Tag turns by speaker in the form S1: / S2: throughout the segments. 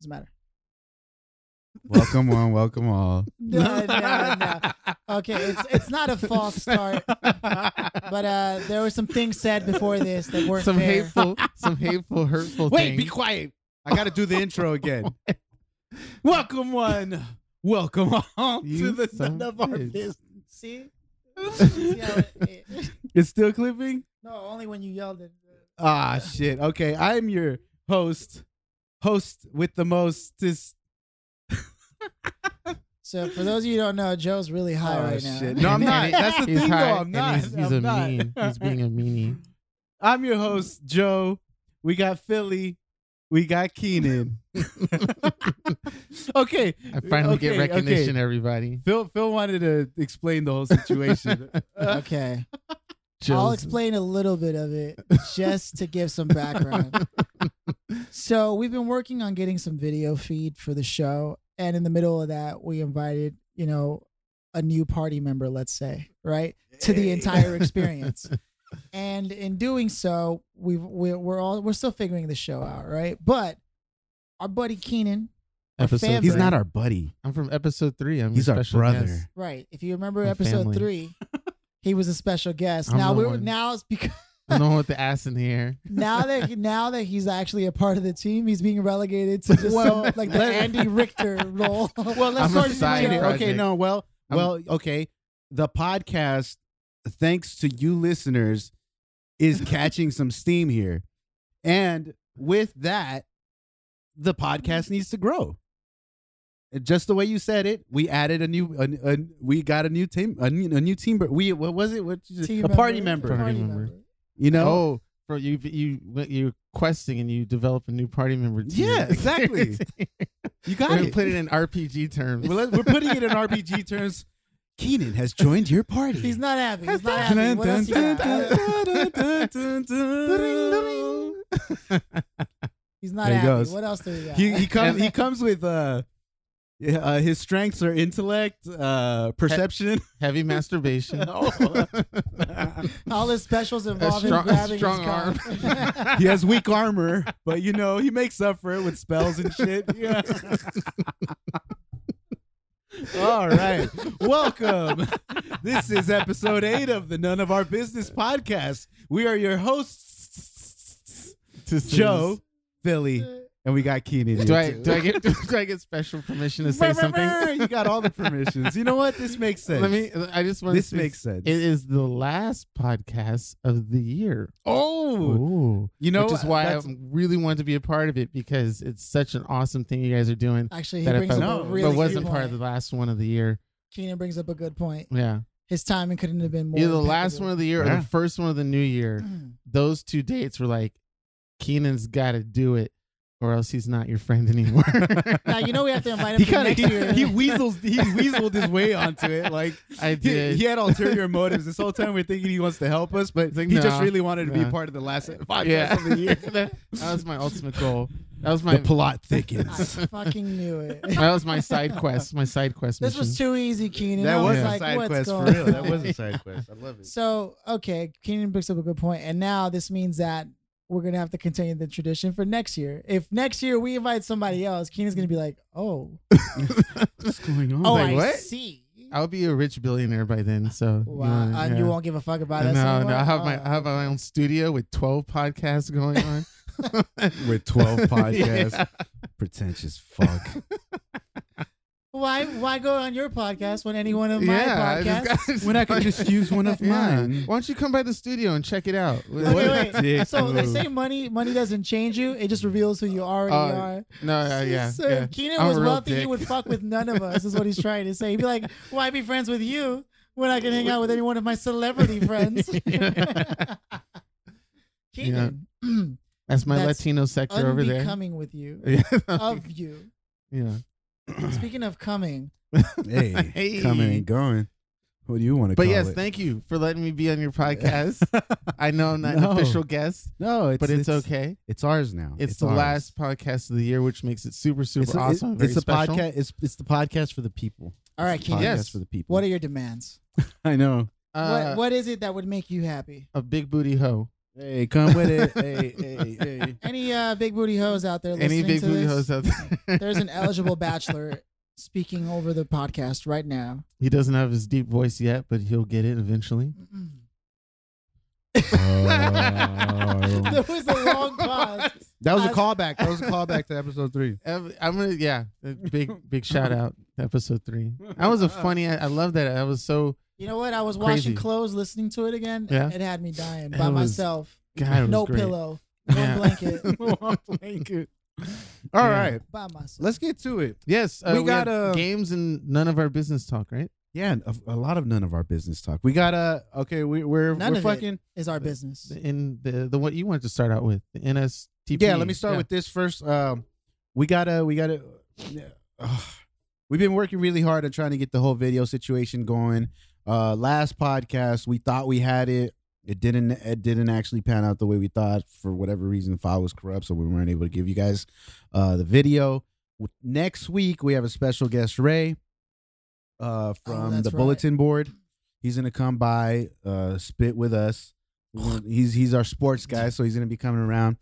S1: Doesn't matter.
S2: Welcome one, welcome all.
S1: No, no, no. Okay, it's it's not a false start, but uh, there were some things said before this that weren't
S2: some
S1: fair.
S2: hateful, some hateful, hurtful.
S3: Wait, be
S2: things.
S3: quiet.
S2: I got to do the intro again.
S3: Welcome one. Welcome all
S2: You
S3: to the
S2: son
S3: son of our
S2: of a
S3: business.
S1: See? See how it- it-
S2: It's still clipping.
S1: no, only when you yelled it.
S2: Ah, shit. Okay, I'm your host, host with the most. This
S1: So for those of you who don't know, Joe's really high
S2: Oh,
S1: right
S2: shit.
S1: now.
S2: No, I'm
S3: And-
S2: not.
S3: and
S2: That's the
S3: he's
S2: thing,
S3: high
S2: though. I'm
S3: and
S2: not.
S3: he's- he's
S2: I'm
S3: a
S2: not.
S3: mean. He's being a meanie.
S2: I'm your host, Joe. We got Philly. We got Keenan. okay.
S3: I finally
S2: okay,
S3: get recognition, everybody.
S2: Okay. Phil Phil wanted to explain the whole situation.
S1: Okay, I'll
S3: Joe's-
S1: explain a little bit of it just to give some background. so we've been working on getting some video feed for the show, and in the middle of that, we invited you know a new party member, let's say, right, to the entire experience. and in doing so, we we're, we're all we're still figuring the show out, right? But our buddy Keenan,
S3: episode
S1: fan-
S3: three.
S2: He's not our buddy.
S3: I'm from episode three. I'm
S2: He's
S3: your
S2: our
S3: special
S2: brother.
S3: guest.
S1: right? If you remember
S3: Our
S1: episode
S3: family.
S1: three, he was a special guest.
S3: I'm
S1: now
S3: the
S1: we're
S3: one.
S1: now it's because.
S3: I'm the one with the ass in the air.
S1: now that now that he's actually a part of the team, he's being relegated to just
S2: Well,
S1: some- like the
S2: let-
S1: Andy Richter role.
S2: Well, let's
S3: I'm a
S2: start
S3: side
S2: explaining.
S3: project.
S2: Okay, no, well,
S3: I'm-
S2: well, okay. The podcast, thanks to you listeners, is catching some steam here, and with that, the podcast needs to grow. Just the way you said it, we added a new, a, a- we got a new team, a new, a new team. but We what was it? What
S1: Team
S2: a party
S1: member.
S2: member?
S3: Party
S1: Party
S3: member.
S1: member.
S2: You know?
S3: Oh, bro, you you you're questing and you develop a new party member. to your-
S2: Yeah, exactly. you
S3: We're
S2: got
S3: gonna
S2: it.
S3: put it in RPG terms.
S2: We're, let- we're putting it in RPG terms. Keenan has joined your party.
S1: He's not happy. He's not happy. What else you got?
S2: he
S1: He's not
S2: There he
S1: happy.
S2: goes.
S1: What else do we got?
S2: he comes he comes with uh, yeah, uh his strengths are intellect, uh perception.
S3: Heavy masturbation.
S2: Oh,
S1: Oh. All his specials involve him
S3: strong-
S1: grabbing
S3: strong
S1: his arm.
S2: he has weak armor, but you know, he makes up for it with spells and shit. Yeah. All right. Welcome. This is episode 8 of the None of Our Business podcast. We are your hosts
S3: To
S2: Joe, Philly, and we got Keenan. here,
S3: Do I
S2: too.
S3: do I get do I get special permission to say
S2: Brr, brr,
S3: something?
S2: brr. You got all the permissions. You know what? This makes sense.
S3: Let me. I just want
S2: This
S3: to. say-
S2: makes sense.
S3: It is the last podcast of the year.
S2: oh,
S3: Ooh.
S2: you know,
S3: which is why I
S2: that's-
S3: really wanted to be a part of it because it's such an awesome thing you guys are doing.
S1: Actually, he
S3: That if
S1: brings
S3: I-
S1: up
S2: No,
S1: a
S2: but
S1: really
S3: but
S1: good
S3: wasn't part
S1: point.
S3: of the last one of the year.
S1: Keenan brings up a good point.
S3: Yeah,
S1: His timing couldn't have been more.
S3: either the last one
S1: impeccable.
S3: of the year or
S2: Yeah. Mm.
S3: the first one of the new year. Those two dates were like, Keenan's got to do it, or else he's not your friend anymore.
S1: Now you know we have to invite him
S2: he
S1: for
S2: kind of
S1: next year.
S2: he, he weasels he weaseled his way onto it. Like
S3: I
S2: he,
S3: did.
S2: he had ulterior motives. This whole time we're thinking he wants to help us, but
S3: It's like,
S2: he just
S3: nah,
S2: really wanted to be
S3: nah.
S2: part of the last podcast
S3: Yeah.
S2: of the year.
S3: that was my ultimate goal. That was my
S2: the plot
S1: I
S2: thickens.
S1: fucking knew it.
S3: that was my side quest. My side quest.
S1: This was
S3: mission.
S1: too easy, Keenan.
S2: that
S1: I was
S2: was
S1: like,
S2: a side
S1: what's
S2: quest for
S1: going
S2: real. That
S1: on?
S2: was a side quest. I love it.
S1: So okay, Keenan picks up a good point, and now this means that we're gonna have to continue the tradition for next year. If next year we invite somebody else, Keenan's gonna be like, "Oh,
S2: What's going on?
S1: oh,
S3: like,
S1: I
S3: what?
S1: see."
S3: I'll be a rich billionaire by then. So you
S1: Wow,
S3: wanna-
S1: and you
S3: yeah.
S1: won't give a fuck about
S3: no,
S1: us.
S3: no,
S1: anymore?
S3: I have my
S1: Oh.
S3: I have my own studio with twelve podcasts going on.
S2: With twelve podcasts,
S3: Yeah.
S2: pretentious fuck.
S1: Why? Why go on your podcast when any one of my
S3: Yeah,
S1: podcasts?
S3: just got-
S2: when I could just use one of
S3: Yeah.
S2: mine.
S3: Why don't you come by the studio and check it out?
S1: Okay,
S2: What a
S1: wait.
S2: dick
S1: So they
S2: move.
S1: say money money doesn't change you; it just reveals who you already
S3: Oh,
S1: are.
S3: No, uh, yeah,
S1: So
S3: yeah.
S1: if Keenan
S3: I'm a
S1: was
S3: real
S1: wealthy, he
S3: dick.
S1: would fuck with none of us, is what he's trying to say. He'd be like, why be friends with you when I can hang out with any one of my celebrity friends? Keenan,
S3: That's my
S1: That's
S3: Latino sector over there.
S1: unbecoming with you,
S3: Yeah,
S1: of you.
S3: yeah.
S1: Speaking of coming,
S2: Hey,
S3: Hey.
S2: coming and going. What do you want to
S3: But
S2: call
S3: yes,
S2: it?
S3: thank you for letting me be on your podcast. I know I'm not
S2: No.
S3: an official guest,
S2: no, it's,
S3: but it's, okay.
S2: It's ours now.
S3: It's, the
S2: ours.
S3: last podcast of the year, which makes it super, super
S2: It's a- it-
S3: awesome. very
S2: it's a
S3: special.
S2: podcast. It's it's the podcast for the people.
S1: all right, Keenan,
S2: Podcast
S3: Yes.
S2: for the people.
S1: what are your demands?
S2: I know.
S3: Uh,
S1: what, what is it that would make you happy?
S3: A big booty hoe.
S2: Hey, come with it. hey, hey, hey.
S1: Any uh, big booty hoes out there listening
S3: Any big
S1: to
S3: booty
S1: this?
S3: hoes out there?
S1: There's an eligible bachelor speaking over the podcast right now.
S3: He doesn't have his deep voice yet, but he'll get it eventually.
S1: there was a long pause.
S2: That was a
S1: I-
S2: callback. That was a callback to episode three.
S3: Ev- I'm gonna yeah, a big big shout out to episode three. That was a funny. I, I love that. I was so
S1: You know what? I was
S3: Crazy.
S1: washing clothes, listening to it again.
S3: Yeah.
S1: It had me dying
S3: It
S1: by
S3: was
S1: myself.
S3: God. It was
S1: No
S3: great.
S1: pillow, no
S3: Yeah.
S1: blanket,
S2: All
S3: Yeah.
S2: right,
S1: by myself.
S2: let's get to it.
S3: Yes, uh,
S2: We
S3: we,
S2: got,
S3: got
S2: uh,
S3: games and none of our business talk. Right?
S2: Yeah, and a, a lot of none of our business talk. We got a okay. We, we're
S1: None
S2: we're
S1: of it.
S2: fucking.
S1: is our business.
S3: In the the what you wanted to start out with the NSTP.
S2: Yeah, let me start with this first. Um, we gotta we gotta. Uh, we've been working really hard on trying to get the whole video situation going. Uh, last podcast we thought we had it. It didn't. It didn't actually pan out the way we thought for whatever reason. The file was corrupt, so we weren't able to give you guys uh, the video. W- Next week we have a special guest, Ray, uh, from
S1: Oh, that's
S2: the
S1: right.
S2: bulletin board. He's gonna come by, uh, spit with us. We're gonna- He's he's our sports guy, so he's gonna be coming around.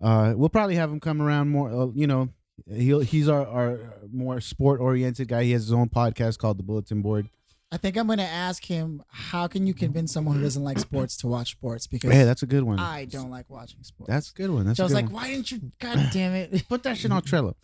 S2: Uh, we'll probably have him come around more. Uh, you know, he'll he's our, our more sport oriented guy. He has his own podcast called the Bulletin Board.
S1: I think I'm going to ask him how can you convince someone who doesn't like sports to watch sports because
S2: Hey, that's a good one.
S1: I don't like watching sports.
S2: That's a good one. That's
S1: so I
S2: a
S1: was
S2: good
S1: like,
S2: one.
S1: why didn't you? God damn it!
S2: put that shit on Trello.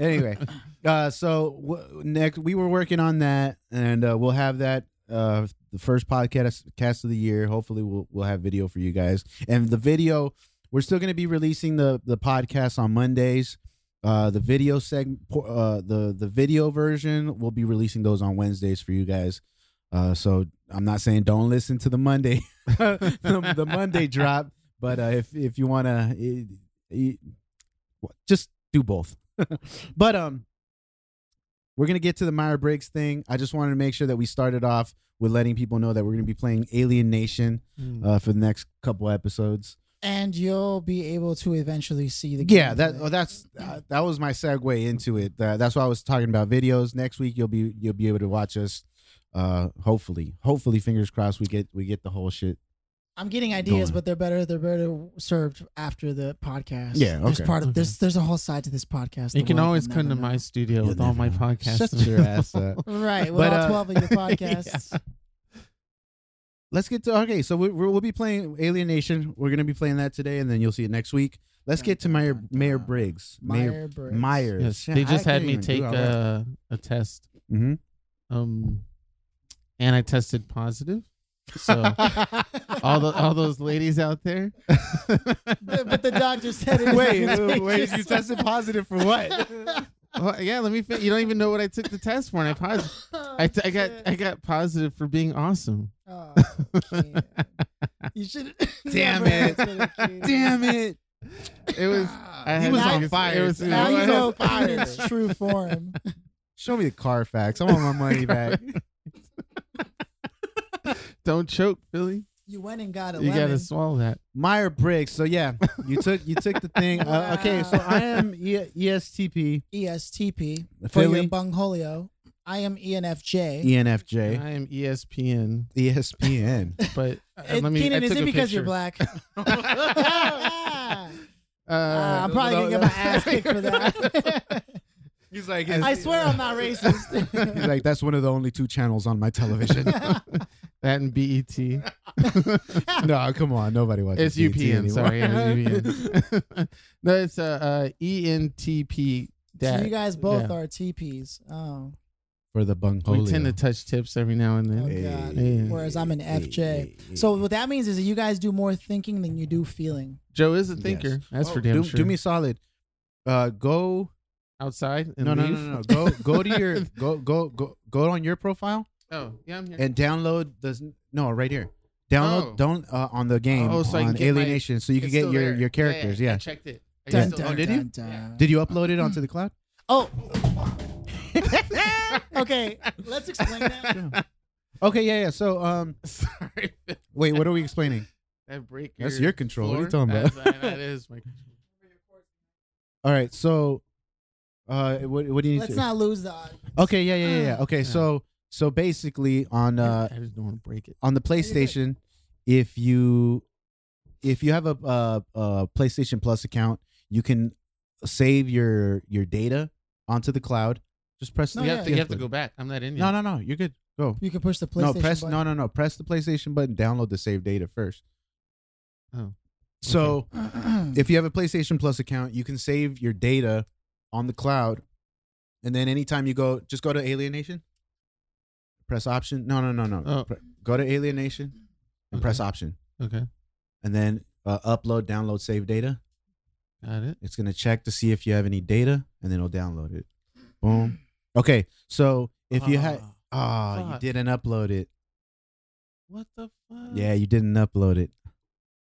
S2: anyway, uh, so w- next we were working on that, and uh, we'll have that uh, the first podcast cast of the year. Hopefully, we'll we'll have video for you guys, and the video we're still going to be releasing the the podcast on Mondays. Uh, the video segment, uh, the the video version, we'll be releasing those on Wednesdays for you guys. Uh, so I'm not saying don't listen to the Monday, the, the Monday drop, but uh, if if you wanna, it, it, well, just do both. but um, we're gonna get to the Meyer Briggs thing. I just wanted to make sure that we started off with letting people know that we're gonna be playing Alien Nation
S3: Mm.
S2: uh, for the next couple episodes.
S1: and you'll be able to eventually see the.
S2: Yeah,
S1: gameplay.
S2: that oh, that's uh, that was my segue into it. Uh, that's why I was talking about videos. Next week you'll be you'll be able to watch us. Uh, hopefully, hopefully, fingers crossed, we get we get the whole shit.
S1: I'm getting ideas,
S2: Going.
S1: but they're better. They're better served after the podcast.
S2: Yeah,
S1: There's
S2: okay.
S1: part of
S3: Okay.
S1: there's there's a whole side to this podcast.
S3: You
S1: the
S3: can
S1: world
S3: always
S1: will
S3: come
S1: never
S3: to
S1: know.
S3: my studio
S2: You'll
S3: with all my
S2: never know.
S3: podcasts.
S2: Shut your ass up.
S1: right with
S2: But,
S1: all
S2: uh,
S1: twelve of your podcasts.
S2: Let's get to okay. So we, we'll be playing Alien Nation. We're gonna be playing that today, and then you'll see it next week. Let's get to Mayor Mayor Briggs. Mayor
S1: Meyer Briggs.
S2: Myers.
S3: Yes,
S2: Yeah,
S3: they
S2: I
S3: just had
S2: couldn't
S3: me
S2: even do
S3: take uh,
S2: all that.
S3: a, a test,
S2: Mhm.
S3: um, and I tested positive. So all the all those ladies out there,
S1: But but the doctor said it.
S2: wait, wait. You tested positive for what?
S3: oh, yeah, let me. Fin- you don't even know what I took the test for, and I positive. I, t- I got I got positive for being awesome.
S1: Oh, Ken. you should.
S2: Damn it. Damn it!
S3: It was. I
S2: he
S3: had-
S2: was
S1: Now-
S2: on fire.
S3: it was- it
S1: Now
S3: was-
S1: you know
S2: Fire.
S1: Kenan's true form.
S2: Show me the Carfax. I want my money back.
S3: Don't choke, Philly.
S1: You went and got a
S3: You gotta
S1: lemon.
S3: swallow that.
S2: Meyer Briggs. So yeah, you took you took the thing. Uh, okay, so I am e- ESTP
S1: E ESTP for your
S2: Philly
S1: bungholio. I am E ENFJ.
S2: E ENFJ
S3: I am E ESPN,
S2: E ESPN.
S3: but uh,
S1: It,
S3: let me.
S1: Kenan,
S3: I
S1: is
S3: took
S1: it
S3: a
S1: because you're
S3: picture.
S1: black?
S3: uh,
S1: Ah, I'm probably gonna get my ass kicked for that.
S2: He's like,
S1: I swear I'm not racist.
S2: He's like, that's one of the only two channels on my television.
S3: that and E BET.
S2: no, come on, nobody watches.
S3: It's
S2: BET
S3: UPN.
S2: anymore.
S3: Sorry, yeah, it's UPN. no, it's uh, uh ENTP.
S1: so you
S3: That
S1: guys both
S3: yeah.
S1: are TPs. Oh,
S2: for the bung.
S3: we tend to touch tips every now and
S1: oh
S3: then.
S2: uh,
S1: God.
S3: Yeah.
S1: Whereas I'm an FJ. So what that means is that you guys do more thinking than you do feeling.
S3: Joe is a
S2: Yes.
S3: thinker. That's for damn
S2: Oh, do,
S3: sure.
S2: do me a solid. Uh, go
S3: outside. And
S2: no, no
S3: leave.
S2: no no no go go to your go go go go on your profile
S3: Oh yeah, I'm here.
S2: and download the no right here. Download
S3: Oh.
S2: don't uh, on the game
S3: Oh, so I can
S2: on
S3: get my-
S2: Alienation so you can
S3: It's
S2: get
S3: still
S2: your
S3: there.
S2: your characters.
S3: I
S2: Yeah.
S3: checked it. I
S2: Yeah.
S3: can still-
S2: Oh, did
S3: yeah.
S2: you? Did you upload it onto the cloud?
S1: Oh. okay, let's explain that.
S2: Okay, yeah, yeah. So um,
S3: Sorry,
S2: wait, what are we explaining?
S3: that breaker.
S2: That's your control. What are you
S3: floor?
S2: talking about?
S3: That's- that is my.
S2: All right, so uh, what what do you need
S1: Let's
S2: to?
S1: not lose the.
S2: okay, yeah, yeah, yeah, yeah. Okay,
S3: Yeah.
S2: so so basically on uh
S3: I just don't want to break it.
S2: on the
S1: you're good.
S2: PlayStation, if you if you have a, a, a PlayStation Plus account, you can save your your data onto the cloud. Just press.
S1: No,
S2: the
S3: you
S1: yeah.
S3: have to, you have to go back. I'm not in here.
S2: No, no, no. You're good. Go.
S1: You can push the PlayStation.
S2: No, press.
S1: button.
S2: No, no, no. Press the PlayStation button. Download the save data first.
S3: Oh,
S2: So if you have a PlayStation Plus account, you can save your data on the cloud, and then anytime you go, just go to Alienation, press Option. No, no, no, no.
S3: Oh. Mm-hmm.
S2: Pre- go to Alienation and press Option,
S3: Okay.
S2: and then uh, upload, download, save data.
S3: Got it.
S2: It's gonna check to see if you have any data, and then it'll download it. Boom. Okay, so if you had,
S3: Ah,
S2: ah, you
S3: fuck. Uh.
S2: didn't upload it.
S3: What the fuck?
S2: Yeah, you didn't upload it.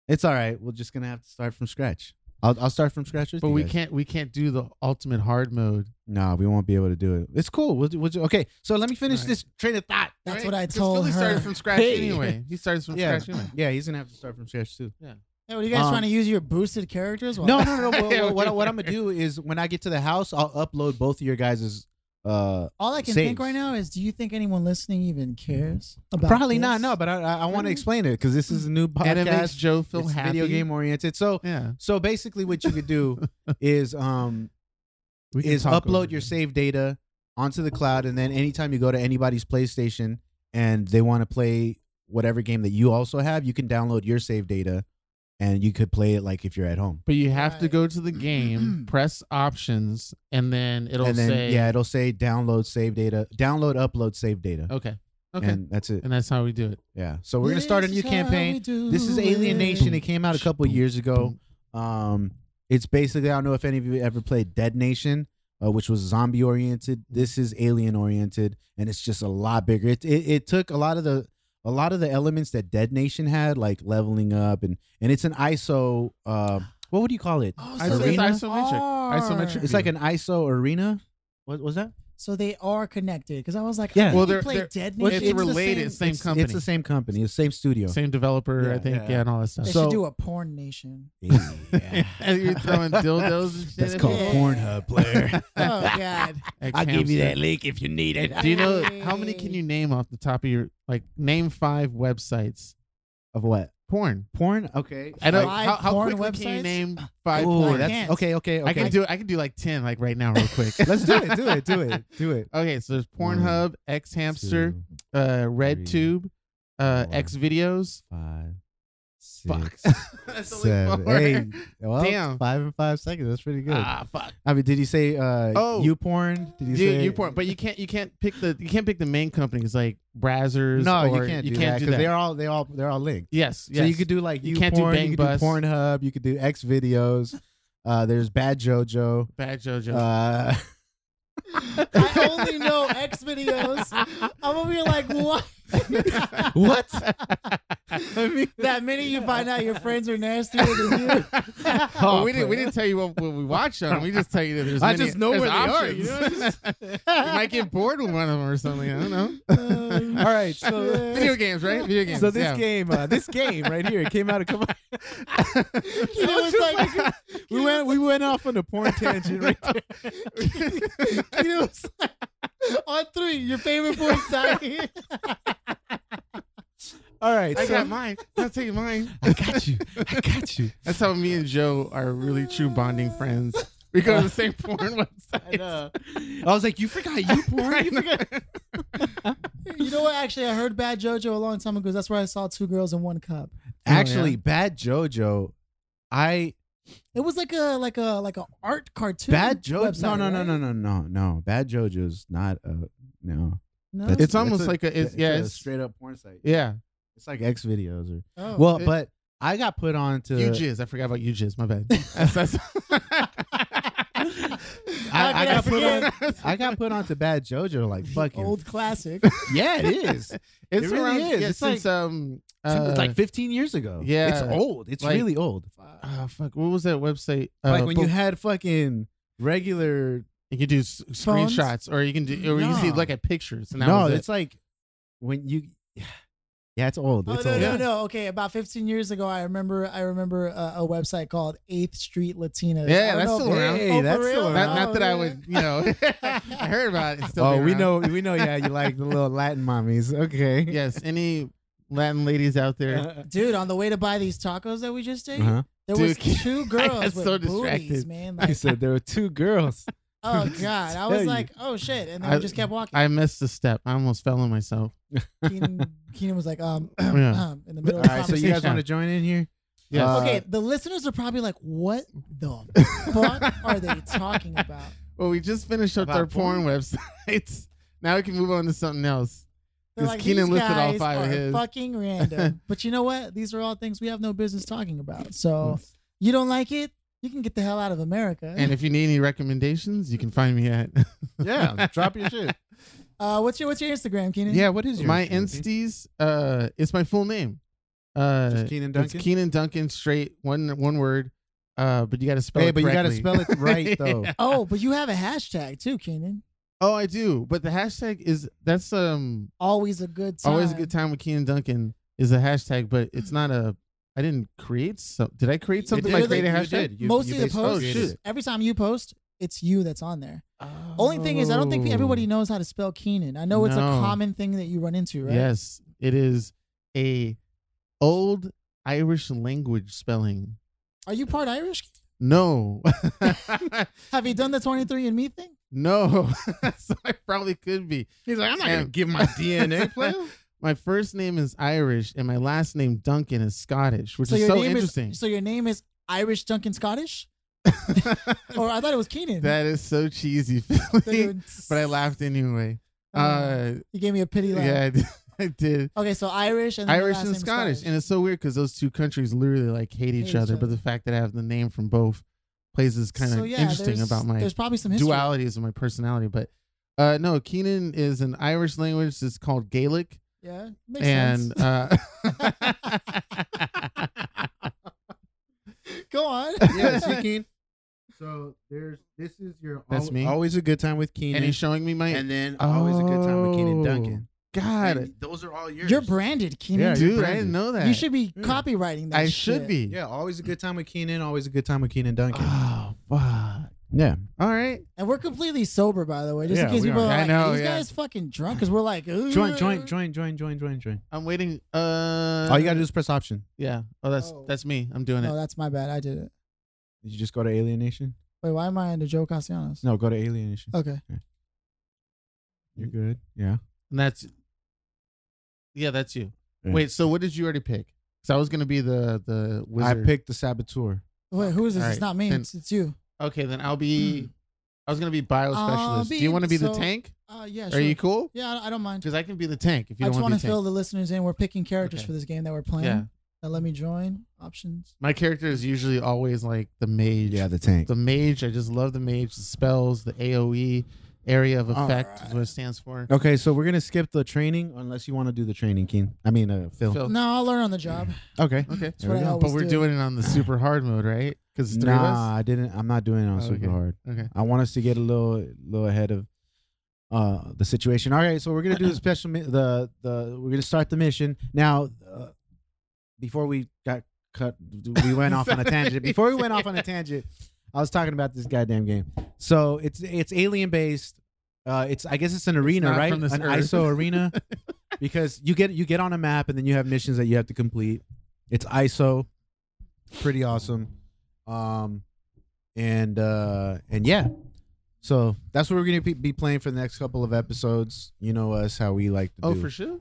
S2: It's all right. We're just gonna have to start from scratch. I'll, I'll start from scratch with
S3: But
S2: you
S3: we
S2: guys.
S3: can't we can't do the ultimate hard mode.
S2: No, we won't be able to do it. It's cool. We'll, do- we'll do- okay, so let me finish
S3: All right.
S2: this train of thought.
S1: That's
S3: right?
S1: what I
S3: 'Cause
S1: told
S3: Philly
S1: her.
S3: started from scratch
S2: Hey.
S3: anyway. He started from
S2: Yeah.
S3: scratch anyway.
S2: Yeah, he's gonna have to start from scratch too.
S1: Hey, what are you guys
S2: Um,
S1: trying to use your boosted characters? Well,
S2: No, no, no. no. Well, well, what, I- what I'm gonna do is when I get to the house, I'll upload both of your guys' uh,
S1: All I can think
S2: saves.
S1: right now is, do you think anyone listening even cares? About
S2: Probably
S1: this?
S2: not. No, but I I, I want to explain it because this is a new
S3: And it makes
S2: podcast.
S3: Joe feel
S2: It's
S3: happy.
S2: video game oriented. So
S3: Yeah.
S2: so basically, what you could do is um
S3: We can
S2: is
S3: talk
S2: upload
S3: over
S2: your
S3: it.
S2: save data onto the cloud, and then anytime you go to anybody's PlayStation and they want to play whatever game that you also have, you can download your save data, and you could play it like if you're at home.
S3: But you have to
S1: Right.
S3: go to the game, press options, and then it'll
S2: and then
S3: say
S2: yeah, it'll say download save data, download upload save data,
S1: Oh,
S3: Okay. Okay. And,
S2: and that's it.
S3: that's how we do it.
S2: Yeah. So we're gonna start a
S1: This
S2: new
S1: is how we
S2: campaign.
S1: do
S2: This is
S1: it.
S2: Alienation. It came out a couple
S3: Boom,
S2: years ago.
S3: boom.
S2: Um, it's basically I don't know if any of you ever played Dead Nation, uh, which was zombie oriented.
S3: Mm-hmm.
S2: This is alien oriented, and it's just a lot bigger. It, it it took a lot of the a lot of the elements that Dead Nation had, like leveling up, and and it's an ISO. Uh, what would you call it?
S1: Oh,
S3: I
S1: so
S2: Arena?
S1: they
S3: it's isometric.
S1: are-
S3: Isometric.
S2: It's like an ISO arena. What was that?
S1: So they are connected because I was like,
S2: Yeah.
S1: yeah.
S3: Well,
S1: Well, they
S3: they're-
S1: play
S3: they're-
S1: Dead
S3: well,
S1: Nation.
S3: it's related,
S1: The
S3: same
S1: same.
S2: it's,
S3: company.
S2: It's the same company. The same studio.
S3: Same developer,
S2: Yeah,
S3: I think,
S2: yeah.
S3: yeah. and all that stuff.
S1: They
S2: So-
S1: should do a porn nation.
S2: Yeah.
S3: And You're throwing dildos and shit.
S2: That's
S3: at
S2: called
S3: people?
S1: Yeah.
S2: Pornhub player.
S1: Oh God.
S3: Ex
S2: I'll give you
S3: hamster.
S2: that link if you need it.
S3: Do you know how many can you name off the top of your like name five websites?
S2: Of what?
S3: Porn.
S2: Porn? Okay.
S3: I know
S1: Five
S3: how, how
S1: porn
S3: quickly can
S1: websites?
S3: you name five
S2: Ooh,
S3: porn?
S2: that's-
S1: can't.
S2: okay, okay, okay.
S3: I can do I can do like ten like right now real quick.
S2: Let's do it. Do it. Do it. Do it.
S3: Okay, so there's
S2: One,
S3: Pornhub, X Hamster, uh, Red Tube, uh,
S2: four,
S3: X Videos.
S2: Five. Six,
S3: Fuck. That's only
S2: seven,
S3: four.
S2: eight. Well,
S3: Damn.
S2: Five and five seconds. That's pretty good.
S3: Ah, fuck.
S2: I mean, did you say uh,
S3: Oh.
S2: you porn? Did you
S3: You,
S2: say
S3: you porn, but you can't you can't pick the you can't pick the main companies like Brazzers.
S2: No,
S3: or
S2: you can't.
S3: You
S2: do
S3: can't
S2: that
S3: do
S2: because
S3: that.
S2: they're all they all they're all linked.
S3: yes, yes.
S2: So you could do like
S3: You
S2: you
S3: can't do
S2: porn,
S3: Bang
S2: you could
S3: Bus.
S2: do Pornhub, you could do X videos. Uh, there's Bad JoJo.
S3: Bad JoJo.
S2: Uh,
S1: I only know X videos. I'm over here like, what?
S2: what?
S1: that minute you find out your friends are nastier than you.
S3: Well, we didn't we didn't tell you what, what we watched on. We just tell you that there's.
S2: Oh, I
S3: many-
S2: just know
S3: there's
S2: where they are, you know,
S3: options. you might get bored with one of them or something. I don't know.
S1: Um,
S2: All right, so
S3: Video games, right? Video games.
S2: so this
S3: yeah.
S2: game, uh, this game right here, it came out a couple.
S1: you know, it's like,
S2: we went we went off on a porn tangent right there.
S1: you know, it's like, on three, your favorite porn site.
S2: All right,
S3: I
S2: so
S3: got mine. I'll tell you mine.
S2: I got you, I got you.
S3: That's how me and Joe are really true bonding friends. We go to the same porn website.
S2: I was like, you forgot you porn. You forgot-
S1: you know what? Actually, I heard Bad JoJo a long time ago. 'cause That's where I saw two girls in one cup.
S2: Actually, Bad JoJo, I
S1: It was like a like a like a art cartoon.
S2: Bad JoJo.
S1: website,
S2: No, no, no,
S1: right?
S2: no, no, no, no. Bad JoJo's not a no.
S1: no.
S2: That's-
S3: It's almost
S2: that's
S3: like a- it's- yeah,
S2: a
S3: it's-
S2: straight up porn site.
S3: Yeah.
S2: It's like X videos or
S1: Oh.
S2: well,
S3: it-
S2: but I got put on to.
S3: You jizz. I forgot about you jizz. My bad. That's, that's...
S1: How
S2: I
S1: could
S2: got put
S1: forget?
S2: on. I got put on to Bad JoJo like fucking.
S1: old classic.
S2: Yeah, it is.
S3: It's
S2: really
S3: around,
S2: is.
S3: yeah,
S2: It's
S3: since, um, uh,
S2: It's like 15 years ago.
S3: yeah.
S2: it's old. It's
S3: Like-
S2: really old.
S3: ah, fuck. What was that website?
S2: like
S3: Uh,
S2: when
S3: but-
S2: you had fucking regular.
S3: you can do s-
S1: Phones?
S3: screenshots, or you can do, or you can see
S2: No.
S3: look at pictures. And that
S2: No,
S3: was it.
S2: it's like when you. Yeah, it's old.
S1: Oh
S2: It's
S1: no,
S2: old.
S1: no, no. Okay, about 15 years ago, I remember I remember uh, a, a website called Eighth Street Latinas. I
S3: Yeah,
S1: don't
S3: that's
S1: know
S3: still
S1: if-
S3: around.
S2: Hey,
S1: Oh, for
S2: that's still
S1: real?
S2: around.
S3: not, not that I would, you know, I heard about it. It's Still
S2: oh,
S3: been
S2: we
S3: around.
S2: know, we know. Yeah, you like the little Latin mommies. Okay.
S3: Yes, any Latin ladies out there.
S4: That's
S1: Dude, on the way to buy these tacos that we just ate,
S2: Uh-huh.
S1: there
S3: Dude,
S1: was two
S3: got
S1: girls with
S3: so
S1: booties,
S3: distracted.
S1: man.
S2: He
S1: Like,
S2: said there were two girls.
S1: oh god, I
S2: Tell
S1: was
S2: you.
S1: like, oh shit, and then
S3: I-
S1: we just kept walking.
S3: I missed a step. I almost fell on myself.
S1: Keenan, Keenan was like, um,
S3: Yeah.
S1: um, in the middle
S2: All
S1: of the
S2: right, so
S1: conversation.
S2: you guys want to join in here?
S3: Yes.
S2: Uh,
S1: okay, the listeners are probably like, what the fuck are they talking about?
S3: Well, we just finished up
S2: About
S3: our porn websites. Now we can move on to something else.
S1: They're
S3: 'Cause
S1: like,
S3: Keenan
S1: these
S3: listed all
S1: guys
S3: five of
S1: are
S3: his.
S1: fucking random. but you know what? These are all things we have no business talking about.
S2: Oh,
S1: So you don't like it? You can get the hell out of America.
S3: Hmm. And if you need any recommendations, you can find me at
S2: Yeah, drop your shit.
S1: uh, what's your what's your Instagram, Keenan?
S2: Yeah, what is your
S3: my
S2: Instagram, Keith?
S3: insties. Uh, it's my full name. Uh,
S2: Just Keenan
S3: it's
S2: Duncan.
S3: Keenan Duncan, straight one one word. Uh, but you got to spell
S2: Hey, Oh,
S3: it.
S2: but you got to
S3: correctly.
S2: spell it right though.
S3: Yeah.
S1: Oh, but you have a hashtag too, Keenan.
S3: Oh, I do. But the hashtag is that's um
S1: Always a good time.
S3: always a good time with Keenan Duncan is a hashtag, but it's not a. I didn't create so. Did I create something
S1: did.
S3: by
S1: You
S3: creating a hashtag?
S1: Mostly the
S2: basically
S1: post.
S2: created it.
S1: Every time you post, it's you that's on there. Only thing is, I don't think
S3: Oh.
S1: everybody knows how to spell Keenan. I know it's a
S3: No.
S1: common thing that you run into, right?
S3: Yes, it is a old Irish language spelling.
S1: Are you part Irish?
S3: No,
S1: Have you done the 23andMe thing?
S3: no. so I probably could be.
S2: He's like, I'm not
S3: And-
S2: gonna give my DNA player.
S3: My first name is Irish, and my last name Duncan is Scottish, which is so
S1: name
S3: interesting.
S1: Is, so your name is Irish Duncan Scottish? or I thought it was Keenan.
S3: that is so cheesy,
S1: So you're-
S3: Philly. but I laughed anyway. Uh,
S1: you gave me a pity laugh.
S3: yeah, I did. I did.
S1: Okay, so Irish and then your
S3: Irish
S1: last
S3: and
S1: name's
S3: Scottish. and it's so weird because those two countries literally like hate each
S1: Hate each
S3: other. But
S1: other.
S3: the fact that I have the name from both places kind of
S1: So, yeah,
S3: interesting
S1: there's-
S3: about my
S1: There's probably some history.
S3: dualities of my personality. But uh, no, Keenan is an Irish language. It's called Gaelic,
S1: Yeah, makes
S3: and
S1: sense.
S3: uh,
S1: Go on.
S2: yeah, see, Keen. So there's this is your
S3: That's
S2: al-
S3: me.
S2: always a good time with Keenan,
S3: and he's showing me my Oh,
S2: and then always a good time with Keenan Duncan.
S3: God,
S2: And those are all yours.
S1: You're branded, Keenan.
S2: Yeah, you're
S3: dude, I
S2: branded.
S3: didn't know that.
S1: you should be
S2: Yeah.
S1: copywriting that.
S3: I should
S1: shit.
S3: be.
S2: Yeah, always a good time with Keenan. Always a good time with Keenan Duncan.
S3: Oh fuck.
S2: yeah,
S3: All right.
S1: And we're completely sober, by the way, just in
S2: Yeah,
S1: case
S2: we
S1: people
S2: are.
S1: are
S3: I
S1: like,
S3: know,
S1: these
S3: yeah.
S1: guys fucking drunk? Because we're like,
S2: join, join, join, join, join, join, join.
S3: I'm waiting. Uh,
S2: All you gotta do is press option.
S3: Yeah. Oh, that's
S1: Oh.
S3: that's me. I'm doing
S1: No,
S3: it.
S1: that's my bad. I did it.
S2: Did you just go to Alienation?
S1: Wait, why am I under Joe Castellanos?
S2: No, go to Alienation.
S3: Uh,
S1: Okay.
S2: You're good. Yeah.
S3: And that's. Yeah, that's you.
S2: Yeah.
S3: Wait. So what did you already pick? Because I was gonna be the
S2: I
S3: the wizard.
S2: picked the Saboteur.
S1: Wait, who is this?
S3: All
S1: It's
S3: right,
S1: not me.
S3: then-
S1: It's, it's you.
S3: Okay, then I'll
S2: Hmm.
S3: be. I was gonna be bio
S1: I'll
S3: specialist. Do
S1: be-
S3: you want to be the
S1: so-
S3: tank?
S1: Uh, yeah,
S3: Are
S1: sure.
S3: you cool?
S1: yeah, I, I don't mind.
S3: Because I can be the tank if you
S1: I
S3: don't
S1: just
S3: want
S1: want
S3: to
S1: to
S3: be the
S1: fill
S3: tank.
S1: the listeners in. We're picking characters
S3: Okay.
S1: for this game that we're playing.
S3: Yeah.
S1: Now let me join. Options.
S3: My character is usually always like the mage.
S2: the tank.
S3: The mage. I just love the mage. The spells. The AOE. Area of
S1: All
S3: effect
S1: right.
S3: is what it stands for.
S2: Okay, so we're gonna skip the training unless you want to do the training, Keen. I mean, uh, Phil.
S3: Phil.
S1: No, I'll learn on the job.
S2: Okay.
S3: Okay.
S1: That's what I always
S3: But we're
S1: do.
S3: doing it on the super hard mode, right? Because three of
S2: Nah,
S3: us.
S2: I didn't. I'm not doing it on
S3: Oh,
S2: super
S3: okay.
S2: hard.
S3: Okay.
S2: I want us to get a little, little ahead of uh the situation. All right, so we're gonna do the special. mi- The the we're gonna start the mission now. Uh, before we got cut, we went off on a tangent. Before we went off on a tangent, I was talking about this goddamn game. So it's it's alien based. Uh, it's I guess it's an arena,
S3: not
S2: right?
S3: from this
S2: an
S3: earth.
S2: ISO arena, because you get you get on a map and then you have missions that you have to complete. It's ISO, pretty awesome, um, and uh, and yeah, so that's what we're gonna be- be playing for the next couple of episodes. You know us how we like to
S3: Oh,
S2: do.
S3: for sure.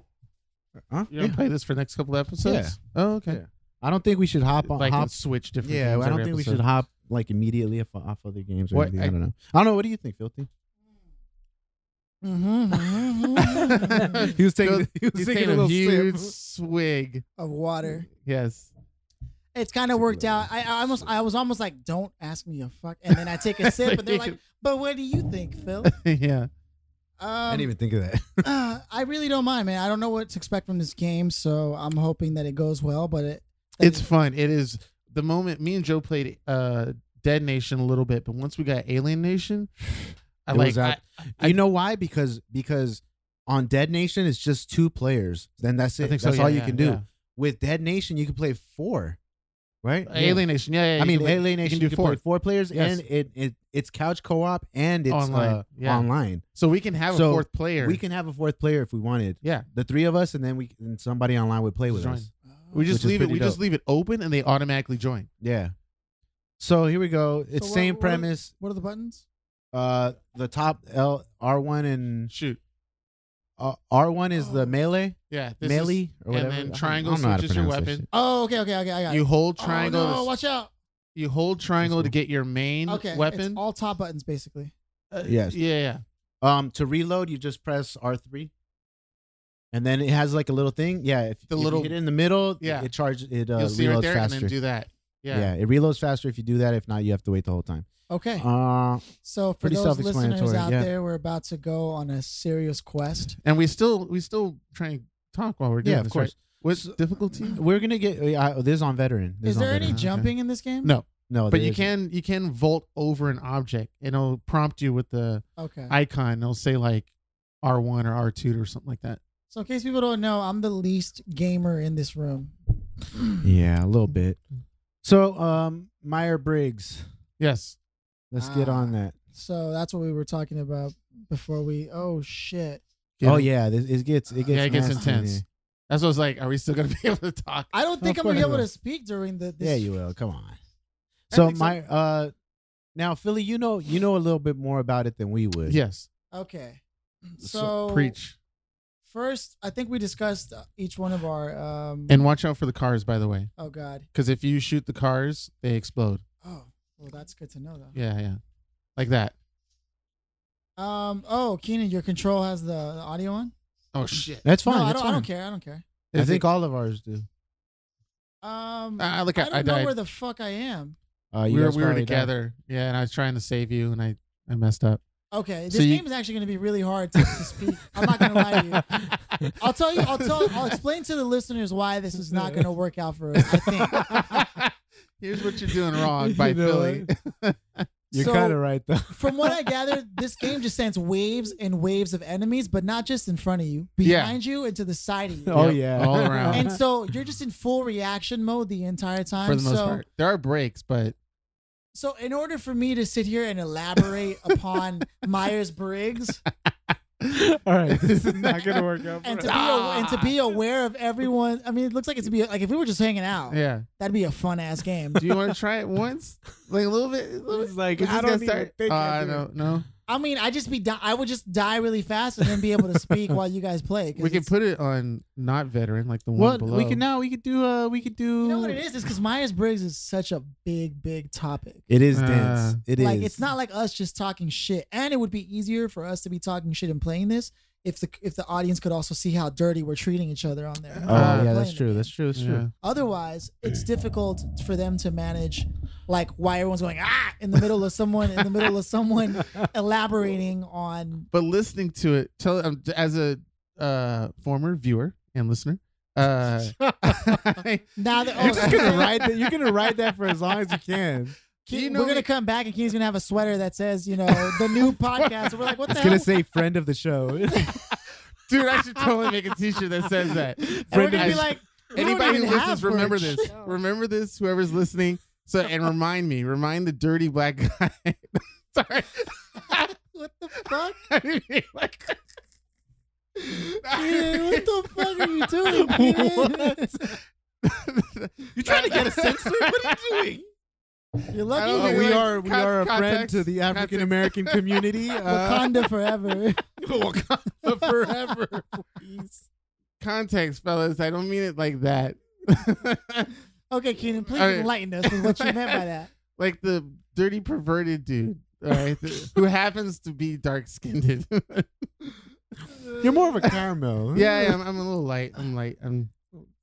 S2: Huh?
S3: You're gonna play this for the next couple of episodes. Oh, okay.
S2: Yeah. I don't think we should hop on
S3: Like
S2: hop
S3: and switch different.
S2: yeah,
S3: games
S2: I don't
S3: every
S2: think we
S3: episode.
S2: should hop like immediately off, off other games. Or
S3: What-
S2: anything. I,
S3: I-
S2: don't know. I don't know. What do you think, Filthy?
S1: Mm-hmm.
S2: He was
S3: Phil-
S2: he
S3: He's taking a, huge swig.
S1: of water.
S3: Yes.
S1: It's kind of worked out. I, I almost, I was almost like, "Don't ask me a fuck," and then I take a sip, and they're like, "But what do you think, Phil?"
S3: yeah.
S2: I
S1: Um,
S2: didn't even think of that.
S1: uh, I really don't mind, man. I don't know what to expect from this game, so I'm hoping that it goes well. But it, that
S3: It's fun. It is the moment me and Joe played uh Dead Nation a little bit, but once we got Alien Nation, I
S2: It
S3: like
S2: was out-
S3: I-
S2: you know why? Because because on Dead Nation it's just two players. Then that's
S3: I, I
S2: it.
S3: think
S2: That's
S3: so,
S2: all
S3: yeah,
S2: you
S3: yeah,
S2: can do.
S3: yeah.
S2: With Dead Nation, you can play four. right?
S3: Alienation. Yeah, yeah,
S2: Yeah.
S3: you
S2: I mean,
S3: can-
S2: Alienation
S3: you can do four.
S2: play four players,
S3: Yes.
S2: and it, it it's couch co-op and it's
S3: Online,
S2: uh,
S3: yeah.
S2: online.
S3: So we can have
S2: So
S3: a fourth player.
S2: We can have a fourth player if we wanted.
S3: Yeah.
S2: the three of us, and then we and somebody online would play with
S3: Join.
S2: us.
S1: uh,
S3: We
S2: Which
S3: just
S2: is
S3: leave it.
S2: pretty
S3: We just
S2: dope.
S3: leave it open, and they automatically join.
S2: Yeah. So here we go. It's
S1: So what-
S2: same
S1: what-
S2: premise.
S1: What are the buttons?
S2: Uh, the top L R one and
S3: Shoot.
S2: uh, R one is
S1: Oh.
S2: the melee,
S3: Yeah. This is-
S2: melee or
S3: and
S2: whatever.
S3: then
S2: I don't-
S3: triangle
S2: I don't know how to
S3: switches your
S2: pronounce that
S3: weapon.
S2: shit.
S1: Oh, okay, okay, okay. I got
S3: You
S1: it.
S3: hold triangle.
S1: Oh, no,
S3: to,
S1: watch out.
S3: You hold triangle to
S2: cool.
S3: get your main
S1: Okay,
S3: weapon.
S1: It's all top buttons basically.
S3: Uh,
S2: Yes.
S3: Yeah. yeah.
S2: Um, to reload, you just press R three, and then it has like a little thing. Yeah, if
S3: The
S2: if
S3: little-
S2: you hit it in the middle,
S3: Yeah.
S2: it charges. It uh,
S3: You'll see
S2: reloads
S3: right there,
S2: faster.
S3: and then do that. Yeah.
S2: it reloads faster if you do that. If not, you have to wait the whole time.
S1: Okay.
S3: Uh-huh.
S2: Uh,
S1: so for
S2: pretty
S1: those listeners
S2: self-explanatory,
S1: out
S2: yeah.
S1: there, we're about to go on a serious quest.
S3: And we still we still try and talk while we're doing
S2: yeah, of
S3: this,
S2: course.
S3: Right? What's
S2: So-
S3: difficulty?
S2: We're gonna get uh, this is on veteran. This
S1: Is
S2: on
S1: there any
S2: veteran.
S3: Okay.
S1: jumping in this game?
S3: No.
S2: No,
S3: but
S2: there
S3: you
S2: isn't.
S3: can you can vault over an object. and It'll prompt you with the
S1: Okay.
S3: icon. It'll say like R one or R two or something like that.
S1: so in case people don't know, I'm the least gamer in this room.
S2: Yeah, a little bit. So, um, Meyer Briggs.
S3: Yes.
S2: Let's get
S1: Ah.
S2: on that.
S1: So that's what we were talking about before we. Oh shit!
S2: oh yeah, this, it gets it gets
S3: yeah, it gets
S2: nasty in
S3: intense.
S2: here.
S3: That's what I was like. Are we still gonna be able to talk?
S1: I don't think
S2: Of
S1: I'm gonna be
S2: course I
S1: able
S2: will.
S1: to speak during the. This
S2: Yeah, you will. Come on. So
S3: think so.
S2: my uh, now Philly, you know you know a little bit more about it than we would.
S3: Yes.
S1: Okay. So,
S3: preach
S1: First, I think we discussed uh, each one of our. Um,
S3: and watch out for the cars, by the way,
S1: oh god.
S3: because if you shoot the cars, they explode.
S1: Oh well, that's good to know though.
S3: Yeah, yeah, like that.
S1: Um. Oh, Keenan, your control has the, the audio on.
S3: Oh shit!
S2: that's fine.
S1: no, I
S2: that's
S1: don't. I don't
S2: fine.
S1: care. I don't care.
S2: I think all of ours do.
S1: Um.
S3: I Ah, look
S1: I
S3: at.
S1: don't
S3: I,
S1: know
S3: died.
S1: where the fuck I am.
S2: Uh, you
S3: we were,
S2: guys
S3: we were
S2: probably don't.
S3: together. Yeah, and I was trying to save you, and I I messed up.
S1: Okay, this
S3: So you-
S1: game is actually going to be really hard to, to speak. I'm not going to lie to you.
S3: you.
S1: I'll tell you. I'll tell. I'll explain to the listeners why this is not going to work out for us. I think.
S3: Here's what you're doing wrong by
S2: You know
S3: Philly.
S2: You're
S1: So-
S2: kind of right though.
S1: From what I gathered, this game just sends waves and waves of enemies, but not just in front of you,
S3: Yeah.
S1: behind you, and to the side of you.
S2: Oh
S3: Yep,
S2: yeah,
S3: all around.
S1: And so you're just in full reaction mode the entire time.
S3: For the most
S1: so,
S3: part, there are breaks, but
S1: so in order for me to sit here and elaborate upon Myers Briggs
S2: all right, this is not gonna work out.
S1: and
S2: for
S1: to be
S2: us.
S1: a, and to be
S3: Ah.
S1: aware of everyone, I mean, it looks like it's be like if we were just hanging out,
S3: yeah.
S1: that'd be a fun ass game.
S3: Do you want to try it once, like a little bit? A little bit?
S2: It's like
S3: Is this
S2: I
S3: gonna
S2: don't even
S3: start?
S2: think
S3: Uh,
S2: I do.
S3: no, no.
S1: I mean, I just be di- I would just die really fast and then be able to speak while you guys play. 'cause
S3: We can
S1: it's-
S3: put it on not veteran, like the one
S2: What
S3: below.
S2: we can now we could do uh we could do.
S1: You know what it is? It's because Myers Briggs is such a big, big topic.
S2: It is
S3: Uh,
S2: dense. It is.
S1: like it's not like us just talking shit. And it would be easier for us to be talking shit and playing this if the if the audience could also see how dirty we're treating each other on there.
S2: Oh
S3: Uh,
S2: yeah, that's true. That's true. That's
S3: Yeah.
S2: true.
S1: Otherwise, it's difficult for them to manage like why everyone's going ah in the middle of someone in the middle of someone elaborating on
S3: But listening to it, tell um, as a uh, former viewer and listener, uh, I-
S1: now that
S2: You're just gonna
S1: okay.
S2: ride that. You're gonna ride that for as long as you can.
S1: Keen-
S3: You know
S1: we're gonna
S3: we-
S1: come back and Keen's gonna have a sweater that says, you know, the new podcast. And we're like, what
S2: It's
S1: the hell?
S2: gonna say friend of the show.
S3: dude, I should totally make a T-shirt that says that.
S1: and we're
S2: friend
S1: gonna
S2: of
S1: be
S2: the-
S1: like, we don't
S3: Anybody who
S1: even
S3: listens,
S1: have
S3: remember
S1: merch.
S3: this. Remember this. Whoever's listening. So and remind me, remind the dirty black guy. Sorry,
S1: what the fuck?
S3: I didn't mean like.
S1: Keenan, what the fuck are you doing? Keenan?
S3: you
S2: trying to get us censored? What are you doing?
S1: You're
S3: I don't
S1: lucky
S3: know,
S1: we
S2: we
S1: were
S2: are we are a friend
S3: Context.
S2: to the African American community. Uh,
S1: Wakanda forever.
S3: Wakanda forever. Context, fellas. I don't mean it like that.
S1: Okay, Keenan, please
S3: All right.
S1: enlighten us with what you meant by that.
S3: like the dirty perverted dude, all right, who happens to be dark skinned.
S2: you're more of a caramel.
S3: yeah, yeah, I'm, I'm a little light. I'm light. I'm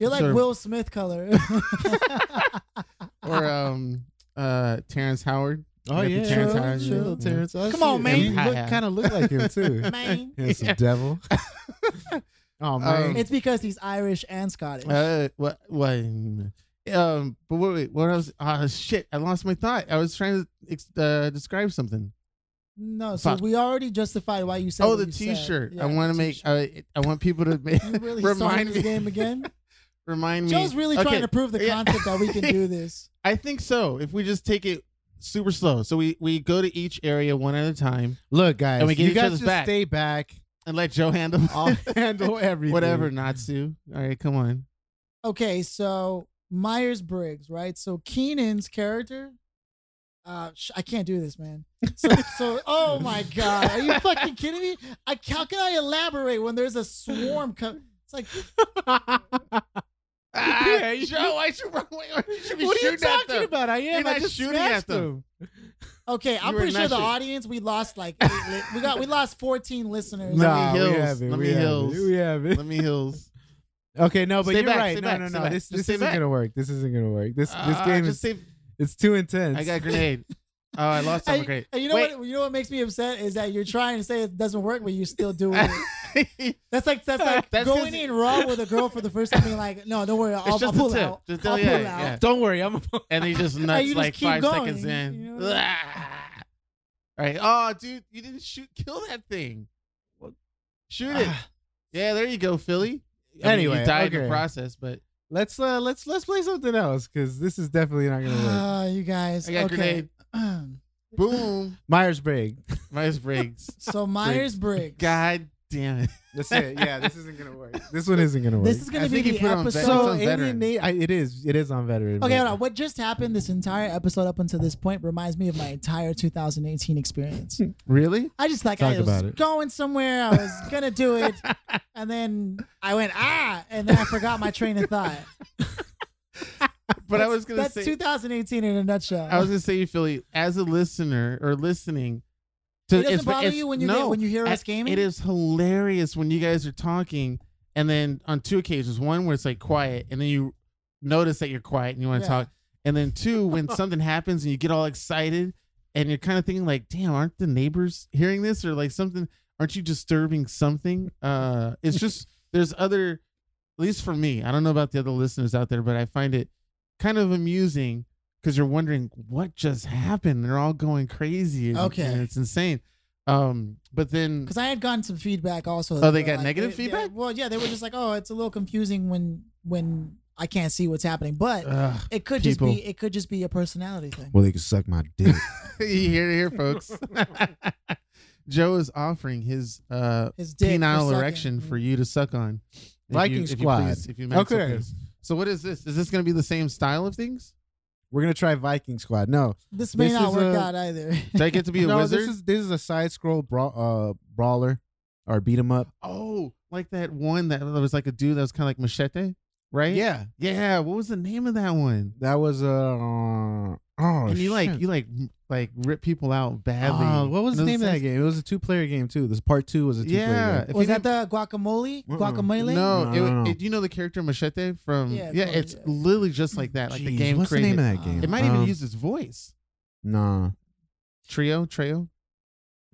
S1: You're like
S3: Sure.
S1: Will Smith color.
S3: or um uh Terrence Howard.
S2: Oh
S3: Like the
S2: yeah.
S3: Terrence
S2: Chill,
S3: Howard.
S2: chill,
S3: Yeah.
S2: Terrence. I
S1: Come
S2: see
S1: on,
S2: it.
S1: man.
S2: You look, kind of look like him too.
S1: Man.
S2: Handsome
S3: Yeah.
S2: devil. Oh man.
S1: It's because he's Irish and Scottish.
S3: Uh, what? What? Um, but wait, wait what else? Ah, shit! I lost my thought. I was trying to ex- uh, describe something.
S1: no, so
S3: fuck.
S1: we already justified why you said
S3: Oh,
S1: what
S3: the
S1: you said.
S3: T-shirt.
S1: Yeah,
S3: I want to
S1: the
S3: make.
S1: t-shirt.
S3: I, I want people to make,
S1: You really started
S3: remind
S1: this
S3: me.
S1: game again?
S3: remind me.
S1: Joe's really
S3: Okay,
S1: trying to prove the
S3: yeah.
S1: concept that we can do this.
S3: I think so. If we just take it super slow, so we we go to each area one at a time
S2: Look, guys,
S3: And we get
S2: you
S3: each
S2: guys
S3: other's
S2: just
S3: back.
S2: stay back.
S3: and let Joe handle
S2: I'll handle everything.
S3: whatever. Natsu. All right, come on.
S1: Okay, so Myers Briggs, right? So Keenan's character. Uh, sh- I can't do this, man. So, so, oh my god, are you fucking kidding me? I how can I elaborate when there's a swarm? Co- it's like
S3: Ah, Joe, why should run away? You should be
S2: What are you
S3: shooting at
S2: talking
S3: them.
S2: about? I am.
S3: You're
S2: I
S3: not
S2: just
S3: shooting at
S2: smashed
S3: them.
S1: okay, I'm
S3: You were
S1: pretty sure the
S3: meshing.
S1: audience we lost like eight li- we got we lost 14 listeners.
S2: Nah,
S3: Hills.
S2: we haven't.
S3: Let
S2: we
S3: me
S2: haven't.
S3: Hills.
S2: We haven't.
S3: Let me heals.
S2: Okay, no, but
S3: Stay
S2: you're
S3: back,
S2: right.
S3: stay
S2: No,
S3: back,
S2: no,
S3: stay
S2: no.
S3: back.
S2: This
S3: Just
S2: this
S3: stay
S2: isn't
S3: back.
S2: gonna work. This isn't gonna work. This this
S3: Ah,
S2: game
S3: just
S2: is
S3: save-
S2: it's too intense.
S3: I got grenade. Oh, I lost. I'm
S1: And,
S3: great.
S1: and you know
S3: Wait.
S1: what? You know what makes me upset is that you're trying to say it doesn't work, but you're still doing it. That's like that's like
S3: That's 'cause
S1: going
S3: you-
S1: in raw with a girl for the first time, being like, "No, don't worry, I'll,
S3: it's
S1: I'll
S3: just
S1: pull
S3: a
S1: it
S3: tip.
S1: out.
S3: Just
S1: I'll
S3: yeah,
S1: pull it
S3: yeah.
S1: out."
S2: Don't worry, I'm a
S3: And he just nuts
S1: you just
S3: like
S1: keep
S3: five
S1: going,
S3: seconds in.
S1: you know?
S3: Ah. All right. Oh, dude, you didn't shoot. Kill that thing. Shoot it. yeah, there you go, Philly. I mean,
S2: Anyway,
S3: you died in
S2: okay.
S3: the process, but
S2: Let's uh let's let's play something else because this is definitely not gonna work.
S1: Ah, you guys.
S3: I got
S1: okay.
S3: boom,
S2: Myers Briggs.
S3: Myers Briggs.
S1: so Myers Briggs.
S3: God damn it.
S2: That's it. Yeah, this isn't gonna work. This one isn't gonna work.
S1: This is gonna
S3: I
S1: be
S3: think he
S1: the
S3: put on
S1: episode.
S3: That's
S2: so
S3: on
S2: alien
S3: veteran.
S2: Na- I, it is it is on veteran.
S1: okay,
S2: but-
S1: hold on. What just happened this entire episode up until this point reminds me of my entire 2018 experience.
S2: Really?
S1: I just like
S2: Talk
S1: I was
S2: about it.
S1: going somewhere, I was gonna do it, and then I went ah, and then I forgot my train of thought.
S3: But I
S1: That's-
S3: was gonna
S1: that's
S3: say
S1: 2018 in a nutshell.
S3: I was gonna say Philly as a listener or listening. To,
S1: it doesn't bother you when you
S3: no,
S1: get, when you hear
S3: I-
S1: us gaming.
S3: It is hilarious when you guys are talking, and then on two occasions, one where it's like quiet, and then you notice that you're quiet and you want to
S1: Yeah.
S3: talk, and then two when something happens and you get all excited, and you're kind of thinking like, "Damn, aren't the neighbors hearing this?" Or like something, aren't you disturbing something? Uh, it's just there's other, at least for me, I don't know about the other listeners out there, but I find it kind of amusing because you're wondering what just happened. They're all going crazy. and-
S1: Okay.
S3: and it's insane. Um, but then
S1: because I had gotten some feedback also.
S3: Oh, they
S1: were
S3: got
S1: like-
S3: negative
S1: they- they-
S3: feedback?
S1: well, yeah, they were just like, "Oh, it's a little confusing when when I can't see what's happening," but
S3: Ugh,
S1: it could
S3: Uh, people.
S1: just be it could just be a personality thing.
S2: Well, they can suck my dick.
S3: you hear it here, folks. Joe is offering his uh,
S1: His dick for
S3: penile
S1: sucking.
S3: erection for you to suck on. If
S2: Viking
S3: you, if
S2: Squad.
S3: You please, if you okay.
S2: Okay.
S3: So what is this? Is this going to be the same style of things?
S2: We're gonna try Viking Squad. No,
S1: This may
S2: This
S1: not
S2: is
S1: work
S2: a-
S1: out either.
S3: Did I get to be a
S2: no.
S3: wizard?
S2: This is this is a side scroll brawl uh, brawler or beat 'em up.
S3: oh, like that one that that was like a dude that was kind of like machete, right?
S2: Yeah,
S3: yeah. What was the name of that one?
S2: that was uh, oh.
S3: and you
S2: shit.
S3: like you like like rip people out badly.
S2: Oh, what was the
S3: And it
S2: name of that
S3: like-
S2: game? It was a two-player game too. This part two was a two-player
S3: Yeah,
S2: game.
S3: if
S1: Was
S3: you
S1: that
S3: didn't-
S1: the guacamole?
S2: Mm-mm.
S1: Guacamole?
S3: No,
S2: No, no, no.
S3: it, it, you know the character Machete from
S1: Yeah,
S3: yeah,
S1: it's one-
S3: it's
S1: yeah.
S3: literally just like that, like the
S2: Jeez,
S3: game
S2: What's
S3: created.
S2: the name of that game?
S3: It might even
S2: Um,
S3: use his voice.
S2: Nah.
S3: Trio, trio.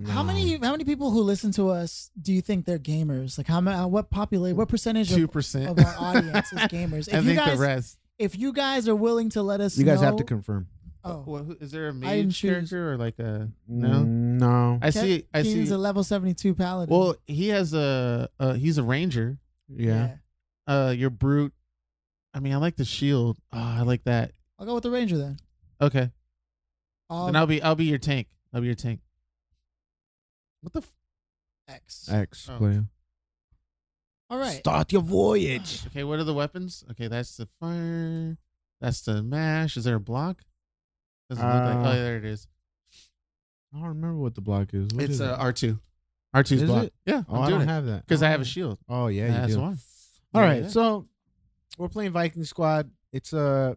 S1: How
S2: nah.
S1: many how many people who listen to us do you think they're gamers? Like how ma- what populate what percentage
S3: Two
S1: of,
S3: percent
S1: of our audience is gamers?
S3: I
S1: If you
S3: think the
S1: guys
S3: rest.
S1: if you guys are willing to let us
S2: You guys have
S1: know-
S2: to confirm.
S1: oh,
S3: Well, who- is there a
S1: didn't
S3: mage
S1: choose.
S3: character or like a?
S2: Mm,
S3: No,
S2: no.
S3: I see. I
S1: Keenan's
S3: see.
S1: a level seventy two paladin.
S3: Well, he has a. Uh, he's a ranger.
S2: yeah.
S3: Uh, your brute. I mean, I like the shield. Ah, I like that.
S1: I'll go with the ranger then.
S3: Okay,
S1: All
S3: then I'll be. I'll be your tank. I'll be your tank. What the? F-
S1: X.
S2: X
S3: Oh.
S2: player.
S1: All right.
S2: Start your voyage.
S3: okay, what are the weapons? Okay, that's the fire. That's the mash. Is there a block? Doesn't look like.
S2: Uh,
S3: Oh, yeah, there it is.
S2: I don't remember what the block is. What
S3: It's
S2: is
S3: uh,
S2: it?
S3: R two. R 2s
S2: Is
S3: block.
S2: it?
S3: Yeah,
S2: Oh,
S3: I'm
S2: I
S3: doing
S2: don't
S3: it
S2: have that.
S3: because I have a
S2: Oh.
S3: shield.
S2: Oh yeah, you
S3: that's
S2: do.
S3: why.
S2: All
S3: Yeah,
S2: right,
S3: yeah.
S2: so we're playing Viking Squad. It's a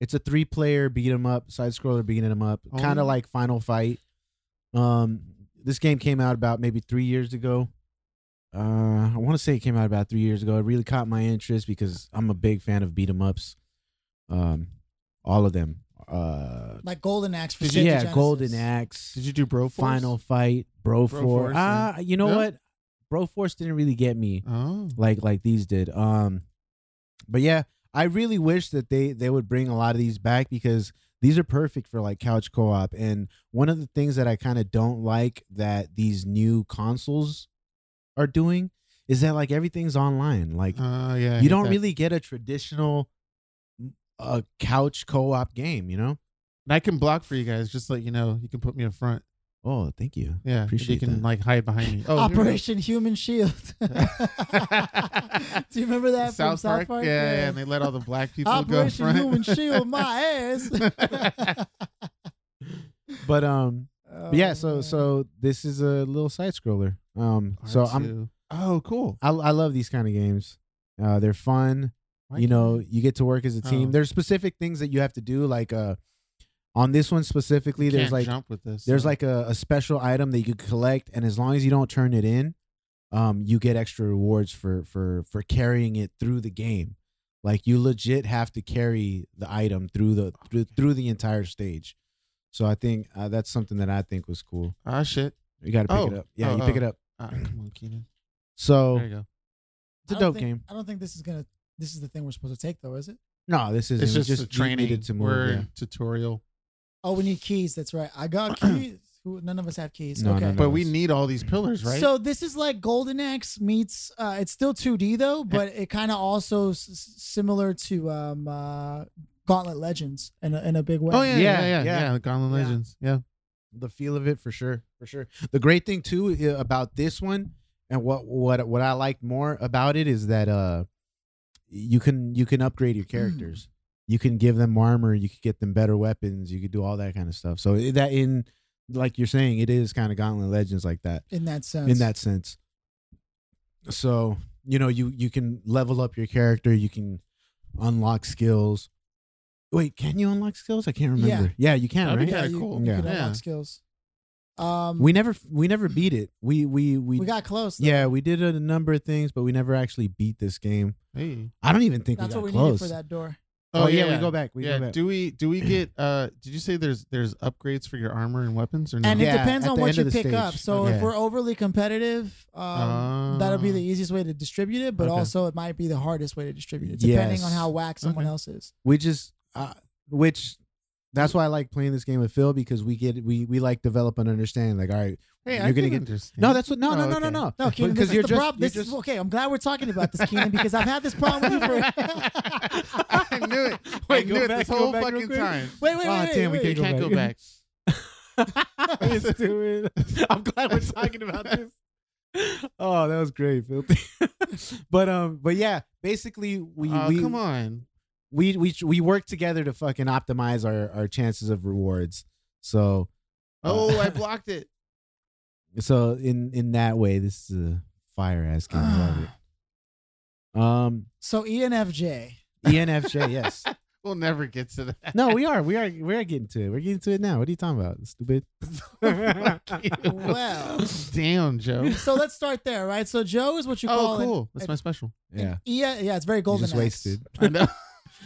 S2: it's a three player beat 'em up, side scroller beating 'em up,
S3: Oh.
S2: kind of like Final Fight. Um, this game came out about maybe three years ago. Uh, I want to say it came out about three years ago. It really caught my interest because I'm a big fan of beat 'em ups, um, all of them. Uh,
S1: like Golden Axe for
S3: Did you-
S1: Sega
S2: yeah,
S1: Genesis.
S2: Golden Axe.
S3: Did you do bro? Force?
S2: Final Fight, Bro, Force.
S3: Force
S2: Ah, you know
S3: No?
S2: what? Bro Force didn't really get me
S3: Oh,
S2: like like these did. Um, but yeah, I really wish that they they would bring a lot of these back because these are perfect for like couch co-op. And one of the things that I kind of don't like that these new consoles are doing is that like everything's online. Like
S3: Uh, yeah. I hate
S2: you don't
S3: that.
S2: really get a traditional uh, couch co-op game, you know?
S3: And I can block for you guys, just to let you know. You can put me up front.
S2: Oh, thank you.
S3: Yeah. and
S2: Appreciate
S3: You can
S2: that.
S3: like hide behind me. Oh, here we go.
S1: Operation Human Shield. Do you remember that
S3: South,
S1: from
S3: Park.
S1: South Park?
S3: Yeah, yeah. And they let all the black people go
S1: Operation
S3: up front.
S1: Human Shield, my ass.
S2: But um but yeah,
S1: Oh,
S2: so
S3: Uh,
S1: man.
S2: so this is a little side scroller. Um so I'm
S3: R2. Oh, cool.
S2: I, I love these kind of games. Uh they're fun. you know you get to work as a team
S3: Oh.
S2: there's specific things that you have to do like uh on this one specifically there's like
S3: jump with this.
S2: there's
S3: so-
S2: like a, a special item that you could collect and as long as you don't turn it in um you get extra rewards for for for carrying it through the game like you legit have to carry the item through the
S3: Oh,
S2: through, through the entire stage so i think uh, that's something that i think was cool
S3: ah shit.
S2: you gotta pick
S3: Oh,
S2: it up yeah
S3: oh,
S2: you pick
S3: oh.
S2: it up
S3: Ah, come on, Keenan.
S2: so
S3: There you go.
S2: it's a
S1: I don't
S2: dope
S1: think-
S2: game
S1: I don't think this is gonna. This is the thing we're supposed to take, though, is it?
S2: no this is
S3: It's just,
S2: just
S3: a training
S2: to move
S3: word
S2: yeah.
S3: tutorial,
S1: Oh, we need keys. That's right. I got keys. Who? None of us have keys.
S2: No, no,
S1: okay.
S2: no.
S3: but we
S2: it's-
S3: need all these pillars, right?
S1: So this is like Golden Axe meets. Uh, it's still 2D though, but it kind of also s- s- similar to um, uh, Gauntlet Legends in a, in a big way.
S3: oh yeah,
S2: Yeah,
S3: yeah, yeah, yeah.
S2: yeah.
S3: Gauntlet
S1: Yeah.
S3: Legends, yeah.
S2: the feel of it for sure for sure the great thing too i- about this one and what what what i liked more about it is that uh you can you can upgrade
S3: Mm.
S2: your characters you can give them armor you could get them better weapons you could do all that kind of stuff so i- that in like you're saying it is kind of gauntlet legends like that
S1: in that sense.
S2: in that sense so you know you you can level up your character you can unlock skills wait can you unlock skills i can't
S1: Yeah.
S2: remember yeah, you can
S3: That'd
S2: right
S3: be
S1: yeah,
S3: kinda
S1: you,
S3: cool.
S1: you
S2: Yeah.
S1: can unlock
S3: Yeah.
S1: skills. Um,
S2: We never we never beat it. We we we,
S1: we got close. Though.
S2: yeah we did a number of things, but we never actually beat this game.
S3: Hey.
S2: I don't even think
S1: that's
S2: we
S1: what
S2: got
S1: we needed
S2: close.
S1: for that door.
S2: Oh, yeah, we go back. We
S3: yeah.
S2: go back.
S3: Do we do we get? uh Did you say there's there's upgrades for your armor and weapons or no?
S1: And
S2: Yeah,
S1: it depends
S2: at
S1: on
S2: the
S1: what
S2: end
S1: you
S2: of the
S1: pick up.
S2: stage.
S1: So
S2: Okay. Uh,
S1: if we're overly competitive, um, that'll be the
S3: Oh.
S1: easiest way to distribute it, but
S3: Okay.
S1: also it might be the hardest way to distribute it, depending on
S2: Yes.
S1: how whack someone
S3: Okay.
S1: else is.
S2: We just uh, which that's why I like playing this game with Phil because we get we we like develop an understanding. Like all right,
S3: Hey,
S2: you're
S3: I
S2: gonna
S3: can
S2: get-
S3: understand.
S2: no, that's what no no
S3: Oh,
S2: no no
S3: okay.
S2: no
S1: No, Keenan,
S2: because
S1: this
S2: you're
S1: is the
S2: just-
S1: problem.
S2: you're
S1: This is
S2: just-
S1: okay. I'm glad we're talking about this, Keenan, because I've had this problem with you for.
S3: I knew it. I
S2: Wait, go
S3: knew it
S2: back,
S3: this
S2: go
S3: whole
S2: back real
S3: fucking
S2: quick.
S3: time.
S1: Wait, wait, wait,
S2: Aw,
S1: wait,
S2: damn, we
S1: wait.
S2: can't
S3: You Ah, can't go back.
S2: It's stupid. I'm glad we're talking about this. Oh, that was great, Phil. but um, but yeah, basically we
S3: oh,
S2: we
S3: come on.
S2: we we we work together to fucking optimize our our chances of rewards. So
S3: Oh, I blocked it.
S2: so in in that way, this is a fire ass game. I love it. Um, E
S1: So ENFJ.
S2: ENFJ, yes.
S3: We'll never get to that.
S2: No, we are, we are, we are getting to it. We're getting to it now. What are you talking about, stupid?
S1: Well,
S3: Damn, Joe.
S1: so let's start there, right? So Joe is what you call
S3: Oh,
S1: an-
S3: cool. That's my special.
S2: yeah,
S1: Yeah, yeah, it's very
S2: you
S1: golden.
S2: just
S1: Axe.
S2: wasted.
S3: I know.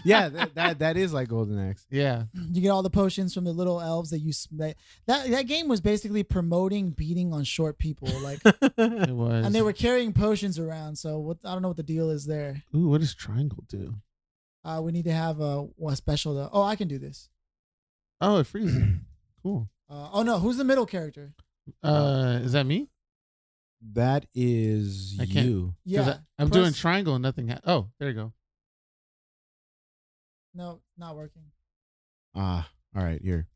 S2: Yeah, that, that that is like Golden Axe.
S3: Yeah.
S1: You get all the potions from the little elves that you sm- that that, that game was basically promoting beating on short people, like,
S3: It was.
S1: and they were carrying potions around. So what? I don't know what the deal is there.
S3: Ooh, what does triangle do?
S1: Uh, we need to have a, a special. Though. Oh, I can do this.
S3: Oh, it freezes. cool.
S1: Uh, oh no, who's the middle character?
S3: Uh, is that me?
S2: That is
S3: I can't-
S2: you.
S3: 'Cause
S1: Yeah,
S3: I,
S1: press-
S3: am doing triangle and nothing. Ha- oh, there you go.
S1: no, not working.
S2: Ah, all right, here.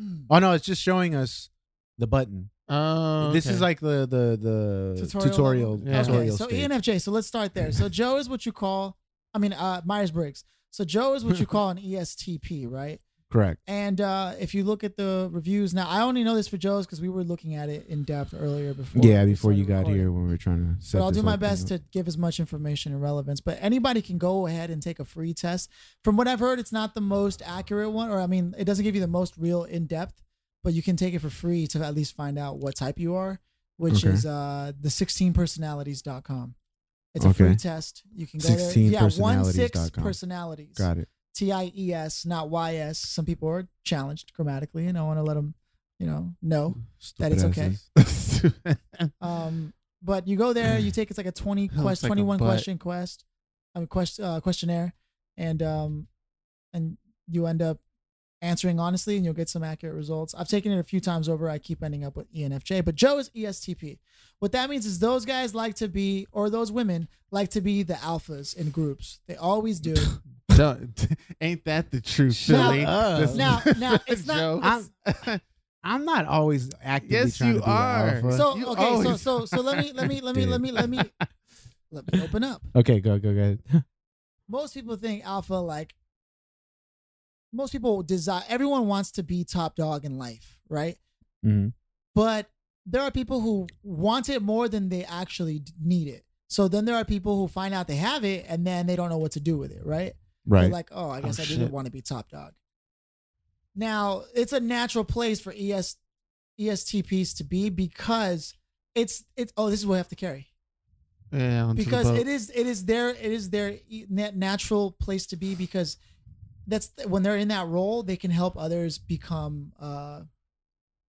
S1: Mm.
S2: Oh no, it's just showing us the button.
S3: Oh,
S2: This is
S3: okay.
S2: like the the the tutorial tutorial,
S1: level?
S3: Yeah.
S1: Okay, so E
S2: stage.
S1: ENFJ. So let's start there. So Joe is what you call, I mean, uh, Myers Briggs. So Joe is what you call an E ESTP, right?
S2: Correct.
S1: And uh, if you look at the reviews now, I only know this for Joe's because we were looking at it in depth earlier before.
S2: Yeah,
S1: we
S2: before you
S1: started
S2: got
S1: recording.
S2: here when we were trying to set
S1: But I'll
S2: this
S1: do
S2: whole
S1: my
S2: thing
S1: best
S2: up.
S1: to give as much information and relevance. But anybody can go ahead and take a free test. From what I've heard, it's not the most accurate one, or I mean, it doesn't give you the most real in depth, but you can take it for free to at least find out what type you are, which
S2: Okay.
S1: is uh, the 16personalities.com. It's a
S2: Okay.
S1: free test. You can go there. Yeah, one six
S2: 16personalities.com.
S1: personalities.
S2: Got it.
S1: T I E S, not Y S. Some people are challenged grammatically, and I want to let them, you know, know. That it's okay. Um, but you go there, you take it's like a twenty
S3: Looks
S1: quest,
S3: like a
S1: twenty one
S3: butt.
S1: question quest, I mean quest uh, questionnaire, and um, and you end up answering honestly, and you'll get some accurate results. I've taken it a few times over. I keep ending up with E ENFJ, but Joe is E ESTP. What that means is those guys like to be, or those women like to be the alphas in groups. They always do.
S3: Don't- ain't that the truth,
S1: Now-
S3: Philly?
S2: up.
S3: This-
S1: now, now it's
S3: Joe.
S1: not.
S2: I'm,
S1: it's-
S2: Uh, I'm not always actively
S3: Yes,
S2: trying
S3: you
S2: to be the
S3: are.
S2: alpha.
S1: so
S3: You
S1: okay, so
S3: always-
S1: so so let me let me let me let me let me let me open up.
S2: okay, go go go. ahead.
S1: most people think alpha like most people desire everyone wants to be top dog in life right
S2: Mhm.
S1: but there are people who want it more than they actually d- need it so then there are people who find out they have it and then they don't know what to do with it right they're
S2: Right.
S1: like oh i guess i
S3: shit.
S1: didn't want to be top dog now it's a natural place for E es estps to be because it's it's oh this is what i have to carry
S3: Yeah, onto the
S1: because
S3: boat.
S1: it is it is their it is their e- na- natural place to be because that's when they're in that role they can help others become uh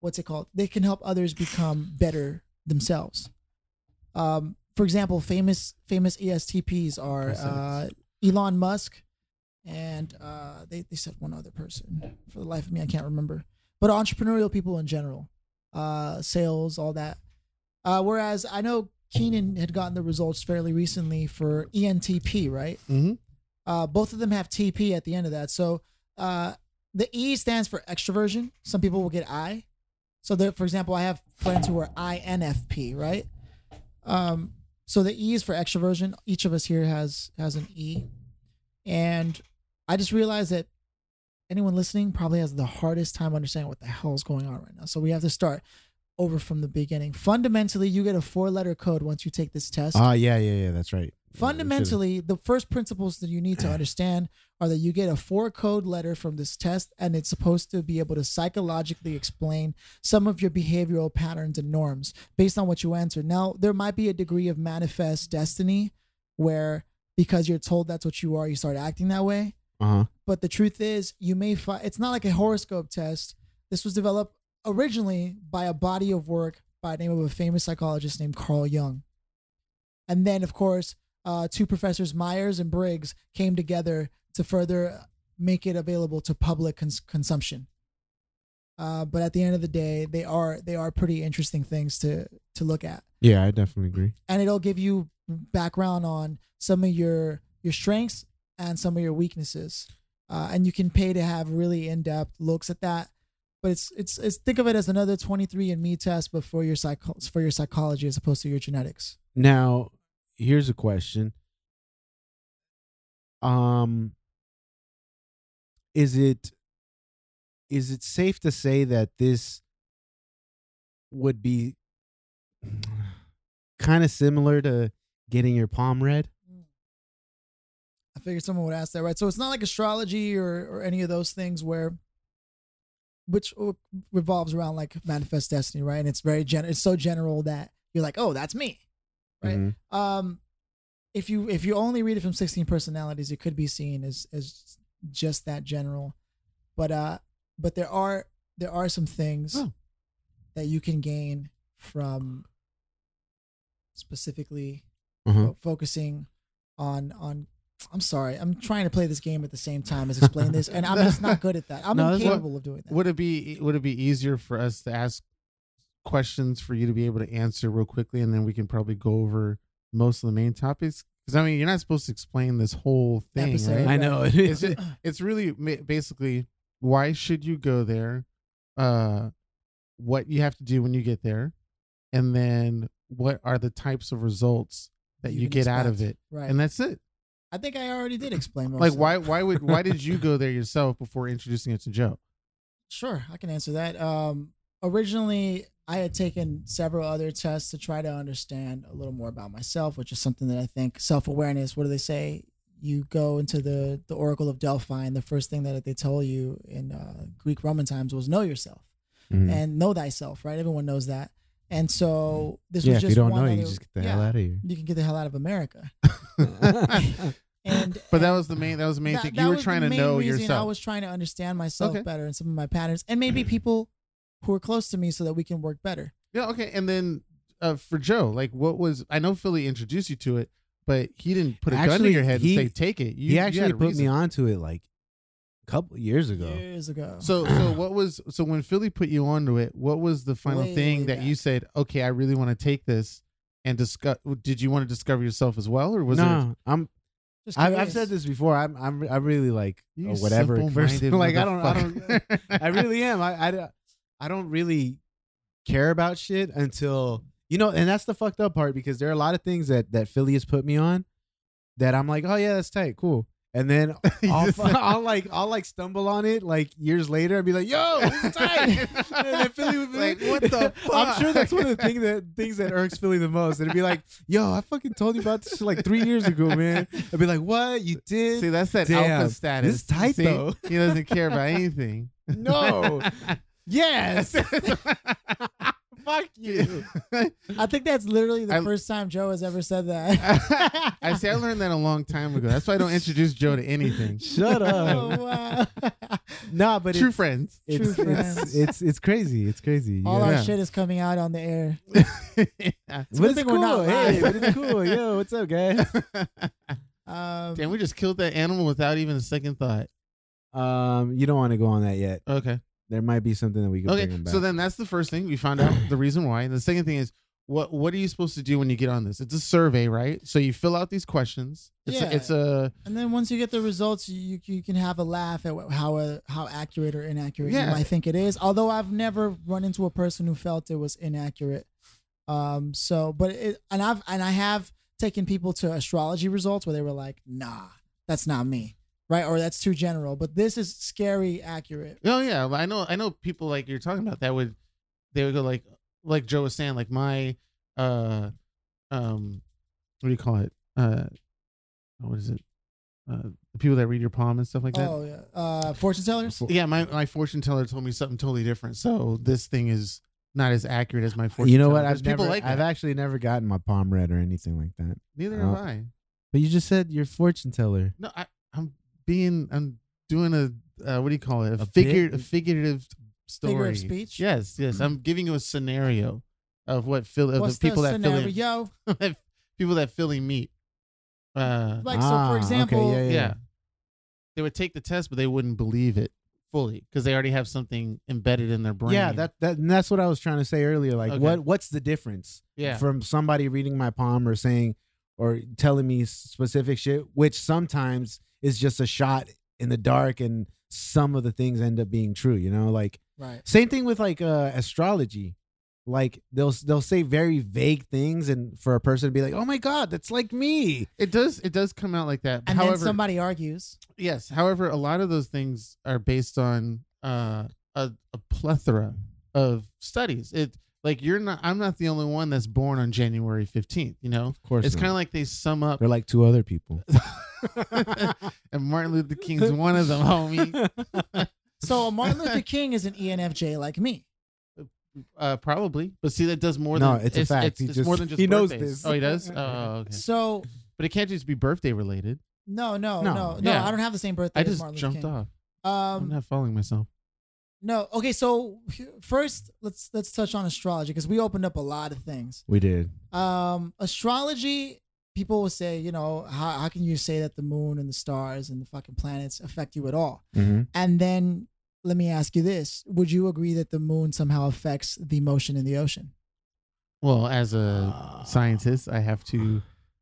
S1: what's it called they can help others become better themselves um for example famous famous E estps are uh elon musk and uh they, they said one other person for the life of me i can't remember but entrepreneurial people in general uh sales all that uh, whereas I know Keenan had gotten the results fairly recently for E ENTP, right?
S3: Mhm.
S1: Uh, both of them have TP at the end of that. So uh, the E stands for extroversion. Some people will get I. So, that, for example, I have friends who are INFP, right? Um, so the E is for extroversion. Each of us here has has an E, and I just realized that anyone listening probably has the hardest time understanding what the hell is going on right now. So we have to start over from the beginning. Fundamentally, you get a four letter code once you take this test.
S2: Ah, yeah, yeah, yeah. That's right.
S1: Fundamentally, the first principles that you need to understand are that you get a four code letter from this test, and it's supposed to be able to psychologically explain some of your behavioral patterns and norms based on what you answer. Now, there might be a degree of manifest destiny where because you're told that's what you are, you start acting that way.
S2: Uh huh.
S1: But the truth is, you may find it's not like a horoscope test. This was developed originally by a body of work by the name of a famous psychologist named Carl Jung. And then, of course, uh, two professors, Myers and Briggs, came together to further make it available to public cons- consumption. Uh, but at the end of the day, they are they are pretty interesting things to to look at
S2: Yeah, I definitely agree.
S1: and it'll give you background on some of your your strengths and some of your weaknesses uh, and you can pay to have really in-depth looks at that but it's it's, it's think of it as another 23 and me test but for your psycho- for your psychology as opposed to your genetics
S2: Now, here's a question. Um is it is it safe to say that this would be kind of similar to getting your palm read?
S1: I figured someone would ask that, right? So it's not like astrology or or any of those things where, which revolves around like manifest destiny, right? And it's very gen, it's so general that you're like, oh, that's me, right?
S2: Mhm.
S1: Um, if you if you only read it from 16 personalities, it could be seen as as just that general, but uh, but there are there are some things
S3: Oh.
S1: that you can gain from specifically
S2: Uh-huh.
S3: Mm-hmm.
S1: fo- focusing on on I'm sorry. I'm trying to play this game at the same time as explain this, and I'm just not good at that. I'm
S3: No, that's what-
S1: incapable of doing that.
S3: would it be e, would it be easier for us to ask questions for you to be able to answer real quickly and then we can probably go over most of the main topics because i mean you're not supposed to explain this whole thing
S1: Episode.
S3: right?
S1: I
S2: know.
S3: it's just, it's really ma- basically why should you go there uh what you have to do when you get there and then what are the types of results that you,
S1: can
S3: get out of
S1: expect.
S3: it
S1: right?
S3: and that's it
S1: I think I already did explain. Most
S3: like
S1: of
S3: why
S1: it.
S3: why would why did you go there yourself before introducing it to joe
S1: Sure, I can answer that. Um, originally, I had taken several other tests to try to understand a little more about myself, which is something that I think self awareness. What do they say? You go into the the Oracle of Delphi, and the first thing that they tell you in uh, Greek Roman times was know yourself.
S2: Mm-hmm. Hmm.
S1: and know thyself, right? Everyone knows that. And so this
S2: yeah,
S1: was
S2: if
S1: just
S2: you don't
S1: one
S2: know, you
S1: other-
S2: just get the
S1: yeah,
S2: hell out of here.
S1: You can get the hell out of America. And
S3: But that was the main. That was the main
S1: that-
S3: thing.
S1: that
S3: You were
S1: was the
S3: trying to
S1: main
S3: know
S1: reason
S3: yourself.
S1: I was trying to understand myself
S3: Okay.
S1: better and some of my patterns, and maybe people who are close to me, so that we can work better.
S3: yeah. Okay. And then uh, for Joe, like, what was? I know Philly introduced you to it, but he didn't put a gun to
S2: Actually,
S3: your head
S2: he-
S3: and say, "Take it." You,
S2: he actually put me onto it like couple years ago.
S1: years ago.
S3: So so what was so when Philly put you onto it? What was the final
S1: Way,
S3: thing
S1: way
S3: that
S1: back.
S3: you said? Okay, I really want to take this and discuss. Did you want to discover yourself as well, or was it?
S2: no, I'm.
S1: Just
S2: I've, I've
S1: curious.
S2: said this before. I'm. I'm. I really like
S3: You
S2: a whatever. Person. Like
S3: simple-minded
S2: I don't. I don't.
S3: motherfucker.
S2: I really am. I, I, I don't really care about shit until you know, and that's the fucked up part because there are a lot of things that that Philly has put me on that I'm like, oh yeah, that's tight, cool. And then
S3: You
S2: I'll,
S3: just-
S2: fu- I'll like I'll like stumble on it like years later and be like, yo, this is tight. and then Philly would be
S3: Like, what the
S2: I'm sure that's one of the
S3: fuck?
S2: thing that things that irks Philly the most. It'd be like, yo, I fucking told you about this shit like three years ago, man. I'd be like, what? You did?
S3: See, that's that
S2: Damn.
S3: alpha status.
S2: This is tight,
S3: See?
S2: though.
S3: He doesn't care about anything.
S2: no. yes. Fuck you.
S1: I think that's literally the
S3: I-
S1: first time Joe has ever said that.
S3: I see. I learned that a long time ago. That's why I don't introduce Joe to anything.
S2: Shut
S1: Oh,
S2: up.
S1: wow.
S2: nah, but
S3: True
S2: it's,
S3: friends.
S2: it's,
S1: True
S2: it's
S1: friends.
S2: it's it's crazy. It's crazy. You
S1: All
S2: gotta-
S1: our
S3: Yeah.
S1: shit is coming out on the air.
S2: but
S1: good
S2: it's
S1: thing
S2: cool.
S1: we're not
S2: hey,
S1: live.
S2: but it's cool. Yo, what's up, guys?
S1: Um,
S3: Damn, we just killed that animal without even a second thought.
S2: Um, you don't want to go on that yet.
S3: Okay.
S2: There might be something that we can bring
S3: Okay,
S2: him back.
S3: so then that's the first thing we found out the reason why. And the second thing is what what are you supposed to do when you get on this? It's a survey, right? So you fill out these questions. It's
S1: Yeah.
S3: a, it's a
S1: and then once you get the results, you you can have a laugh at wh- how uh, how accurate or inaccurate
S3: Yeah.
S1: you might think it is. Although I've never run into a person who felt it was inaccurate. Um. So, but it, and I've and I have taken people to astrology results where they were like, "Nah, that's not me," right? Or that's too general. But this is scary accurate.
S3: oh yeah, I know I know people like you're talking about that would they would go like like Joe was saying like my uh um what do you call it uh what is it uh the people that read your palm and stuff like that.
S1: Oh yeah. Uh, fortune tellers.
S3: Yeah, my, my fortune teller told me something totally different. So this thing is not as accurate as my fortune.
S2: you know what?
S3: teller.
S2: I've
S3: There's people
S2: never,
S3: like
S2: I've
S3: that.
S2: actually never gotten my palm read or anything like that.
S3: Neither
S2: Oh.
S3: have I.
S2: But you just said you're a fortune teller.
S3: No, I, I'm being, I'm doing a, uh, what do you call it? A,
S2: A
S3: figure,
S2: bit?
S3: a figurative story.
S1: Figure of speech?
S3: Yes, yes. I'm giving you a scenario of what Phil, of
S1: What's
S3: Mm. the people
S1: the
S3: that
S1: scenario?
S3: Philly, that people that Philly meet. Uh,
S1: Like so,
S2: Ah,
S1: for
S2: okay,
S1: example,
S2: yeah,
S3: yeah. They would take the test, but they wouldn't believe it fully because they already have something embedded in their brain.
S2: Yeah, that that and that's what I was trying to say earlier. Like,
S3: Okay.
S2: what what's the difference
S3: yeah.
S2: from somebody reading my palm or saying or telling me specific shit, which sometimes is just a shot in the dark, and some of the things end up being true. You know, like
S1: right?
S2: same thing with like uh astrology. Like they'll they'll say very vague things, and for a person to be like, "Oh my god, that's like me."
S3: It does. It does come out like that.
S1: And
S3: However,
S1: then somebody argues.
S3: yes. However, a lot of those things are based on uh, a, a plethora of studies. It like you're not. I'm not the only one that's born on January 15th. You know,
S2: Of course,
S3: it's kind
S2: not.
S3: of like they sum up,
S2: they're like two other people.
S3: and Martin Luther King's one of them, homie.
S1: So Martin Luther King is an E ENFJ like me.
S3: Uh, probably, but see, that does more
S2: No,
S3: than
S2: it's a fact.
S3: It's,
S2: He
S3: it's
S2: just-
S3: more than just
S2: he knows
S3: birthdays.
S2: this.
S3: Oh, he does. Oh, okay.
S1: So
S3: But it can't just be birthday related.
S1: no, no,
S2: No.
S1: no, no.
S3: Yeah.
S1: I don't have the same birthday.
S3: I
S1: as
S3: just
S1: Martin Luther
S3: jumped off.
S1: King. Um,
S3: I'm not following myself.
S1: no. Okay, so first let's let's touch on astrology because we opened up a lot of things.
S2: we did.
S1: Um, astrology. People will say, you know, how, how can you say that the moon and the stars and the fucking planets affect you at all?
S2: Mm-hmm.
S1: And then let me ask you this: Would you agree that the moon somehow affects the motion in the ocean?
S3: Well, as a
S2: uh,
S3: scientist, I have to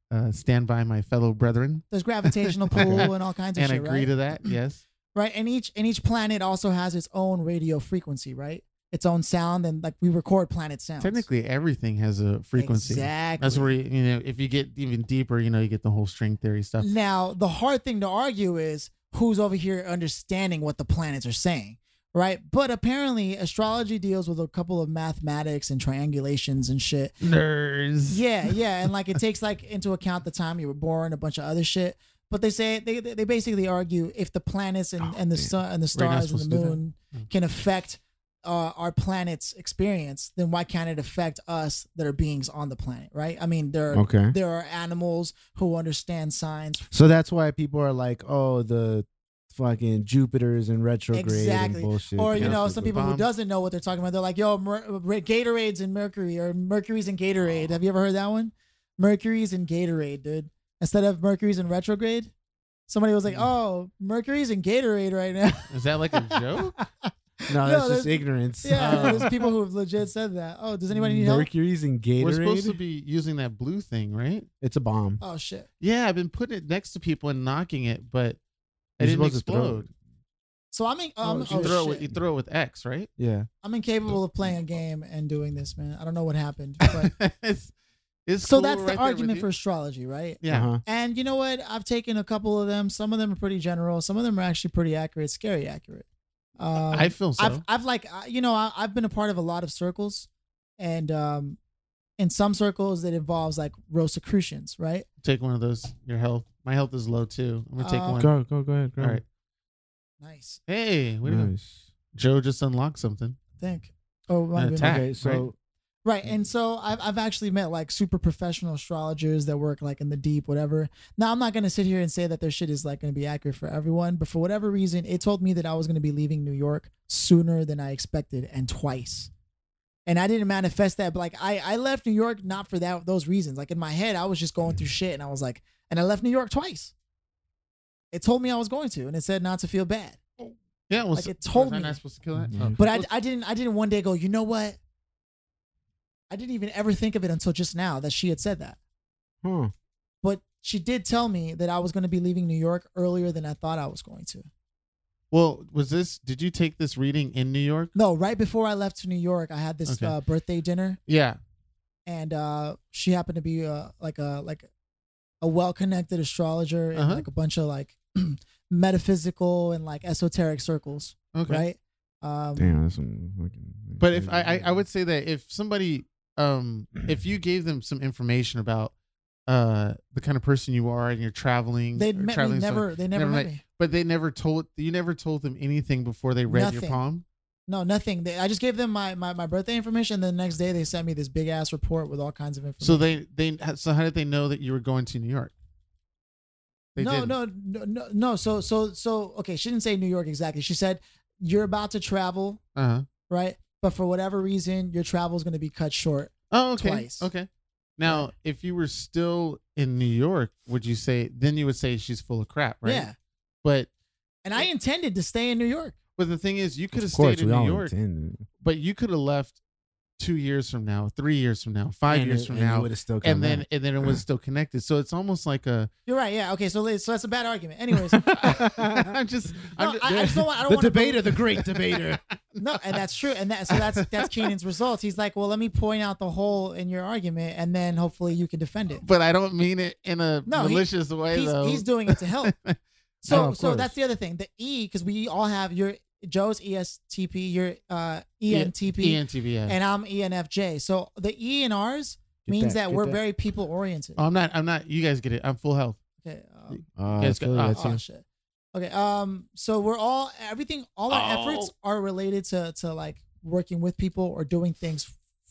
S3: uh, stand by my fellow brethren
S1: There's gravitational pull and all kinds of
S3: and
S1: shit,
S3: agree
S1: right?
S3: to that. Yes.
S1: right and each and each planet also has its own radio frequency right its own sound and like we record planet sounds
S3: Technically, everything has a frequency.
S1: exactly
S3: That's where you, you know if you get even deeper, you know you get the whole string theory stuff.
S1: now the hard thing to argue is who's over here understanding what the planets are saying right but apparently astrology deals with a couple of mathematics and triangulations and shit
S3: Nerds.
S1: Yeah, yeah, and like it takes like into account the time you were born, a bunch of other shit. But they say they they basically argue if the planets and,
S2: Oh,
S1: and the
S2: man.
S1: sun and the
S3: We're not
S1: stars and
S3: supposed
S1: the
S3: to do that?
S1: moon
S3: Oh.
S2: Mm-hmm.
S1: can affect uh, our planet's experience, then why can't it affect us that are beings on the planet, right? I mean, there are,
S2: Okay.
S1: there are animals who understand signs.
S2: So that's why people are like, oh, the fucking Jupiter's in retrograde
S1: Exactly.
S2: and bullshit.
S1: Or you
S3: yeah,
S1: know,
S2: Absolutely.
S1: some people who
S3: bomb.
S1: doesn't know what they're talking about, they're like, "Yo, mer- Gatorade's in Mercury, or Mercury's in Gatorade." Have you ever heard that one? Mercury's in Gatorade, dude. Instead of Mercury's in retrograde. Somebody was like,
S3: Mm.
S1: "Oh, Mercury's in Gatorade right now."
S3: Is that like a joke?
S2: No, that's just
S1: there's-
S2: ignorance.
S1: yeah, no,
S3: Oh.
S1: there's people who have legit said that. Oh, does anybody need help?
S2: Mercury's in Gatorade.
S3: We're supposed to be using that blue thing, right?
S2: it's a bomb.
S1: Oh shit.
S3: Yeah, I've been putting it next to people and knocking it, but it
S2: You're
S3: didn't
S2: supposed to throw it.
S3: explode.
S1: So I'm in, um,
S2: Oh,
S1: oh,
S3: You throw it. with- You
S1: shit.
S3: throw it with X, right?
S2: Yeah.
S1: I'm incapable of playing a game and doing this, man. I don't know what happened, but
S3: it's, it's
S1: so
S3: cool
S1: that's the
S3: right there with
S1: argument
S3: you.
S1: for astrology, right?
S3: yeah.
S2: Uh-huh.
S1: And you know what? I've taken a couple of them. Some of them are pretty general. Some of them are actually pretty accurate, scary accurate. Um,
S3: I feel so.
S1: I've, I've like, I- you know, I, I've been a part of a lot of circles, and um, in some circles it involves like Rosicrucians, right?
S3: take one of those. Your health. My health is low too. I'm gonna take
S1: Uh,
S3: one.
S2: Go, go, go ahead. Go.
S3: All right.
S1: Nice,
S3: Hey, what do you know?
S2: Nice.
S3: Joe just unlocked something.
S1: I think. Oh, might
S3: An
S1: have been-
S3: attack.
S2: Okay, so
S1: right. And so I've I've actually met like super professional astrologers that work like in the deep, whatever. Now I'm not gonna sit here and say that their shit is like gonna be accurate for everyone, but for whatever reason, it told me that I was gonna be leaving New York sooner than I expected, and twice. and I didn't manifest that. But like I, I left New York not for that those reasons. Like in my head, I was just going through shit, and I was like, and I left New York twice. It told me I was going to, and it said not to feel bad.
S3: Yeah, well,
S1: Like,
S3: so-
S1: it told
S3: was I
S1: me.
S3: not supposed to kill that?
S2: Mhm.
S1: But I, I didn't, I didn't one day go, you know what? I didn't even ever think of it until just now that she had said that.
S2: huh.
S1: But she did tell me that I was going to be leaving New York earlier than I thought I was going to.
S3: well, was this? Did you take this reading in New York?
S1: No, right before I left to New York, I had this
S3: Okay.
S1: uh, birthday dinner
S3: Yeah.
S1: and uh, she happened to be uh, like a like a well-connected astrologer in
S3: Uh-huh.
S1: like a bunch of like metaphysical and like esoteric circles,
S3: Okay.
S1: right? Um,
S2: Damn, that's some fucking.
S3: But if I,
S2: Mm-hmm.
S3: I, I would say that if somebody, um, if you gave them some information about, uh, the kind of person you are and you're traveling,
S1: they
S3: or
S1: met me
S3: traveling somewhere-
S1: never. They never,
S3: never
S1: met
S3: met-
S1: me.
S3: but they never told you never told them anything before they read your
S1: Nothing.
S3: palm.
S1: No, nothing. They, I just gave them my, my my birthday information. And the next day, they sent me this big ass report with all kinds of information.
S3: So they, they, so how did they know that you were going to New York? They
S1: no,
S3: didn't.
S1: no, no, no, no. So so so okay. She didn't say New York exactly. She said you're about to travel,
S3: Uh huh.
S1: right? But for whatever reason, your travel is going to be cut short.
S3: Oh, okay.
S1: Twice.
S3: Okay. Now, if you were still in New York, would you say then you would say she's full of crap, right?
S1: Yeah.
S3: But
S1: And I intended to stay in New York.
S3: but the thing is, you could have stayed in New York, but you could have left two years from now, three years from now, five years from now,
S2: still
S3: and then and then it was still connected. So it's almost like a.
S1: You're right. Yeah. Okay. So, li- so that's a bad argument. Anyways, no,
S3: I'm just. I'm
S1: I,
S3: just-
S1: I just don't want. I don't
S2: the
S1: want
S2: debater, the great debater.
S1: no, and that's true. And that so that's that's Keenan's results. He's like, well, let me point out the hole in your argument, and then hopefully you can defend it.
S3: but I don't mean it in a
S1: No, he-
S3: malicious way,
S1: He's
S3: though.
S1: he's doing it to help. So
S2: No, of
S1: so
S2: course.
S1: that's the other thing. The E because we all have your Joe's E ESTP, your uh, ENTP,
S3: ENTP. yeah.
S1: and I'm E ENFJ. So the E in ours means that, we're very people oriented.
S3: Oh, I'm not. I'm not. You guys get it. I'm full health.
S1: okay. Um,
S2: Uh,
S3: Yes,
S2: I feel
S3: uh,
S2: that
S1: Oh
S2: too.
S1: shit. Okay. Um. So we're all everything. All our
S3: Oh.
S1: efforts are related to to like working with people or doing things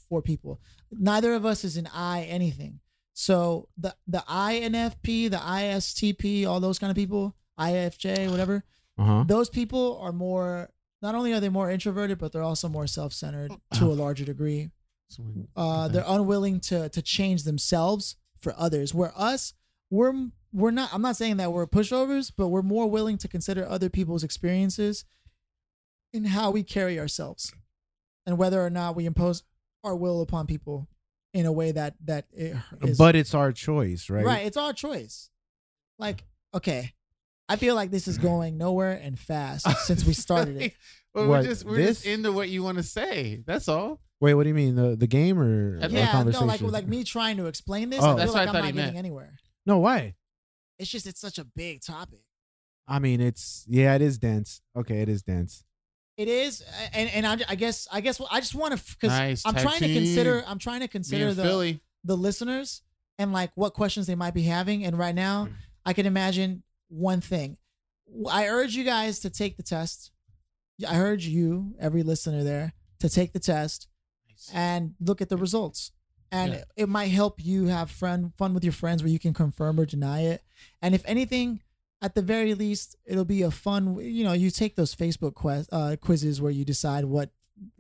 S1: for people. Neither of us is an I anything. So the the INFP, the ISTP, all those kind of people, IFJ, whatever.
S2: Uh-huh.
S1: Those people are more. Not only are they more introverted, but they're also more self centered to a larger degree.
S3: So we-
S1: Uh,
S3: Okay.
S1: they're unwilling to to change themselves for others. Where us, we're we're not. I'm not saying that we're pushovers, but we're more willing to consider other people's experiences in how we carry ourselves, and whether or not we impose our will upon people in a way that that it is
S2: But it's our choice, right?
S1: Right. It's our choice. Like, okay. I feel like this is going nowhere and fast since we started it.
S3: Well,
S2: What,
S3: we're just we're just
S2: this?
S3: into what you want to say. That's all.
S2: Wait, what do you mean? The the game or
S3: Yeah,
S2: or
S1: Uh, Yeah, no,
S2: conversation?
S1: like like me trying to explain this,
S2: Oh.
S1: I feel
S3: That's
S1: like
S3: what I
S1: I'm
S3: thought
S1: not
S3: he
S1: getting
S3: meant.
S1: anywhere.
S2: No, why?
S1: It's just it's such a big topic.
S2: I mean, it's yeah, it is dense. Okay, it is dense.
S1: It is, and and I, I guess I guess I just want to because
S3: Nice,
S1: I'm
S3: tag
S1: trying to
S3: team.
S1: consider I'm trying to
S3: Me
S1: consider
S3: and
S1: the
S3: Philly.
S1: the listeners and like what questions they might be having. And right
S3: Hmm.
S1: now, I can imagine one thing. I urge you guys to take the test. I urge you, every listener there, to take the test and look at the results. And
S3: Yeah.
S1: it, it might help you have friend fun with your friends where you can confirm or deny it. And if anything, at the very least, it'll be a fun. You know, you take those Facebook quest, uh, quizzes where you decide what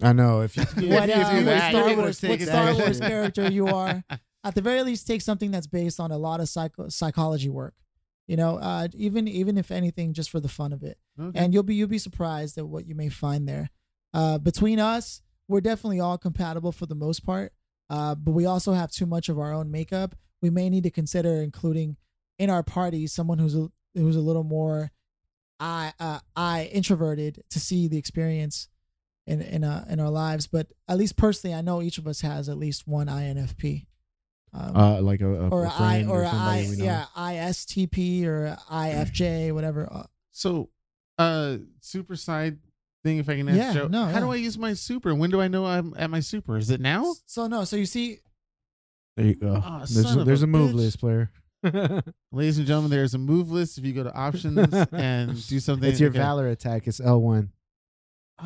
S2: I know. If you
S1: what,
S3: you
S1: uh,
S3: do
S1: what
S3: that,
S1: Star
S3: you would
S1: Wars,
S3: take
S1: what
S3: it
S1: Star
S3: out.
S1: Wars character you are. At the very least, take something that's based on a lot of psycho- psychology work. You know, uh, even even if anything, just for the fun of it,
S3: Okay.
S1: and you'll be you'll be surprised at what you may find there. Uh, between us, we're definitely all compatible for the most part, uh, but we also have too much of our own makeup. We may need to consider including in our party someone who's a, who's a little more I uh, I introverted to see the experience in in uh, in our lives. But at least personally, I know each of us has at least one INFP. Um,
S2: Uh, like a, a,
S1: or
S2: a
S1: a I
S2: friend
S1: or,
S2: or,
S1: a
S2: somebody
S1: I
S2: we know.
S1: yeah ISTP or a IFJ whatever. Uh,
S3: So, uh, super side thing. If I can ask
S1: Yeah,
S3: Joe,
S1: no,
S3: how
S1: yeah.
S3: do I use my super? When do I know I'm at my super? Is it
S2: Oh.
S3: now?
S1: So no, so you see,
S2: There you go.
S3: Ah,
S2: there's
S3: son
S2: a,
S3: of
S2: there's
S3: a
S2: a move
S3: bitch.
S2: list player.
S3: Ladies and gentlemen, there's a move list. If you go to options and do something,
S2: it's your
S3: okay.
S2: valor attack. It's L one.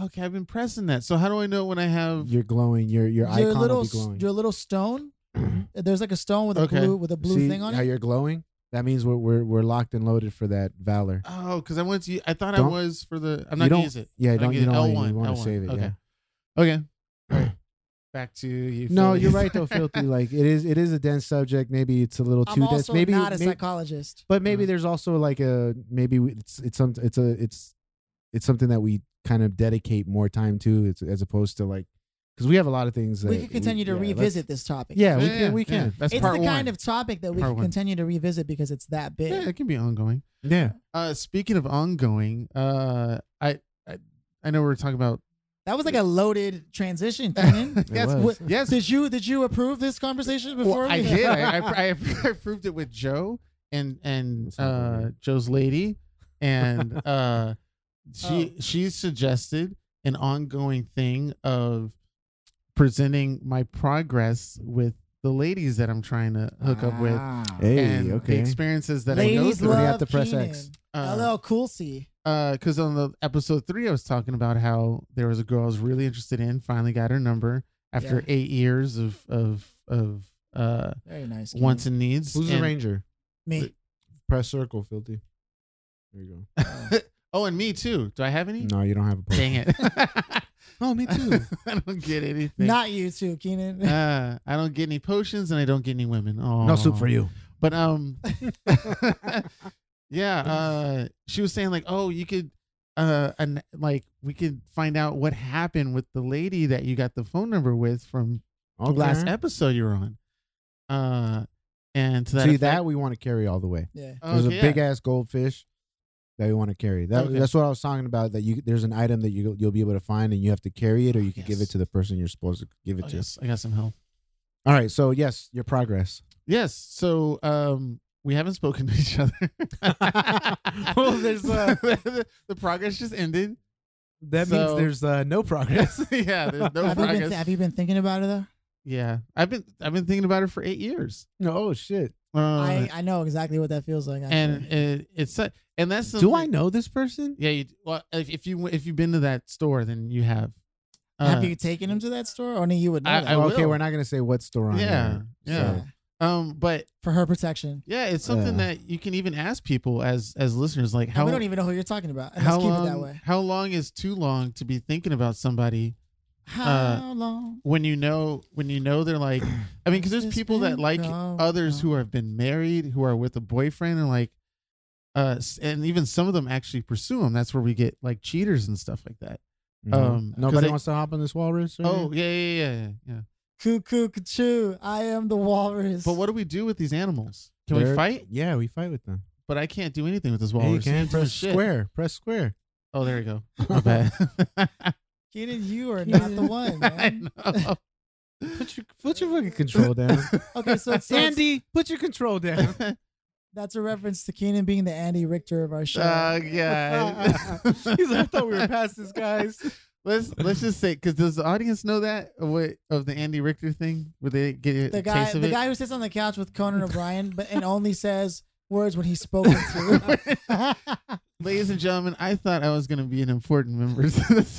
S3: Okay, I've been pressing that. So how do I know when I have?
S2: You're glowing. Your your icon
S1: your little
S2: will be
S1: s-
S2: glowing.
S1: your little stone. There's like a stone with a
S3: Okay.
S1: blue with a blue
S2: See
S1: thing on
S2: how
S1: it.
S2: you're glowing? That means we're we're, we're locked and loaded for that valor.
S3: Oh, because I went to. I thought I
S2: Don't-
S3: was for the.
S2: you
S3: I'm not
S2: don't-
S3: gonna use it.
S2: Yeah,
S3: I'm
S2: don't
S3: gonna
S2: you don't
S3: use
S2: want
S3: it.
S2: it,
S3: L1,
S2: you want to
S3: L1.
S2: save it.
S3: Okay.
S2: Yeah.
S3: Okay. All right. Back to you.
S2: No,
S3: Philly.
S2: you're right though, filthy. Like it is it is a dense subject. Maybe it's a little
S1: I'm
S2: too dense.
S1: also
S2: Maybe
S1: not a
S2: maybe-
S1: psychologist.
S2: but maybe
S3: Mhm.
S2: there's also like a maybe we- it's it's some it's a it's it's something that we kind of dedicate more time to it's, as opposed to like because we have a lot of things that
S1: we could continue to
S2: yeah, let's-
S1: revisit this topic.
S2: yeah we
S3: Yeah,
S2: can we
S3: yeah, yeah.
S2: can
S3: That's
S1: it's the
S3: part one.
S1: kind of topic that we
S3: Part
S1: can
S3: one.
S1: continue to revisit because it's that big.
S3: Yeah, it can be ongoing.
S2: yeah
S3: Uh, speaking of ongoing, uh, I, I, I know we we're talking about.
S1: That was like a loaded transition. Kenan.
S2: It was.
S1: what-
S3: Yes,
S1: did you did you approve this conversation before?
S3: Well,
S1: we-
S3: I did. I, I, I, I proved it with Joe and and
S2: That's not
S3: uh,
S2: weird.
S3: Joe's lady, and uh, she
S1: Oh.
S3: she suggested an ongoing thing of presenting my progress with the ladies that I'm trying to hook up with
S1: Ah.
S2: hey
S3: and the
S2: okay
S3: experiences that I go
S1: Ladies
S3: through.
S2: We're
S1: love
S2: gonna have to press
S1: Kenan.
S2: X.
S3: Uh,
S1: LL Cool C.
S3: because Uh, on the episode three, I was talking about how there was a girl I was really interested in. Finally, got her number after
S1: Yeah.
S3: eight years of of of uh,
S1: Very nice. Kenan.
S3: wants and needs.
S2: who's the
S3: and-
S2: ranger
S1: me.
S2: press circle filthy there you
S3: Oh, and me too. Do I have any?
S2: go no you don't have a
S3: Dang it.
S2: oh me too
S3: I don't get anything.
S1: Not you too, Keenan.
S3: uh, I don't get any potions and I don't get any women. Oh,
S2: no soup for you
S3: But um, yeah. Uh, she was saying like, oh, you could, uh, and like we could find out what happened with the lady that you got the phone number with from
S2: okay.
S3: the Oh, last episode you were on. Uh, and to that
S2: see
S3: effect-
S2: that we want to carry all the way
S1: yeah.
S3: Oh,
S2: There's
S3: okay,
S2: a
S3: yeah.
S2: big ass goldfish that we want to carry. That,
S3: Okay.
S2: That's what I was talking about. That you there's an item that you you'll be able to find and you have to carry it, or you can give
S3: Oh, Yes.
S2: it to the person you're supposed to give it
S3: Oh,
S2: to.
S3: yes, I got some help.
S2: All right. So yes, your progress.
S3: Yes. So um, we haven't spoken to each other.
S2: Well, there's, uh,
S3: the, the progress just ended.
S2: That
S3: means So- there's,
S2: uh, no progress.
S3: yeah, there's no
S1: have, you been
S3: progress.
S1: have you been thinking about it though?
S3: yeah, I've been I've been thinking about it for eight years.
S2: no, oh shit.
S3: Uh,
S1: I, I know exactly what that feels like.
S3: and
S1: actually.
S3: it, it's su- and that's
S2: Do I
S3: something-
S2: know this person?
S3: Yeah, you, well, if, if you if you've been to that store, then you have.
S1: have you taken him to that store? Only you would know.
S3: uh, I-
S1: that.
S3: I will.
S2: okay, we're not gonna say what store on.
S3: Yeah,
S2: air,
S3: yeah.
S2: so-
S3: Um, but
S1: For her protection.
S3: yeah, it's something
S2: Yeah.
S3: that you can even ask people as as listeners, like
S1: How,
S3: how
S1: we don't even know who you're talking about. Let's
S3: how
S1: keep
S3: long
S1: it that way.
S3: how long is too long to be thinking about somebody
S1: How
S3: uh,
S1: long?
S3: when you know when you know they're like i mean because there's
S1: It's
S3: people that
S1: been
S3: like
S1: so
S3: others who
S1: long.
S3: have been married who are with a boyfriend and like uh s- and even some of them actually pursue them that's where we get like cheaters and stuff like that
S2: Mhm.
S3: Um, 'cause
S2: Nobody
S3: I-
S2: wants to hop on this walrus.
S1: Mm-hmm.
S2: right
S3: oh
S2: here?
S3: yeah yeah yeah yeah, yeah
S1: Cuckoo, choo. I am the walrus.
S3: but what do we do with these animals can we
S2: They're-
S3: fight
S2: Yeah, we fight with them.
S3: but i can't do anything with this
S2: Hey, you
S3: walrus
S2: can
S3: Can't do
S2: press
S3: shit.
S2: square. Press square.
S3: oh there you go my bad
S1: Keenan, you are not the one,
S3: I
S1: man.
S3: know.
S2: Put your put your fucking control down.
S1: Okay, so, so it's-
S2: Andy, put your control down.
S1: that's a reference to Keenan being the Andy Richter of our show.
S3: Oh god!
S2: He's like, I thought we were past this, guys.
S3: Let's let's just say, because does the audience know that of what of the Andy Richter thing? Where they get a
S1: the guy
S3: taste of
S1: the
S3: it?
S1: guy who sits on the couch with Conan O'Brien but and only says words when he's spoken to.
S3: Ladies and gentlemen, I thought I was going to be an important member to this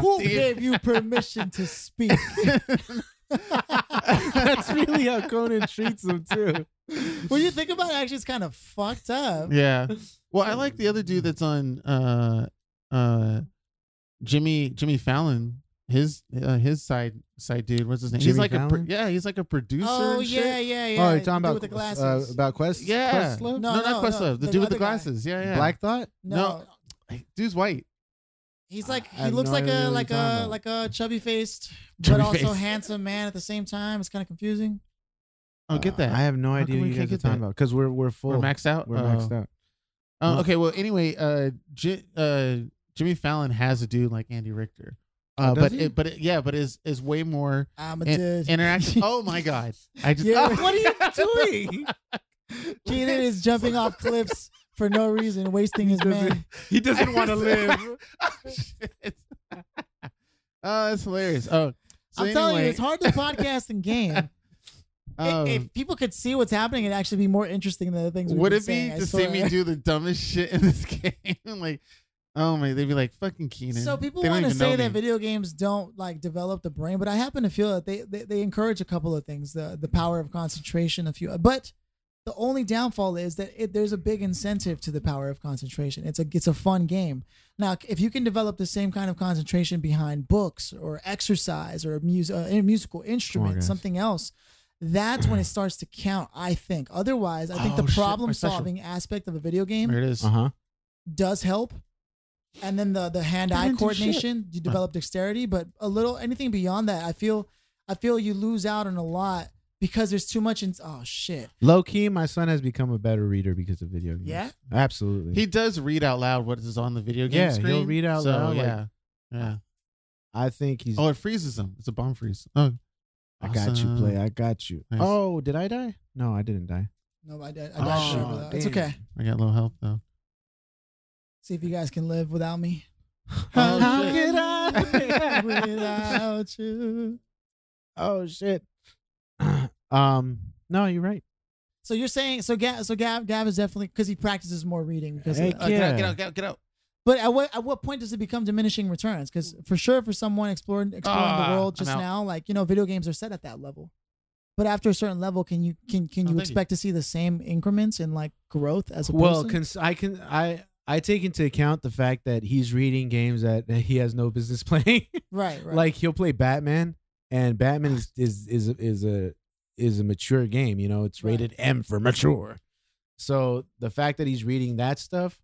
S1: Who
S3: dude.
S1: gave you permission to speak?
S2: That's really how Conan treats them too.
S1: When you think about it, actually, it's kind of fucked up.
S3: yeah. Well, I like the other dude that's on uh uh Jimmy Jimmy Fallon. his uh, his side side dude. What's his name? he's
S2: Jimmy
S3: like a pro-
S2: Fallon?
S3: yeah, he's like a producer.
S1: Oh
S3: and
S1: yeah,
S3: shit.
S1: yeah, yeah.
S2: oh, you're
S1: the dude
S2: talking about
S1: with the glasses.
S2: uh, about Quest?
S3: Yeah.
S2: Questlove?
S1: No,
S3: no, not
S1: no,
S3: Questlove.
S1: no,
S3: The
S1: the
S3: dude with the
S1: other guy.
S3: glasses. Yeah, yeah.
S2: Black Thought.
S1: no,
S3: no. dude's white.
S1: he's
S2: I-
S1: like
S2: I
S1: he
S2: have
S1: looks
S2: no
S1: like
S2: idea what
S1: a
S2: you're
S1: like
S2: talking
S1: a
S2: about.
S1: like a chubby faced but
S3: Chubby
S1: also
S3: face.
S1: handsome man at the same time. It's kind of confusing.
S3: Oh, get that.
S2: Uh, I have no
S3: How
S2: idea
S3: come
S2: what
S3: we
S2: you
S3: can't
S2: guys are
S3: get
S2: talking
S3: that?
S2: about because we're we're full.
S3: We're maxed out.
S2: We're
S3: Oh.
S2: maxed out.
S3: Oh,
S2: Well-
S3: okay. Well, anyway, uh, J- uh, Jimmy Fallon has a dude like Andy Richter, uh,
S2: Oh, does
S3: but
S2: he?
S3: it, but it, yeah, but is is way more
S1: I'm a
S3: And-
S1: dude.
S3: interaction. oh my god! I just
S1: Yeah.
S3: Oh.
S1: What
S2: are you doing?
S1: Keenan is jumping off cliffs for no reason, wasting his man.
S2: he doesn't want to live.
S3: oh, shit. Oh, that's hilarious. Oh, so
S1: I'm
S3: anyway,
S1: telling you, it's hard to podcast and game.
S3: um,
S1: if, if people could see what's happening, it'd actually be more interesting than the things. we've
S3: would
S1: been
S3: it be
S1: saying, I
S3: to see me
S1: swear.
S3: do the dumbest shit in this game? like, oh my, they'd be like, "Fucking Keenan."
S1: So people
S3: They don't
S1: want to
S3: even know
S1: say that
S3: me.
S1: video games don't like develop the brain, but I happen to feel that they they, they encourage a couple of things: the the power of concentration, a few. But the only downfall is that it, there's a big incentive to the power of concentration. It's a it's a fun game. Now, if you can develop the same kind of concentration behind books or exercise or music, uh, a
S3: Oh
S1: musical instrument,
S2: guys.
S1: something else. That's when it starts to count, I think. Otherwise, I think
S3: Oh,
S1: the
S3: shit, my
S1: problem
S3: special-
S1: solving aspect of a video game
S3: There it is.
S2: Uh huh.
S1: does help. And then the the hand
S3: They
S1: eye
S3: didn't do shit.
S1: coordination, you develop dexterity, but a little anything beyond that, I feel I feel you lose out on a lot because there's too much in oh shit.
S2: Low key, my son has become a better reader because of video games.
S1: Yeah?
S2: absolutely.
S3: He does read out loud what is on the video game
S2: Yeah, he'll
S3: screen.
S2: read out
S3: so,
S2: loud, like-
S3: Yeah, yeah.
S2: I think he's.
S3: Oh, it freezes him. It's a bomb freeze. Oh,
S2: I got you,
S3: awesome.
S2: play. I got you.
S3: Nice.
S2: Oh, did I die? No, I didn't die.
S1: No, I, I, I died
S3: Oh,
S1: sure, but, uh, It's
S2: damn.
S1: okay.
S3: I got low health though.
S1: See if you guys can live without me.
S3: Oh,
S1: How
S3: shit.
S1: could I live without you?
S2: Oh shit. um. No, you're right.
S1: So you're saying so Gab so Gab Gab is definitely because he practices more reading because of
S2: Heck
S1: that.
S3: Uh, get out,
S2: Yeah.
S3: get out, get out, get out.
S1: But at what at what point does it become diminishing returns? Because for sure, for someone exploring exploring
S3: Ah,
S1: the world
S3: I'm
S1: just
S3: out.
S1: now, like you know, video games are set at that level. But after a certain level, can you can can
S3: Oh,
S1: you
S3: thank you.
S1: expect to see the same increments in like growth as a
S2: well,
S1: person?
S2: cons- I can I I take into account the fact that he's reading games that he has no business playing.
S1: right, Ah. right.
S2: like he'll play Batman, and Batman is is is is a is a mature game. You know, it's
S1: Right.
S2: rated M for mature. So the fact that he's reading that stuff,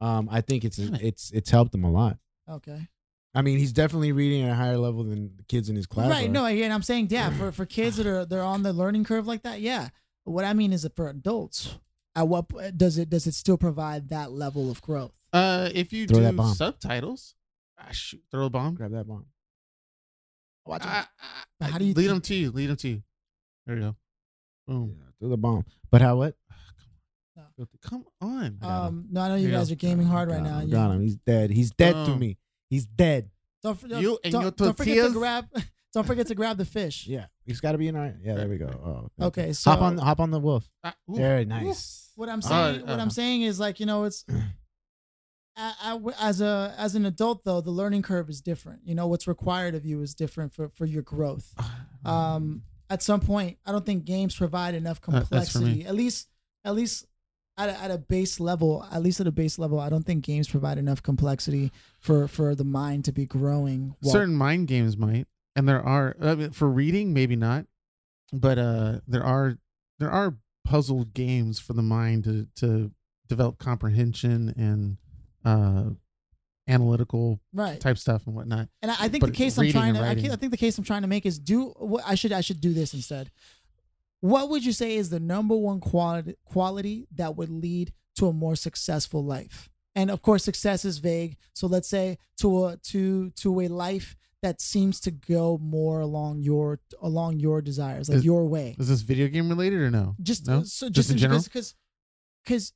S2: um, I think it's
S3: Damn it.
S2: it's it's helped him a lot.
S1: okay,
S2: I mean, he's definitely reading at a higher level than the kids in his class.
S1: right.
S2: are.
S1: No, yeah, and I'm saying yeah for for kids that are they're on the learning curve like that. Yeah, But what I mean is that for adults, at what p- does it does it still provide that level of growth?
S3: Uh, if you
S2: Throw that
S3: do
S2: bomb.
S3: subtitles, ah, shoot, throw a bomb.
S2: grab that bomb. Watch out.
S3: Ah, ah,
S1: How do you
S3: lead
S1: keep-
S3: him to you? Lead him to you. There you go.
S2: Yeah,
S3: Boom.
S2: throw the bomb. But how? What?
S3: Come on.
S2: I got
S1: Um, no, I know you
S3: Here you
S1: guys
S3: go.
S1: are gaming hard right
S2: Got
S1: now. Oh.
S2: him,
S1: and
S2: Got
S1: you-
S2: him. He's dead. He's dead to
S3: Boom.
S2: me. He's dead.
S1: Don't, don't,
S3: You and
S1: don't,
S3: your
S1: don't forget to
S3: tortillas.
S1: grab. Don't forget to grab the fish.
S2: Yeah, he's got to be in our. Yeah, there we go. Oh,
S1: Okay, so
S2: Hop on. Hop on the wolf.
S3: Ah, ooh,
S2: Very
S3: ooh.
S2: nice.
S1: what I'm
S3: Uh,
S1: saying, what
S3: uh.
S1: I'm saying is like you know, it's I, I w- as a as an adult though, the learning curve is different. You know, what's required of you is different for for your growth. Um, at some point, I don't think games provide enough
S3: Uh, that's for me.
S1: complexity. at least, at least. At a, at a base level, at least at a base level, I don't think games provide enough complexity for for the mind to be growing. while-
S3: Certain mind games might, and there are I mean, for reading, maybe not, but uh, there are there are puzzle games for the mind to to develop comprehension and uh, analytical
S1: right?
S3: type stuff and whatnot.
S1: And I, I think
S3: But
S1: the case I'm
S3: reading
S1: trying
S3: and
S1: to, I,
S3: writing.
S1: ca- I think the case I'm trying to make is do what I should, I should do this instead. What would you say is the number one quality quality that would lead to a more successful life? And of course, success is vague. So let's say to a to to a life that seems to go more along your along your desires, like
S3: Is-
S1: your way.
S3: Is this video game related or no?
S1: Just
S3: no?
S1: so
S3: Just
S1: just
S3: in general?
S1: because because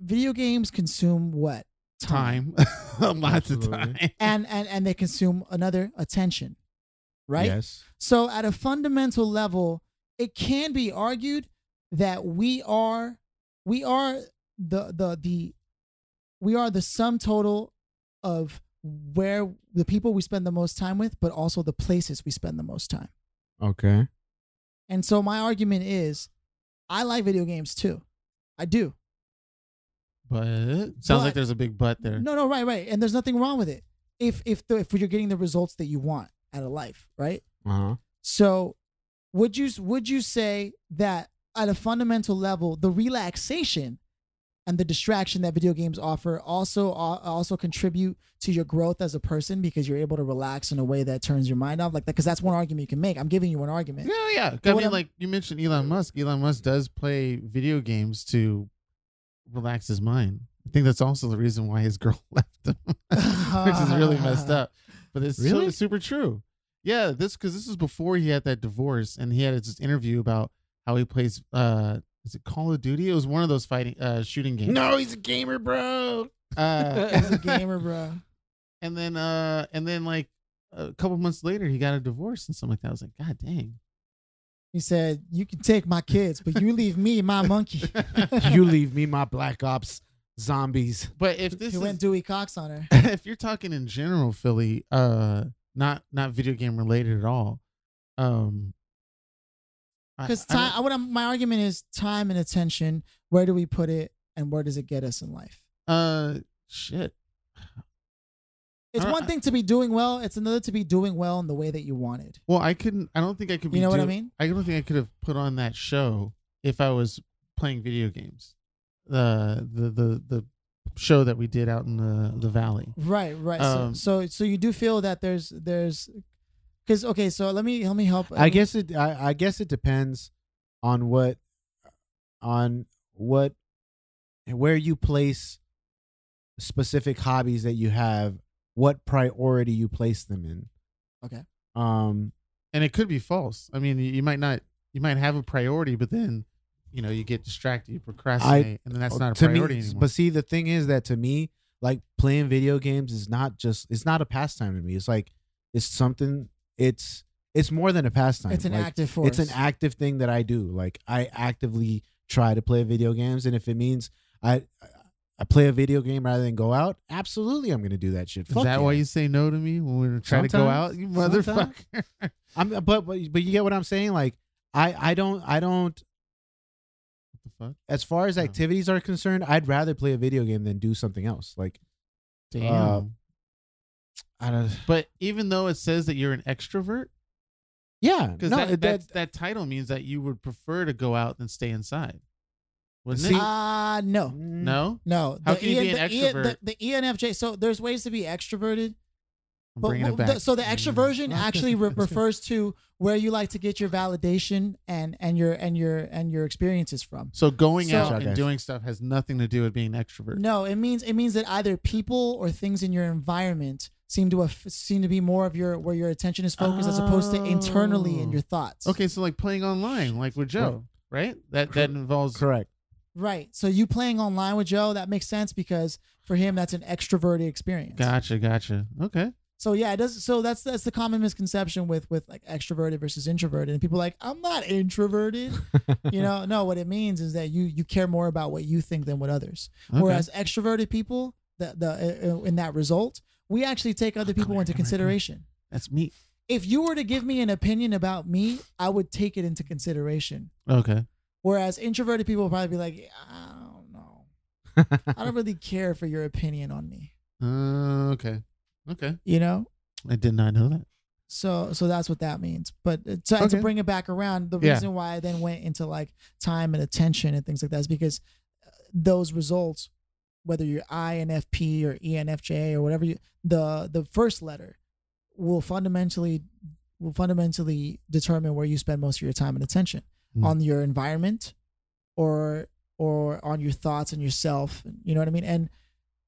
S1: video games consume what
S3: time, lots of time.
S2: Absolutely.
S1: and and and they consume another attention, right?
S2: Yes.
S1: So, at a fundamental level, it can be argued that we are we are the the the we are the sum total of where the people we spend the most time with, but also the places we spend the most time.
S2: Okay.
S1: And so, my argument is, I like video games too. I do.
S3: But sounds
S1: But-
S3: like there's a big but there.
S1: No, no, right, right. And there's nothing wrong with it if if the, if you're getting the results that you want. out of life, right?
S2: Uh-huh.
S1: So would you would you say that at a fundamental level, the relaxation and the distraction that video games offer also uh, also contribute to your growth as a person because you're able to relax in a way that turns your mind off like that because that's one argument you can make. I'm giving you an argument.
S3: No, yeah. 'Cause I
S1: But what
S3: mean,
S1: I'm-
S3: like you mentioned Elon Musk. Elon Musk does play video games to relax his mind. I think that's also the reason why his girl left him, which is really messed up. But it's so-
S2: Really?
S3: super true. Yeah, this because this was before he had that divorce, and he had this interview about how he plays. uh Is it Call of Duty? It was one of those fighting uh shooting games.
S2: No, he's a gamer, bro.
S1: As a
S3: Uh,
S1: gamer, bro.
S3: and then uh and then like a couple months later, he got a divorce and something like that. I was like, God dang.
S1: He said, "You can take my kids, but you leave me my monkey."
S2: you leave me my Black Ops zombies.
S3: But if this
S1: he
S3: is,
S1: went Dewey Cox on her.
S3: if you're talking in general, Philly, uh, not not video game related at all, um, I-
S1: Because
S3: I don't-
S1: time, I, what I'm, my argument is time and attention. Where do we put it, and where does it get us in life?
S3: uh, shit,
S1: It's
S3: Alright.
S1: one thing to be doing well; it's another to be doing well in the way that you wanted.
S3: well, I couldn't, I don't think I could, be
S1: You know what I
S3: do-
S1: mean?
S3: I don't think I could have put on that show if I was playing video games, the the the the show that we did out in the the valley.
S1: Right, right.
S3: Um,
S1: so, so, so you do feel that there's, there's, because okay. So let me let me help.
S2: I guess it. I, I guess it depends on what, on what, and where you place specific hobbies that you have. What priority you place them in.
S1: Okay.
S2: Um.
S3: and it could be false. I mean, you you might not, you might have a priority, but then, you know, you get distracted, you procrastinate, and then
S1: oh,
S3: that's not a
S2: Uh, to
S3: priority
S2: me,
S3: anymore.
S2: but see, the thing is that to me, like playing video games is not just. It's not a pastime to me. It's like it's something. It's it's more than a pastime.
S1: it's an
S2: Like,
S1: active force.
S2: It's an active thing that I do. Like I actively try to play video games, and if it means I I play a video game rather than go out, absolutely, I'm gonna do that shit.
S3: Is
S2: Fuck
S3: that
S2: yeah.
S3: why you say no to me when we're trying to go out,
S2: Sometimes.
S3: you motherfucker?
S2: I'm but, but but you get what I'm saying. Like I I don't I don't.
S3: the fuck?
S2: As far as
S3: No.
S2: activities are concerned, I'd rather play a video game than do something else. Like
S3: Damn.
S2: Uh, I don't.
S3: Um, but even though it says that you're an extrovert,
S2: Yeah, no,
S3: because that,
S2: that,
S3: that, that title means that you would prefer to go out than stay inside, wouldn't
S2: See-
S3: it?
S1: Ah,
S2: Oh.
S1: no,
S3: No,
S1: no.
S3: How can you be an
S1: the EN
S3: extrovert?
S1: the, E the ENFJ. So there's ways to be extroverted.
S3: I'm
S1: But
S3: bringing it
S1: what- the-
S3: back. Mm-hmm.
S1: so the extroversion actually re- refers to where you like to get your validation and and your and your and your experiences from.
S3: So going
S1: So-
S3: out and
S2: Okay.
S3: doing stuff has nothing to do with being an extrovert.
S1: No, it means it means that either people or things in your environment seem to af- seem to be more of your where your attention is focused as opposed to internally in your thoughts.
S3: Oh. Okay, so like playing online, like with Joe, right? That that involves
S2: correct.
S1: Right. So you playing online with Joe, that makes sense because for him that's an extroverted experience.
S3: Gotcha, gotcha. Okay.
S1: So yeah, it does so that's that's the common misconception with with like extroverted versus introverted and people are like I'm not introverted. you know, no, what it means is that you you care more about what you think than what others.
S3: okay.
S1: Whereas extroverted people, the the uh, uh, in that result, we actually take other
S3: Come
S1: people
S3: here,
S1: into
S3: come here, come here.
S1: consideration.
S3: that's me.
S1: If you were to give me an opinion about me, I would take it into consideration.
S3: Okay.
S1: Whereas introverted people would probably be like, I don't know, I don't really care for your opinion on me.
S3: Uh, okay. Okay.
S1: You know.
S3: I did not know that.
S1: So, so that's what that means. But uh, to, to
S3: Okay.
S1: bring it back around, the
S3: Yeah.
S1: reason why I then went into like time and attention and things like that is because uh, those results, whether you're INFP or E ENFJ or whatever you, the the first letter will fundamentally will fundamentally determine where you spend most of your time and attention
S3: Mm.
S1: on your environment or or on your thoughts and yourself you know what i mean and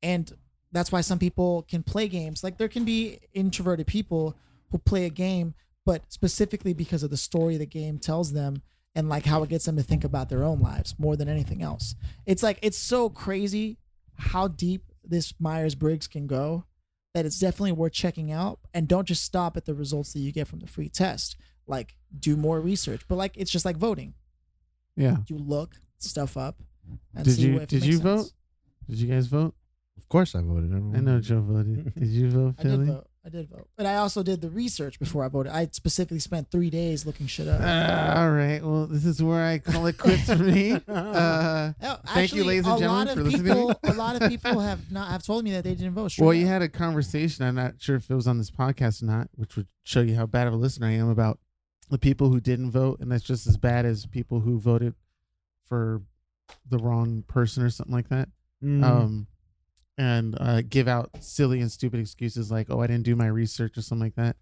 S1: and that's why some people can play games like there can be introverted people who play a game but specifically because of the story the game tells them and like how it gets them to think about their own lives more than anything else it's like it's so crazy how deep this myers-briggs can go that it's definitely worth checking out and don't just stop at the results that you get from the free test like do more research but like it's just like voting
S3: Yeah.
S1: you look stuff up and
S3: Did
S1: see
S3: you-
S1: what if it
S3: did
S1: makes
S3: you
S1: sense.
S3: vote? Did you guys vote?
S2: Of course, I voted.
S3: I know Joe voted. Did you vote,
S1: i
S3: Philly?
S1: did vote i I did vote, but I also did the research before I voted. I specifically spent three days looking shit up.
S3: Uh, all right. Well, this is where I call it quits for me. Uh,
S1: Oh,
S3: Thank you, ladies and
S1: a lot
S3: gentlemen,
S1: of
S3: for listening.
S1: people, a lot of people have not have told me that they didn't vote. Straight
S3: well, you
S1: up.
S3: had a conversation. I'm not sure if it was on this podcast or not, which would show you how bad of a listener I am about the people who didn't vote, and that's just as bad as people who voted for the wrong person or something like that.
S2: Mm.
S3: Um, and uh, give out silly and stupid excuses like, "Oh, I didn't do my research" or something like that.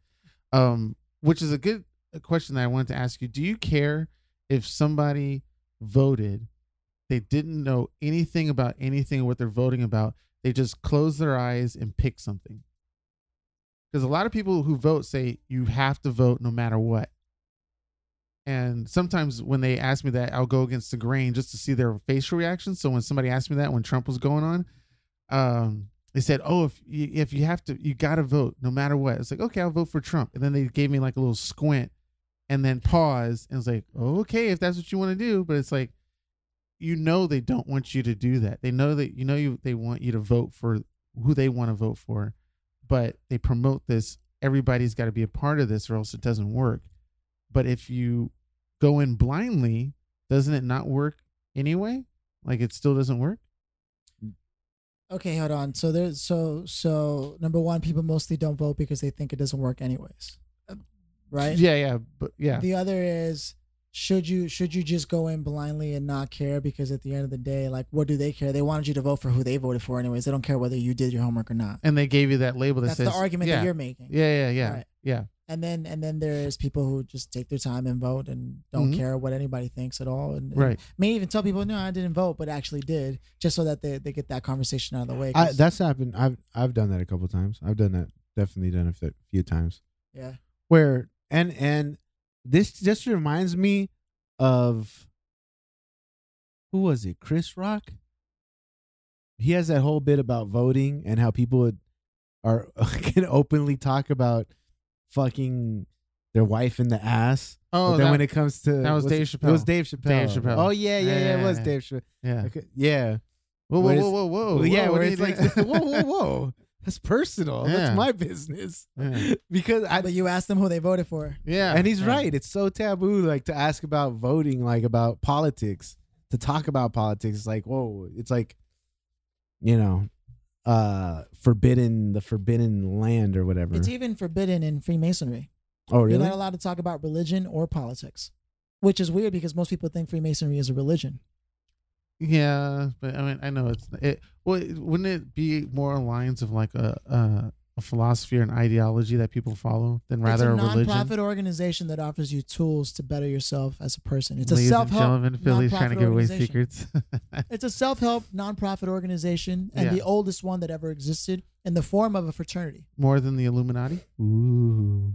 S3: Um, which is a good question that I wanted to ask you. Do you care if somebody voted, they didn't know anything about anything what they're voting about? They just close their eyes and pick something. Because a lot of people who vote say you have to vote no matter what. And sometimes when they ask me that, I'll go against the grain just to see their facial reaction. So when somebody asked me that when Trump was going on, um, they said, "Oh, if you, if you have to, you got to vote no matter what." It's like, okay, I'll vote for Trump. And then they gave me like a little squint, and then pause, and it's like, oh, okay, if that's what you want to do. But it's like, you know, they don't want you to do that. They know that you know you they want you to vote for who they want to vote for, but they promote this. Everybody's got to be a part of this, or else it doesn't work. But if you go in blindly, doesn't it not work anyway? Like it still doesn't work.
S1: okay, hold on. So there's so so number one, people mostly don't vote because they think it doesn't work anyways, right?
S3: Uh, Yeah, yeah, but yeah.
S1: The other is should you should you just go in blindly and not care because at the end of the day, like what do they care? They wanted you to vote for who they voted for anyways. They don't care whether you did your homework or not.
S3: and they gave you that label that
S1: That's
S3: says
S1: the argument
S3: yeah,
S1: that you're making.
S3: yeah, yeah, yeah,
S1: Right.
S3: yeah.
S1: And then and then there's people who just take their time and vote and don't
S3: Mhm.
S1: care what anybody thinks at all. And, and
S3: Right.
S1: may even tell people, no, I didn't vote, but actually did, just so that they, they get that conversation out of the way.
S2: I,
S1: 'cause-
S2: that's happened. I've I've done that a couple times. I've done that. Definitely done it a few times.
S1: yeah.
S2: Where and and this just reminds me of who was it? Chris Rock. He has that whole bit about voting and how people would- are can openly talk about fucking their wife in the ass.
S3: Oh,
S2: but then
S3: that,
S2: when it comes to
S3: that was
S2: what's it-
S3: Dave
S2: It was
S3: Chappelle.
S2: Dave Chappelle.
S3: Dave Chappelle.
S2: Oh yeah, yeah, yeah. It was
S3: Yeah.
S2: Dave Chappelle.
S3: yeah.
S2: Okay, yeah.
S3: Whoa, whoa,
S2: where
S3: whoa,
S2: it's-
S3: whoa, whoa,
S2: Well, yeah, where
S3: whoa, what do
S2: it's
S3: you
S2: like,
S3: think-
S2: whoa, whoa, whoa. That's personal.
S3: Yeah.
S2: That's my business.
S3: Yeah.
S2: Because I,
S1: but you ask them who they voted for.
S3: yeah,
S2: and he's
S3: yeah.
S2: right. It's so taboo, like to ask about voting, like about politics, to talk about politics. It's like, whoa, it's like, you know, uh, forbidden, the forbidden land or whatever.
S1: It's even forbidden in Freemasonry.
S2: oh,
S1: You're
S2: really?
S1: not allowed to talk about religion or politics, which is weird because most people think Freemasonry is a religion.
S3: Yeah, but I mean, I know it's it. Well, it- wouldn't it be more in lines of like a a, a philosophy or an ideology that people follow than rather
S1: it's a,
S3: a, religion?
S1: nonprofit organization that offers you tools to better yourself as a person. It's a
S3: Ladies and
S1: self help.
S3: gentlemen, Philly's trying to give away secrets.
S1: It's a self help nonprofit organization and
S3: Yeah.
S1: the oldest one that ever existed in the form of a fraternity.
S3: More than the Illuminati. Ooh,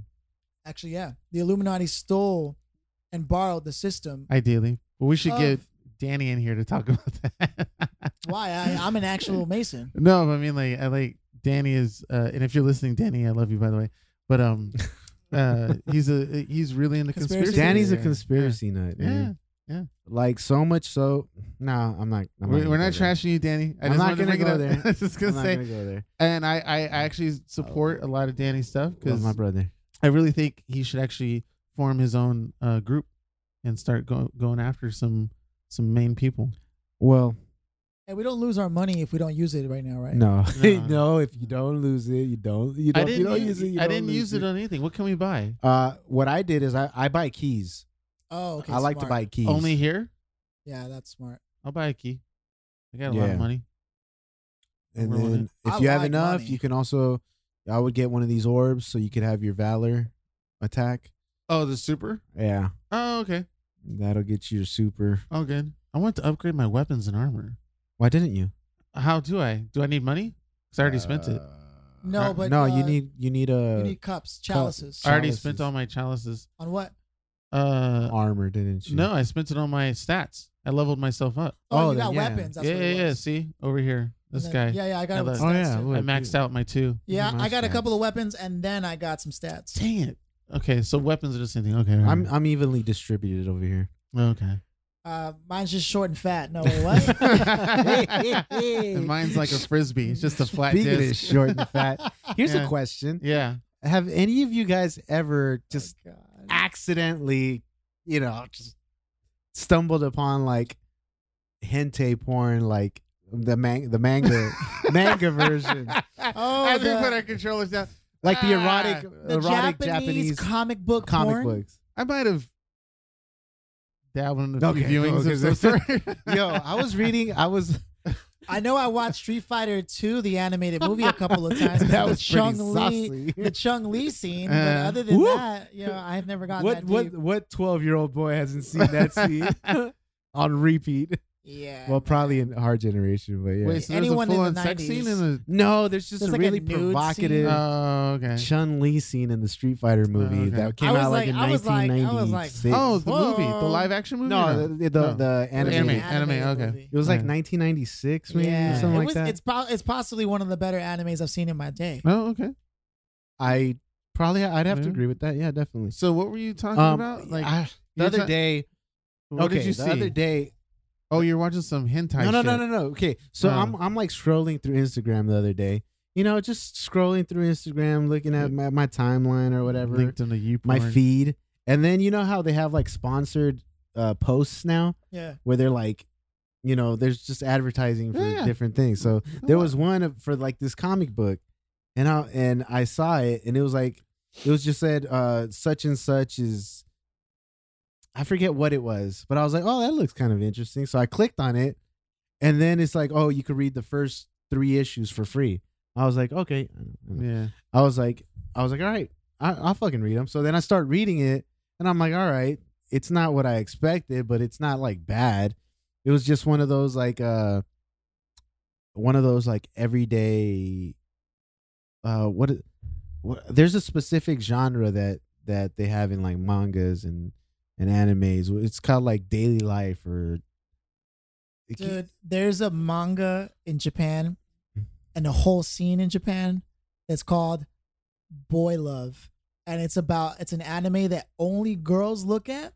S1: Actually, yeah. The Illuminati stole and borrowed the system.
S3: ideally, but we should
S1: Of-
S3: get Danny in here to talk about that.
S1: Why? I, I'm an actual Mason.
S3: No, but I mean like I like Danny is uh and if you're listening, Danny, I love you by the way. But um uh he's a he's really into
S1: Conspiracy
S3: conspiracy.
S2: Danny's a
S3: theory.
S2: conspiracy nut.
S3: Yeah.
S2: man.
S3: Yeah.
S2: Like so much so. Nah, I'm not. I'm
S3: We're,
S2: gonna
S3: we're not
S2: go there.
S3: trashing you, Danny. I
S2: I'm
S3: just
S2: not
S3: wanted
S2: gonna
S3: to bring it
S2: go
S3: up.
S2: there.
S3: I was just
S2: I'm
S3: gonna
S2: not
S3: say
S2: gonna go there.
S3: and I, I actually support a lot of Danny's stuff
S2: Love
S3: because
S2: my brother.
S3: I really think he should actually form his own uh group and start go, going after some some main people.
S2: Well,
S1: And we don't lose our money if we don't use it right now, right?
S2: No,
S3: No.
S2: no. If you don't lose it, you don't. You don't.
S3: I didn't
S2: you don't
S3: use,
S2: use it. You
S3: I
S2: don't
S3: didn't
S2: lose
S3: use it on anything. What can we buy?
S2: uh, what I did is I, I buy keys.
S1: Oh, okay.
S2: I like to
S1: smart.
S2: buy keys.
S3: Only here?
S1: Yeah, that's smart.
S3: I'll buy a key. I got a lot
S2: Yeah.
S3: of money.
S2: and
S3: We're on
S2: then if
S1: I
S2: you have
S1: like
S2: enough,
S1: money.
S2: you can also. I would get one of these orbs so you could have your valor attack.
S3: Oh, the super?
S2: Yeah,
S3: Oh, okay.
S2: that'll get you your super.
S3: All good. I want to upgrade my weapons and armor.
S2: Why didn't you?
S3: How do I? Do I need money? Because I already spent it.
S1: No,
S2: Uh,
S1: but,
S2: no, you
S1: uh,
S2: need you need a
S1: you need cups, chalices.
S3: I already
S2: chalices.
S3: spent all my chalices.
S1: on what?
S3: Uh,
S2: armor, didn't you?
S3: no, I spent it on my stats. I leveled myself up.
S1: Oh,
S2: Oh,
S1: you
S2: then,
S1: got
S2: yeah.
S1: weapons. That's
S3: yeah,
S1: what
S3: yeah,
S1: it
S3: yeah.
S1: was.
S3: See over here, this
S1: And
S3: guy.
S1: then- Yeah, yeah, I got
S3: Yeah,
S1: it with
S3: but-
S2: Oh,
S1: stats
S2: yeah,
S1: too.
S2: look.
S3: I maxed out my two.
S1: Yeah,
S2: Nice
S1: I got a couple
S2: stats.
S1: of weapons and then I got some stats.
S3: Dang it. Okay, so weapons are the same thing. Okay, all right.
S2: I'm I'm evenly distributed over here.
S3: okay.
S1: Uh, mine's just short and fat. No, wait, what?
S3: And mine's like a frisbee. It's just a flat
S2: Speaking of
S3: disc.
S2: this short and fat, here's
S3: Yeah.
S2: a question:
S3: Yeah.
S2: Have any of you guys ever just
S1: Oh, God.
S2: accidentally, you know, just stumbled upon like hente porn, like the man, the manga, manga version,
S1: Oh,
S3: I think
S1: the-
S3: put our controllers down.
S2: like the
S3: Ah,
S2: erotic,
S1: the
S2: erotic
S1: Japanese,
S2: Japanese,
S1: comic book
S2: comic
S1: porn?
S2: books.
S3: I might have dabbled in a few
S2: Okay,
S3: viewings
S2: okay,
S3: of some
S2: so-
S3: sort.
S2: Yo, I was reading, I was
S1: I know I watched Street Fighter 2, the animated movie, a couple of times.
S2: that
S1: The
S2: was pretty
S1: Chun-Li,
S2: saucy.
S1: the Chung Lee scene. But
S3: Uh,
S1: other than
S2: woo.
S1: that, you know, I've never gotten
S2: What
S1: that
S2: what
S1: deep.
S2: what twelve year old boy hasn't seen that scene on repeat?
S1: Yeah.
S2: Well, probably in our generation, but yeah.
S3: Wait, so
S1: Anyone in the
S3: there's a full on sex
S1: 90s.
S3: scene in
S2: no, there's just
S1: There's
S2: a
S1: like a
S2: really
S1: nude
S2: provocative
S3: the. Oh, okay. Oh,
S2: Chun Li scene in the Street Fighter movie
S3: okay.
S2: that came
S1: I was
S2: out like,
S1: like-
S2: in
S1: I was like- I was like,
S2: 1996.
S3: Oh, the movie, the
S1: Whoa.
S3: live action movie. or
S2: no, the the, the,
S3: Oh.
S2: the
S1: It's
S2: anime.
S1: an
S3: Anime. okay.
S1: movie.
S2: It was like
S3: Yeah.
S2: 1996, maybe
S1: Yeah.
S2: or something
S1: it
S2: like
S1: was,
S2: that.
S1: It's, pro- it's possibly one of the better animes I've seen in my day.
S3: Oh, okay.
S2: I probably I'd have to
S3: Yeah.
S2: agree with that. Yeah, definitely.
S3: So what were you talking about? Like
S2: Um, I- the
S3: you're
S2: other
S3: ta-
S2: day,
S3: what
S2: okay,
S3: did you
S2: the
S3: see?
S2: other day,
S3: oh, you're watching some hentai.
S2: No, no,
S3: shit.
S2: no, no, no. Okay, so
S3: Oh.
S2: I'm I'm like scrolling through Instagram the other day. You know, just scrolling through Instagram, looking at my, my timeline or whatever,
S3: Linked in a U.
S2: my feed, and then you know how they have like sponsored uh, posts now,
S1: Yeah.
S2: where they're like, you know, there's just advertising for
S3: Yeah.
S2: different things. So there
S3: Oh,
S2: was one of- for like this comic book, and I and I saw it, and it was like it was just said uh, such and such is. I forget what it was, but I was like, "Oh, that looks kind of interesting." So I clicked on it, and then it's like, "Oh, you could read the first three issues for free." I was like, "Okay."
S3: Yeah.
S2: I was like, "I was like, all right, I, I'll fucking read them." So then I start reading it, and I'm like, "All right, it's not what I expected, but it's not like bad. It was just one of those like uh one of those like everyday uh what, it- what there's a specific genre that that they have in like mangas and and animes. It's called like daily life or it ca-
S1: Dude, there's a manga in Japan and a whole scene in Japan that's called Boy Love. And it's about it's an anime that only girls look at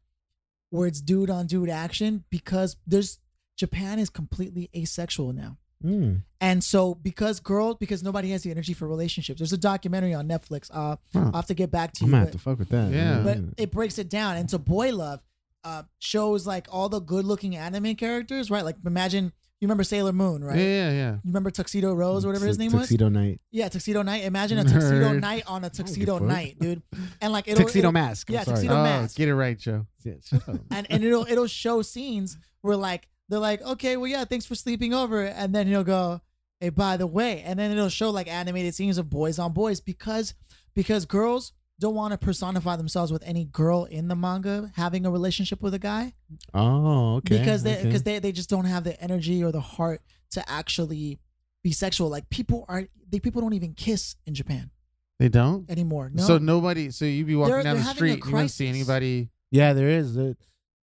S1: where it's dude on dude action because there's Japan is completely asexual now.
S2: Mm.
S1: And so because girls because nobody has the energy for relationships. There's a documentary on Netflix. Uh
S2: Huh.
S1: I'll have to get back to
S2: I'm
S1: you.
S2: gonna
S1: but-
S2: have to fuck with that.
S3: Yeah.
S1: but it breaks it down. And so Boy Love uh, shows like all the good looking anime characters, right? Like imagine you remember Sailor Moon, right?
S3: Yeah, yeah, yeah.
S1: You remember Tuxedo Rose or whatever his name was?
S2: Tuxedo Night.
S1: Yeah, Tuxedo Night. Imagine a Tuxedo
S3: Nerd.
S1: Night on a
S2: give a
S1: Tuxedo
S2: fuck.
S1: Night, dude. And like it'll,
S2: Tuxedo
S1: it'll-
S2: Mask. I'm
S1: yeah,
S2: sorry.
S1: Tuxedo
S3: Oh,
S1: mask.
S3: get it right, Joe.
S2: Yeah, shut up.
S1: and, and it'll it'll show scenes where like they're like, okay, well yeah, thanks for sleeping over, and then he'll go, hey, by the way, and then it'll show like animated scenes of boys on boys because because girls don't want to personify themselves with any girl in the manga having a relationship with a guy.
S2: Oh, okay.
S1: because they
S2: okay.
S1: because they, they just don't have the energy or the heart to actually be sexual. Like people are they people don't even kiss in Japan
S3: They don't.
S1: anymore. No,
S3: So nobody. So you be walking
S1: They're-
S3: down
S1: they're
S3: the
S1: having a
S3: street, and you don't see
S1: crisis.
S3: anybody.
S2: yeah, there is. There,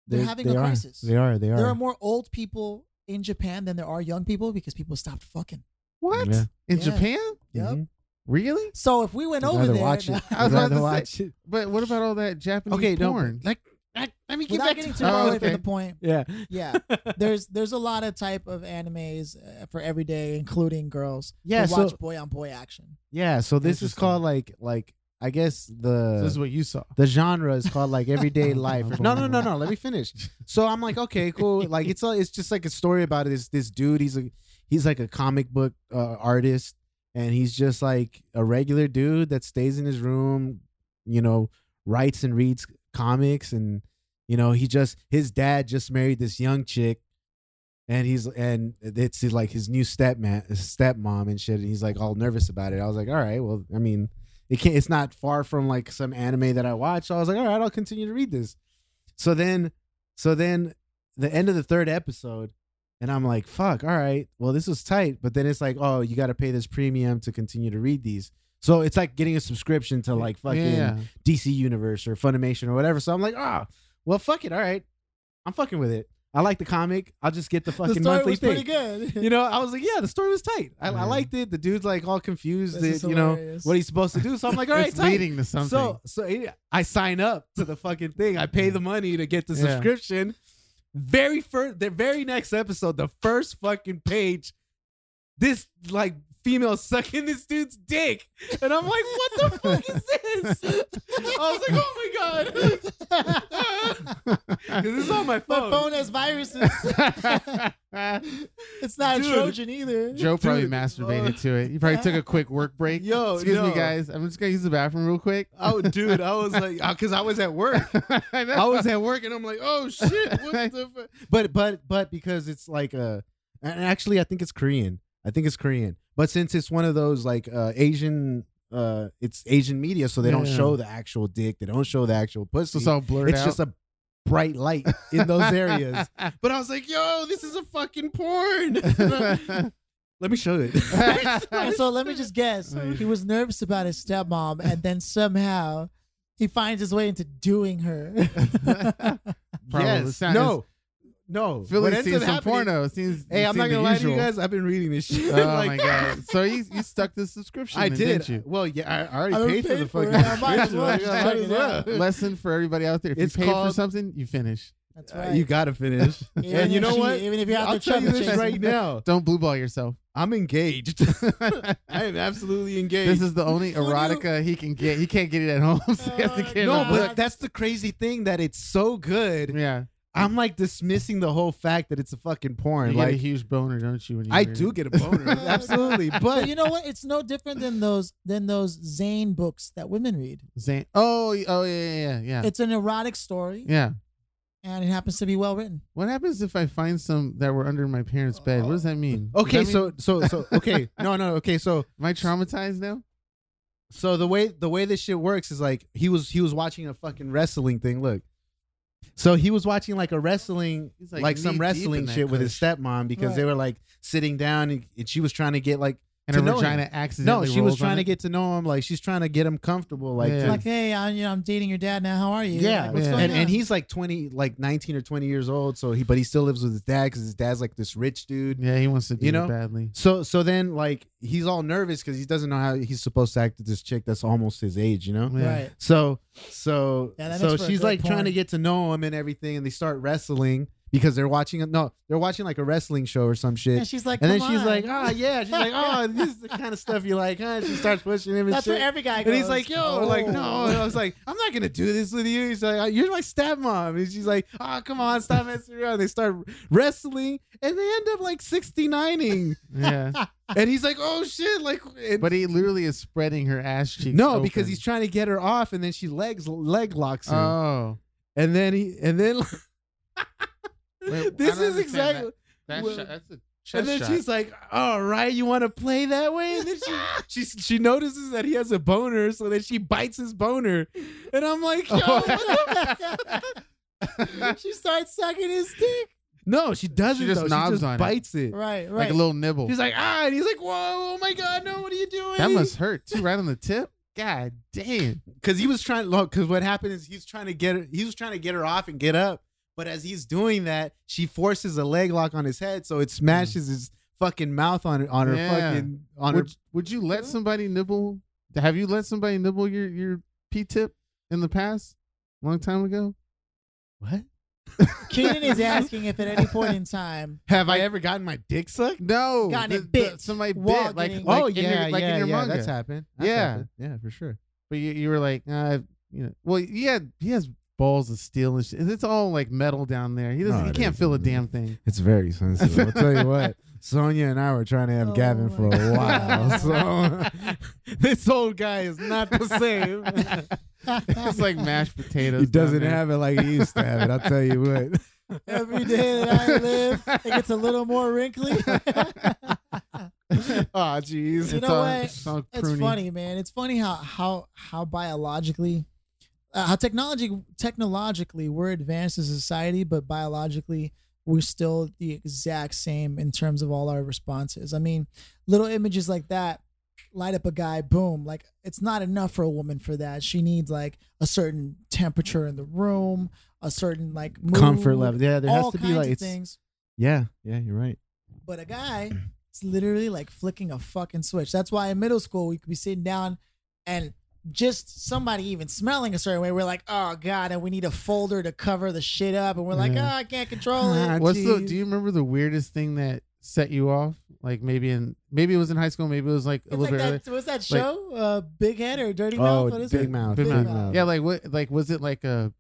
S1: They're
S2: there-
S1: having
S2: they
S1: a
S2: are.
S1: crisis.
S2: They are. They are.
S1: there are more old people in Japan than there are young people because people stopped fucking.
S3: What
S2: Yeah.
S3: in
S1: Yeah.
S3: Japan?
S1: Yep.
S2: Mhm.
S3: Really?
S1: So if we went
S2: I'd
S1: over
S2: rather
S1: there,
S2: watch it.
S3: I was
S2: I'd
S3: about
S2: rather
S3: to
S2: watch it.
S3: But what about all that Japanese
S2: Okay, no,
S3: porn? Oh,
S2: like, I, let me get
S1: without
S2: back
S1: getting
S2: to Oh,
S1: too far away
S3: okay.
S1: from the
S2: Uh,
S1: point,
S2: yeah.
S1: yeah, there's there's a lot of type of animes uh, for everyday, including girls. who
S2: Yeah, so-
S1: watch boy on boy action.
S2: Yeah. So this is
S3: Interesting.
S2: called like like I guess the
S3: So this is what you saw.
S2: the genre is called like everyday life. or- No, no, no, no. Let me finish. So I'm like, okay, cool. Like it's a, it's just like a story about this this dude. He's a he's like a comic book uh, artist, and he's just like a regular dude that stays in his room, you know, writes and reads comics, and you know, he just his dad just married this young chick. And he's and it's his, like his new stepman stepmom and shit. And he's like all nervous about it. I was like, all right, well, I mean, it can't it's not far from like some anime that I watched. So I was like, all right, I'll continue to read this. So then so then the end of the third episode, and I'm like, fuck, all right, well, this was tight. But then it's like, oh, you gotta pay this premium to continue to read these. So it's like getting a subscription to like fucking
S3: yeah.
S2: DC Universe or Funimation or whatever. So I'm like, ah, well, fuck it, all right. I'm fucking with it. I like the comic. I'll just get the
S1: the
S2: fucking
S1: story
S2: monthly
S1: was
S2: thing.
S1: pretty good.
S2: You know, I was like, yeah, the story was tight. I, I
S3: Yeah.
S2: liked it. The dude's like all confused,
S1: This is
S2: that, you know,
S1: hilarious.
S2: what he's supposed to do. So I'm like, all right,
S3: it's
S2: tight.
S3: leading to something.
S2: So so yeah, I sign up to the fucking thing. I pay the money to get the
S3: Yeah.
S2: subscription. Very first, the very next episode, the first fucking page, this like female sucking this dude's dick, and I'm like, what the fuck is this? I was like, oh my god, because it's on my
S1: My
S2: phone.
S1: phone has viruses. it's not
S2: Dude.
S1: a Trojan either.
S3: Joe probably
S2: Dude.
S3: masturbated to it. He probably took a quick work break.
S2: Yo,
S3: excuse me,
S2: no.
S3: guys. I'm just gonna use the bathroom real quick.
S2: Oh, dude, I was like, because I was at work.
S3: I know.
S2: I was at work and I'm like, oh shit, what the fu-? But but but because it's like a, and actually I think it's Korean. I think it's Korean. But since it's one of those like uh, Asian, uh, it's Asian media, so they don't
S3: Yeah.
S2: show the actual dick. They don't show the actual pussy.
S3: just all blurred
S2: it's
S3: out.
S2: just a bright light in those areas. but I was like, yo, this is a fucking porn. Let me show it.
S1: And so let me just guess.
S3: Oh, yeah.
S1: He was nervous about his stepmom, and then somehow he finds his way into doing her.
S3: Probably
S2: yes.
S3: sound-
S2: No. No. What
S3: Philly's
S2: ends
S3: seen
S2: up
S3: some
S2: happening-
S3: porno. Seen,
S2: Hey, I'm
S3: seen
S2: not
S3: the
S2: gonna lie
S3: usual.
S2: to you guys. I've been reading this shit.
S3: Oh
S2: like,
S3: my god! So you you stuck the subscription?
S2: I
S3: then,
S2: did.
S3: Didn't you?
S2: Well, yeah, I- I already
S1: I don't
S2: paid for
S1: pay
S2: the
S1: for it.
S2: fucking
S1: I might as well
S2: subscription.
S1: just check it out.
S3: Lesson for everybody out there: if
S2: It's
S3: you pay for
S2: called-
S3: something, you finish.
S1: That's
S2: Uh,
S1: right.
S2: you gotta finish.
S1: Even
S2: and you
S1: if
S2: know
S1: she-
S2: what?
S1: Even if you're out
S2: I'll
S1: there
S2: tell you
S1: chubby
S2: this
S1: chasing,
S2: right now.
S3: Don't blue ball yourself.
S2: I'm engaged. I am absolutely engaged.
S3: This is the only
S1: Who do you-
S3: erotica he can get. He can't get it at home. so he has to
S1: Oh,
S3: get it
S2: Uh, no,
S3: on
S2: but that's the crazy thing that it's so
S3: the-
S2: good.
S3: yeah,
S2: I'm like dismissing the whole fact that it's a fucking
S3: you
S2: porn.
S3: get a
S2: Like
S3: huge boner, don't you? When you
S2: I
S3: hear
S2: do
S3: it?
S2: get a boner, absolutely.
S1: But
S2: But
S1: you know what? It's no different than those than those Zane books that women read.
S3: Zane. Oh, y- oh yeah, yeah, yeah, yeah.
S1: It's an erotic story,
S3: yeah.
S1: and it happens to be well written.
S3: What happens if I find some that were under my parents' bed? What does that mean? Does
S2: okay,
S3: that mean-
S2: so so so okay, no no okay, so
S3: am I traumatized now?
S2: so the way the way this shit works is like he was he was watching a fucking wrestling thing. Look, so he was watching like a wrestling
S3: He's
S2: like,
S3: knee
S2: some
S3: deep
S2: wrestling
S3: in that
S2: shit with his
S3: cush.
S2: stepmom because they
S1: Right.
S2: were like sitting down and, and she was trying to get like
S3: and
S2: to
S3: her
S2: know
S3: vagina
S2: him. no
S3: accidentally.
S2: she was
S3: rolls on
S2: trying to
S3: it.
S2: get to know him like she's trying to get him comfortable like
S3: Yeah.
S2: to-
S1: Like, hey, I'm, you know, I'm dating your dad now. How are you?
S2: yeah,
S1: Like, what's
S3: yeah.
S1: going
S2: and
S1: on?
S2: and he's like 20 like 19 or 20 years old so he but he still lives with his dad because his dad's like this rich dude
S3: Yeah, he wants to do
S2: You know?
S3: it badly.
S2: so so then like he's all nervous because he doesn't know how he's supposed to act with this chick that's almost his age you know
S3: Yeah.
S1: right.
S2: So so
S1: Yeah, that
S2: so
S1: makes for a
S2: she's
S1: good
S2: like trying to
S1: porn.
S2: get to know him and everything, and they start wrestling because they're watching no, they're watching like a wrestling show or some shit.
S1: And she's like,
S2: and then
S1: "Come
S2: she's
S1: on."
S2: like, oh yeah, she's like, oh, this is the kind of stuff you like, huh? She starts pushing him and
S1: that's
S2: shit.
S1: where every guy
S2: and
S1: goes. Oh.
S2: he's like, yo, like no, and I was like, I'm not gonna do this with you. He's like, "Ah, you're my stepmom, and she's like, oh come on, stop messing around. They start wrestling, and they end up like 69ing,
S3: Yeah,
S2: and he's like, oh shit, like, and-
S3: but he literally is spreading her ass cheeks.
S2: no, because
S3: open.
S2: he's trying to get her off, and then she legs leg locks him.
S3: Oh,
S2: And then he, and then
S3: Wait,
S2: this
S3: I don't
S2: is
S3: understand
S2: exactly.
S3: that
S2: Well,
S3: shot, that's a chest
S2: And then
S3: shot.
S2: she's like, "All right, you want to play that way?" And then she, she she notices that he has a boner, so then she bites his boner, and I'm like, Yo, what the fuck?"
S1: she starts sucking his dick.
S2: "No, she doesn't.
S3: just
S2: though.
S3: knobs
S2: she just
S3: on it.
S2: bites it.
S1: Right,
S3: like
S1: right.
S3: a little nibble.
S2: She's like, "Ah!" And he's like, "Whoa, oh my god, no, what are you doing?"
S3: That must hurt too, right on the tip. God damn.
S2: because he was trying. Look, because what happened is he's trying to get her. He was trying to get her off and get up, but as he's doing that, she forces a leg lock on his head, so it smashes his fucking mouth on on her
S3: Mm. Yeah.
S2: fucking on her
S3: Would, would you let somebody nibble? Have you let somebody nibble your your p tip in the past? Long time ago.
S2: what?
S1: Keenan is asking if at any point in time,
S2: Have I ever gotten my dick sucked?
S3: No,
S1: Gotten it bit
S3: somebody
S1: while
S3: bit like,
S1: getting-
S3: like
S2: oh
S3: in
S2: yeah,
S3: your, like
S2: yeah,
S3: in your
S2: yeah.
S3: manga.
S2: That's happened.
S3: Yeah.
S2: happened. yeah, for sure.
S3: But you, you were like, uh, you know, well, he had he has balls of steel and shit. It's all like metal down there. He doesn't.
S2: No,
S3: he
S2: it
S3: can't feel a
S2: isn't.
S3: damn thing.
S2: It's very sensitive. I'll tell you what. Sonia and I were trying to have
S1: Oh
S2: Gavin
S1: my
S2: for a while,
S1: God.
S2: so this old guy is not the same.
S3: it's like mashed potatoes.
S2: he doesn't
S3: down there.
S2: have it like he used to have it. I'll tell you what.
S1: every day that I live, it gets a little more wrinkly.
S2: oh jeez.
S1: You know
S3: all-
S1: what?
S3: It's, all
S1: It's
S3: pruny.
S1: funny, man. It's funny how how how biologically, uh, how technology technologically we're advanced as a society, but biologically we're still the exact same in terms of all our responses. I mean, little images like that light up a guy. Boom! Like it's not enough for a woman for that. She needs like a certain temperature in the room, a certain like mood,
S2: Comfort level. Yeah, there has
S1: all
S2: to be
S1: kinds
S2: like
S1: of
S2: it's
S1: things.
S2: yeah, yeah. You're right.
S1: But a guy, it's literally like flicking a fucking switch. That's why in middle school we could be sitting down and just somebody even smelling a certain way, we're like, oh god, and we need a folder to cover the shit up, and we're like,
S3: Yeah.
S1: oh, I can't control
S2: Ah,
S1: it.
S3: What's the?
S2: geez.
S3: Do you remember the weirdest thing that set you off? Like maybe in maybe it was in high school, maybe it was like a
S1: It's
S3: little
S1: like
S3: bit earlier.
S1: that, what's that show? uh, Big Head or Dirty
S2: Oh,
S1: Mouth? What is
S2: Big
S1: it?
S2: Mouth,
S3: Big
S2: Mouth.
S3: Yeah, like what? Like was it like a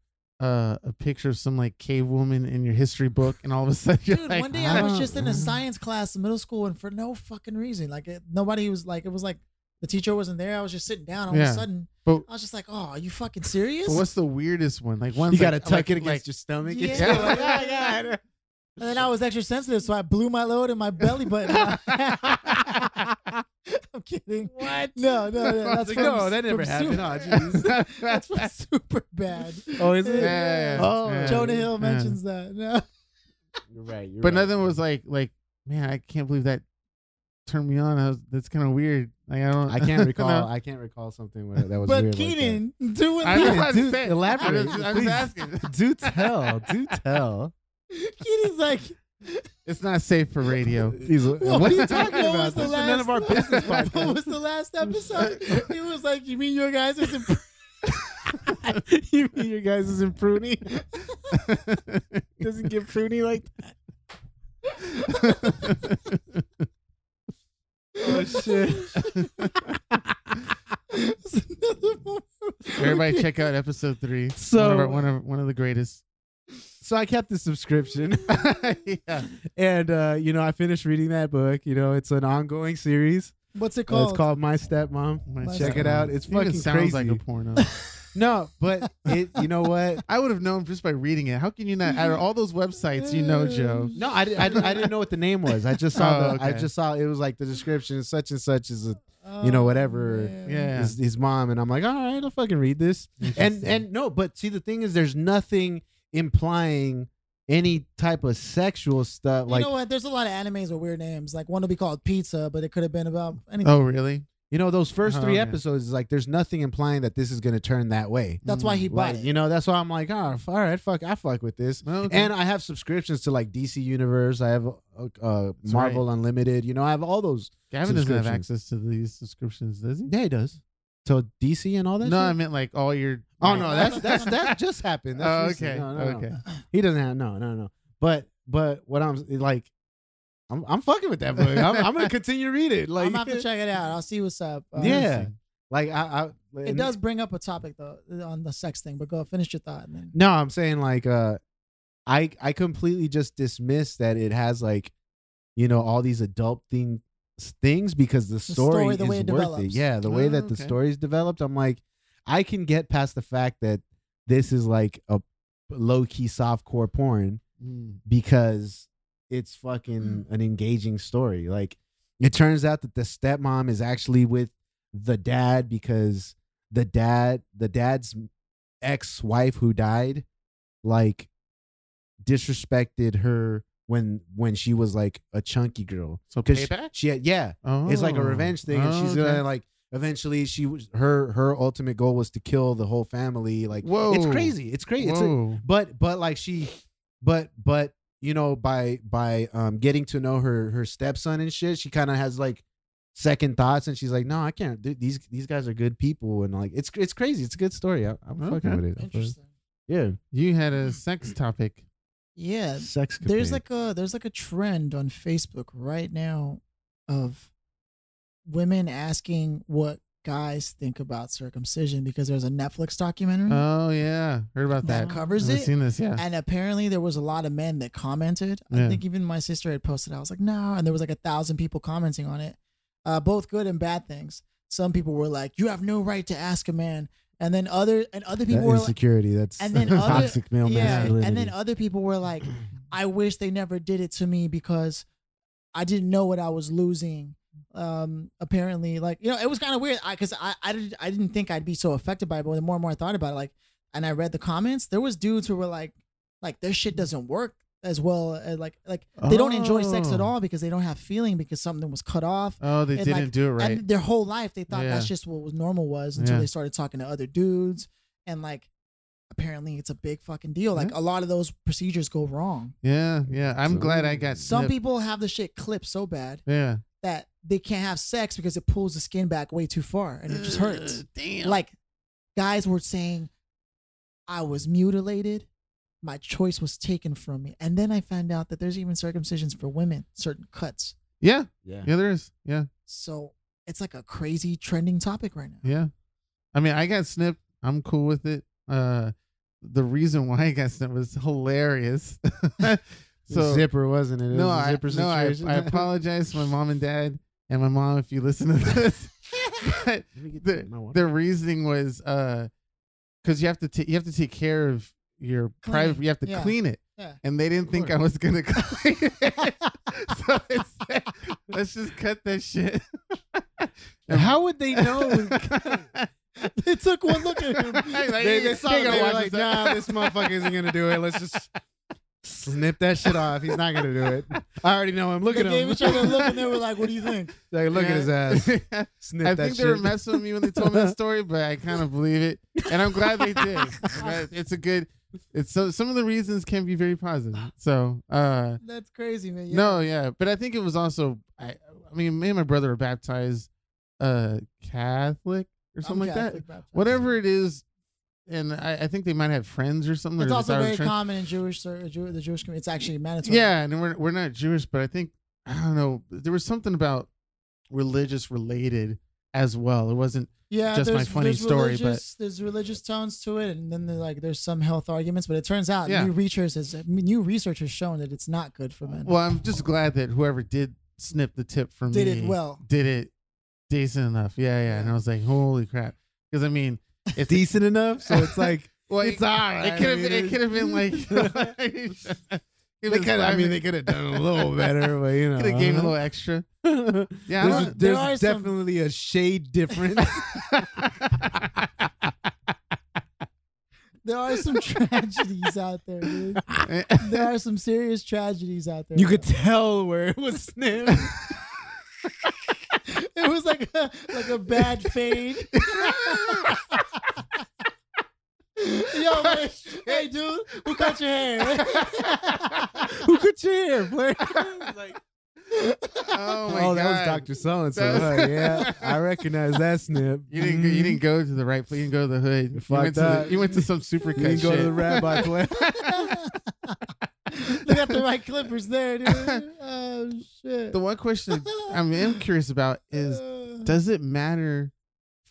S3: uh, a picture of some like cave woman in your history book, and all of a sudden you're
S1: Dude,
S3: like,
S1: one day I was
S2: ah,
S1: just in
S2: ah.
S1: a science class in middle school, and for no fucking reason, like it, nobody was like, it was like the teacher wasn't there. I was just sitting down. All of
S3: Yeah.
S1: a sudden,
S3: But-
S1: I was just like, "Oh, are you fucking serious?"
S3: But what's the weirdest one? Like one
S2: You gotta
S3: like,
S2: tuck
S3: like-
S2: it against
S3: like-
S2: your stomach.
S1: Yeah,
S3: Yeah.
S1: yeah, yeah. And then I was extra sensitive, so I blew my load in my belly button. I'm kidding. What? No, no, no. That's
S2: Like,
S1: from,
S2: no, that never
S1: from
S2: happened.
S1: Super,
S2: Oh, jeez.
S1: that's from super bad.
S2: oh, is
S3: Yeah,
S2: it?
S3: yeah, yeah.
S2: Oh,
S3: Yeah.
S1: Jonah Hill
S3: Yeah.
S1: mentions that. No.
S2: You're right. You're
S3: But
S2: right.
S3: nothing was like like man, I can't believe that turned me on. I was, that's kind of weird. Like I don't.
S2: I can't
S3: don't
S2: recall.
S3: know.
S2: I can't recall something where that was.
S1: But
S2: weird
S1: Keenan doing
S3: I know
S1: that.
S3: what I'm
S2: do-
S3: saying.
S2: elaborate,
S3: I'm just, I'm just
S2: please.
S3: asking.
S2: Like that. do tell. Do tell.
S1: Keenan's like,
S3: It's not safe for radio.
S2: He's-
S1: Well,
S2: what are you
S1: what
S2: talking
S1: was
S2: about?
S1: the
S2: This is none of our
S1: last-
S2: business.
S1: what was the last episode? He was like, you mean your guys is imp-
S2: you mean your guys isn't pruny? Doesn't get pruny like
S1: Oh shit! another one.
S3: Everybody, check out episode three. one of, our-
S2: So-
S3: one of one of the greatest.
S2: So I kept the subscription,
S3: yeah.
S2: and uh, you know I finished reading that book. You know it's an ongoing series.
S1: What's it
S2: Uh,
S1: called?
S2: it's called My Stepmom.
S1: My
S2: Check it
S1: Stepmom.
S2: out. It's
S3: Even
S2: fucking
S3: sounds like a
S2: crazy.
S3: porno.
S2: no, but it. You know what?
S3: I would have known just by reading it. How can you not? Out of all those websites, you know, Joe.
S2: No, I, di- I, di- I didn't know what the name was. I just saw.
S3: Oh,
S2: the, I
S3: okay.
S2: just saw it was like the description. Such and such is a
S1: Oh,
S2: you know, whatever.
S1: man.
S3: Yeah.
S2: his, his mom and I'm like, all right, I'll fucking read this. And and no, but see the thing is there's nothing implying any type of sexual stuff
S1: You
S2: like
S1: know what? There's a lot of animes with weird names. Like one will be called Pizza, but it could have been about
S2: Um,
S1: anything.
S3: Oh, really?
S2: you know those first
S3: Oh,
S2: three
S3: yeah.
S2: episodes is like there's nothing implying that this is going to turn that way.
S1: That's why he bought
S2: Like,
S1: it.
S2: you know, that's why I'm like, oh, f- all right, fuck, I fuck with this.
S3: Well, okay.
S2: And uh, I have subscriptions to like DC Universe, I have uh, uh,
S3: That's
S2: Marvel Unlimited, you know, I have all those.
S3: Gavin doesn't have
S2: subscriptions.
S3: access to these subscriptions, does he?
S2: Yeah, he does. So DC and all that.
S3: No, I
S2: shit?
S3: meant like all your.
S2: oh no, that's that's that just happened. That's
S3: Oh,
S2: recent.
S3: okay.
S2: No, no, no.
S3: okay.
S2: He doesn't have no, no, no. But but what I'm like, I'm I'm fucking with that book. I'm, I'm gonna continue to read it. Like
S1: I'm gonna have to check it out. I'll see what's up. Uh,
S2: Yeah, like I, I
S1: It does bring up a topic though on the sex thing, but go finish your thought. And then.
S2: No, I'm saying like uh, I I completely just dismiss that it has like, you know, all these adult thing things because the story,
S1: story, the
S2: is
S1: way it
S2: worth it.
S1: develops.
S2: Yeah, the way
S3: Oh,
S2: that the
S3: okay.
S2: story's developed, I'm like, I can get past the fact that this is like a low key softcore porn. because it's fucking an engaging story. Like it turns out that the stepmom is actually with the dad because the dad the dad's ex-wife who died like disrespected her when when she was like a chunky girl
S3: So
S2: 'Cause she-
S3: payback.
S2: she had, yeah
S3: Oh.
S2: it's like a revenge thing and she's
S3: Okay.
S2: gonna like eventually she was her her ultimate goal was to kill the whole family like
S3: Whoa.
S2: it's crazy it's crazy it's a,
S3: Whoa.
S2: but but like she but but you know by by um getting to know her her stepson and shit she kind of has like second thoughts and she's like no i can't th- these these guys are good people and like it's it's crazy it's a good story I, i'm
S3: Okay.
S2: fucking with it
S1: Interesting.
S2: yeah
S3: you had a sex topic.
S1: Yeah,
S2: sex
S1: Uh, there's like a there's like a trend on Facebook right now of women asking what guys think about circumcision because there's a Netflix
S2: Mm-hmm.
S1: documentary
S3: Oh yeah, heard about
S1: that
S3: that.
S1: covers
S3: I've
S1: it.
S3: seen this. Yeah.
S1: And apparently, there was a lot of men that commented.
S3: Yeah.
S1: I think even my sister had posted. I was like, no. And there was like a thousand people commenting on it, uh, both good and bad things. Some people were like, you have no right to ask a man. And then other and other people were like,
S2: insecurity that's
S1: and then other-
S2: toxic male
S1: yeah.
S2: masculinity
S1: And then other people were like, I wish they never did it to me because I didn't know what I was losing. Um, apparently, like you know, it was kind of weird. I because I I didn't I didn't think I'd be so affected by it, but the more and more I thought about it, like, and I read the comments, there was dudes who were like, like their shit doesn't work as well as like like they don't enjoy sex at
S3: Oh.
S1: all because they don't have feeling because something was cut off.
S3: oh, they
S1: and,
S3: didn't
S1: like,
S3: do it right.
S1: And their whole life they thought
S3: Yeah.
S1: that's just what was normal was until
S3: Yeah.
S1: they started talking to other dudes and like apparently it's a big fucking deal. Like a lot of those procedures go wrong.
S3: yeah, yeah. I'm glad I
S2: So-
S3: got
S1: Some
S3: snipped.
S1: people have the shit clipped so bad
S3: Yeah.
S1: that they can't have sex because it pulls the skin back way too far and it just hurts.
S3: Ugh, Damn.
S1: Like guys were saying, I was mutilated, my choice was taken from me, and then I found out that there's even circumcisions for women, certain cuts.
S3: yeah,
S2: Yeah.
S3: yeah, there is. Yeah,
S1: So it's like a crazy trending topic right now.
S3: yeah. I mean, I got snipped. I'm cool with it. Uh, the reason why I got snipped was hilarious. so
S2: zipper wasn't it? it
S3: no,
S2: was a
S3: I,
S2: zipper
S3: no, I,
S2: situation.
S3: I apologize to my mom and dad and my mom if you listen to this. But
S2: Let me get
S3: the-
S2: my water.
S3: the reasoning was uh because you have to ta- you have to take care of your
S1: Clean
S3: private
S1: it,
S3: you have to
S1: yeah.
S3: clean it
S1: Yeah.
S3: and they didn't think i
S2: Sure.
S3: was gonna clean it so I said, let's just cut that shit
S2: How would they know?
S1: They took one look at him.
S3: Like,
S2: they, they saw
S3: they
S2: it.
S3: gonna
S2: They were
S3: watch
S2: like,
S3: this.
S2: "Nah, this motherfucker isn't gonna do it. Let's just snip that shit off. He's not gonna do it. I already know him. Look
S1: they
S2: at
S1: gave
S2: him.
S1: each other a look and they were like, "What do you think?"
S2: Like, look at his ass. Snip
S3: I
S2: that
S3: think they
S2: shit.
S3: were messing with me when they told me the story, but I kind of believe it, and I'm glad they did. I'm glad- It's a good. It's so some of the reasons can be very positive. So uh,
S1: That's crazy, man. Yeah.
S3: No, yeah, but I think it was also I. I mean, me and my brother are baptized, uh, Catholic or
S1: I'm
S3: something like that.
S1: Catholic baptized.
S3: Whatever it is, and I, I think they might have friends or something.
S1: It's
S3: or
S1: also
S3: desire
S1: very
S3: friends.
S1: common in Jewish, or Jew, the Jewish community. It's actually mandatory.
S3: Yeah, and we're we're not Jewish, but I think I don't know. There was something about religious related as well. It wasn't.
S1: yeah.
S3: Just my
S1: there's-
S3: funny
S1: there's
S3: story, but-
S1: religious, there's religious tones to it, and then there's like there's some health arguments. But it turns out
S3: Yeah.
S1: new research has new research has shown that it's not good for men.
S3: Well, I'm just glad that whoever did snip the tip from
S1: Did
S3: me
S1: it well.
S3: Did it decent enough? Yeah, yeah. And I was like, holy crap, because I mean, if
S2: decent enough, so it's like
S3: well,
S2: it's all right.
S3: It could have.
S2: I mean,
S3: It could have been like.
S2: They could. I mean, they could have done a little better, but you know,
S3: could have gave a little extra. Yeah, I
S2: There's,
S3: don't-
S1: there
S2: there's
S1: are some-
S2: definitely a shade difference.
S1: there are some tragedies out there, dude. There are some serious tragedies out there.
S2: you could
S1: bro.
S2: tell where it was snipped.
S1: it was like a, like a bad fade. Yo, man, hey, dude, who cut your hair?
S2: Who could cheer, Blair?
S3: oh my
S2: oh,
S3: god,
S2: that was Doctor So and So.
S3: That was-
S2: Yeah, I recognize that snip.
S3: You didn't.
S2: Mm-hmm.
S3: Go, you didn't go to the right place. You didn't go to the hood. You
S2: Fuck
S3: went to,
S2: that.
S3: the, you went to some super
S2: Mm-hmm. You didn't go to the rabbi play.
S1: they got the right clippers there, dude. Oh shit.
S3: The one question I mean, I'm curious about is:
S1: Uh,
S3: Does it matter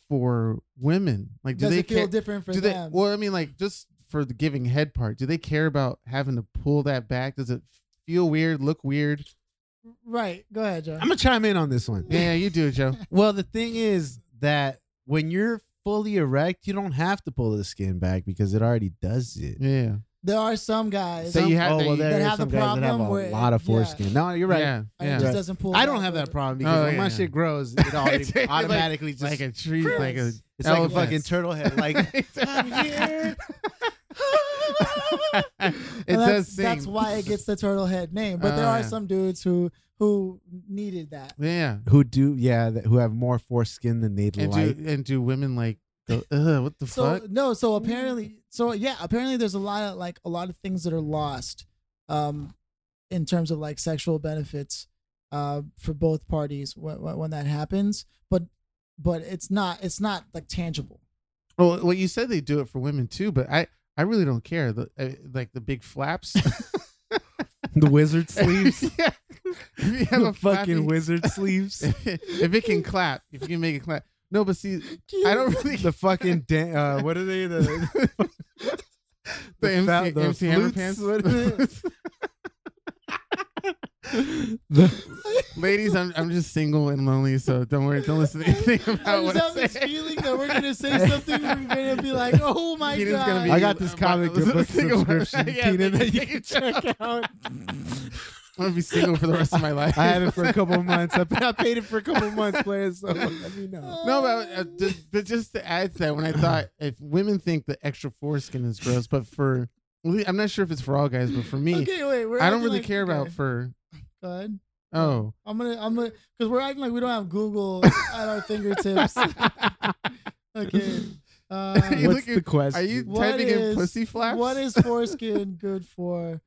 S3: for women? Like, do
S1: does
S3: they
S1: it feel
S3: care-
S1: different for
S3: do they
S1: them?
S3: well i mean like just for the giving head part do they care about having to pull that back does it feel weird look weird
S1: right. Go ahead, Joe.
S2: I'm gonna chime in on this one.
S3: yeah you do it joe
S2: Well, the thing is that when you're fully erect, you don't have to pull the skin back because it already does it.
S3: yeah
S1: there are some guys
S3: So
S1: some-
S3: you have-
S2: oh, well,
S3: that
S2: there
S1: that
S2: is
S1: have
S2: some
S1: the
S2: guys that have
S1: problem
S2: a
S1: where-
S2: lot of
S1: yeah.
S2: foreskin. No, you're right.
S3: yeah
S1: and it
S3: yeah
S1: just doesn't pull.
S2: I don't
S1: back
S2: have that
S1: over.
S2: problem because
S3: Oh,
S2: when
S3: yeah,
S2: my
S3: yeah.
S2: shit grows, it
S3: It's
S2: already
S3: like-
S2: automatically just
S3: like a tree like a
S2: it's like a
S3: elephant.
S2: fucking turtle head. Like
S1: I'm here.
S3: it
S1: And that's,
S3: does sing.
S1: That's why it gets the turtle head name. But there
S3: Oh,
S1: are
S3: yeah.
S1: some dudes who who needed that.
S3: yeah
S2: who do yeah that, who have more foreskin than they'd
S3: and
S2: like.
S3: do and do women like go Ugh, what the
S1: So
S3: fuck Mm.
S1: no, so apparently, so yeah, apparently there's a lot of like a lot of things that are lost, um, in terms of like sexual benefits, uh, for both parties when, when that happens. But but it's not it's not like tangible.
S3: well, well you said they do it for women too but i i really don't care the uh, like the big flaps
S2: the wizard sleeves,
S3: yeah If you have
S2: the
S3: a
S2: fucking
S3: flappy-
S2: wizard sleeves,
S3: if it can clap, if you can make it clap. No, but see, I don't really
S2: the fucking dan- uh, what are they? The,
S3: the MC,
S2: fal- the
S3: MC Hammer
S2: flutes?
S3: pants.
S2: What are the,
S3: Ladies, I'm I'm just single and lonely, so don't worry, don't listen to anything about
S1: I
S3: what
S1: just
S3: I
S1: have
S3: say.
S1: this feeling that we're gonna say something. We're gonna be like, oh my
S3: Keenan's
S1: god!
S3: gonna be-
S2: I got this comic
S3: Listen to
S2: book
S3: single-
S2: subscription,
S3: Yeah,
S2: Keenan,
S3: they-
S2: that you
S3: they
S2: can
S3: check
S2: check out.
S3: I'm gonna be single for the rest of my life.
S2: I had it for a couple of months. I, I paid it for a couple of months, players. So let me know.
S3: no, but, uh, just, but just to add to that, when I thought if women think the extra foreskin is gross, but for I'm not sure if it's for all guys, but for me,
S1: okay, wait, we're
S3: I don't
S1: acting
S3: really
S1: like-
S3: care about
S1: okay,
S3: for
S1: go ahead.
S3: oh
S1: I'm gonna, I'm gonna, because we're acting like we don't have Google at our fingertips. okay.
S3: Are you
S1: Uh,
S2: What's
S3: looking-
S2: the question?
S3: Are you
S1: What
S3: typing in
S1: is-
S3: pussy flaps?
S1: what is foreskin good for?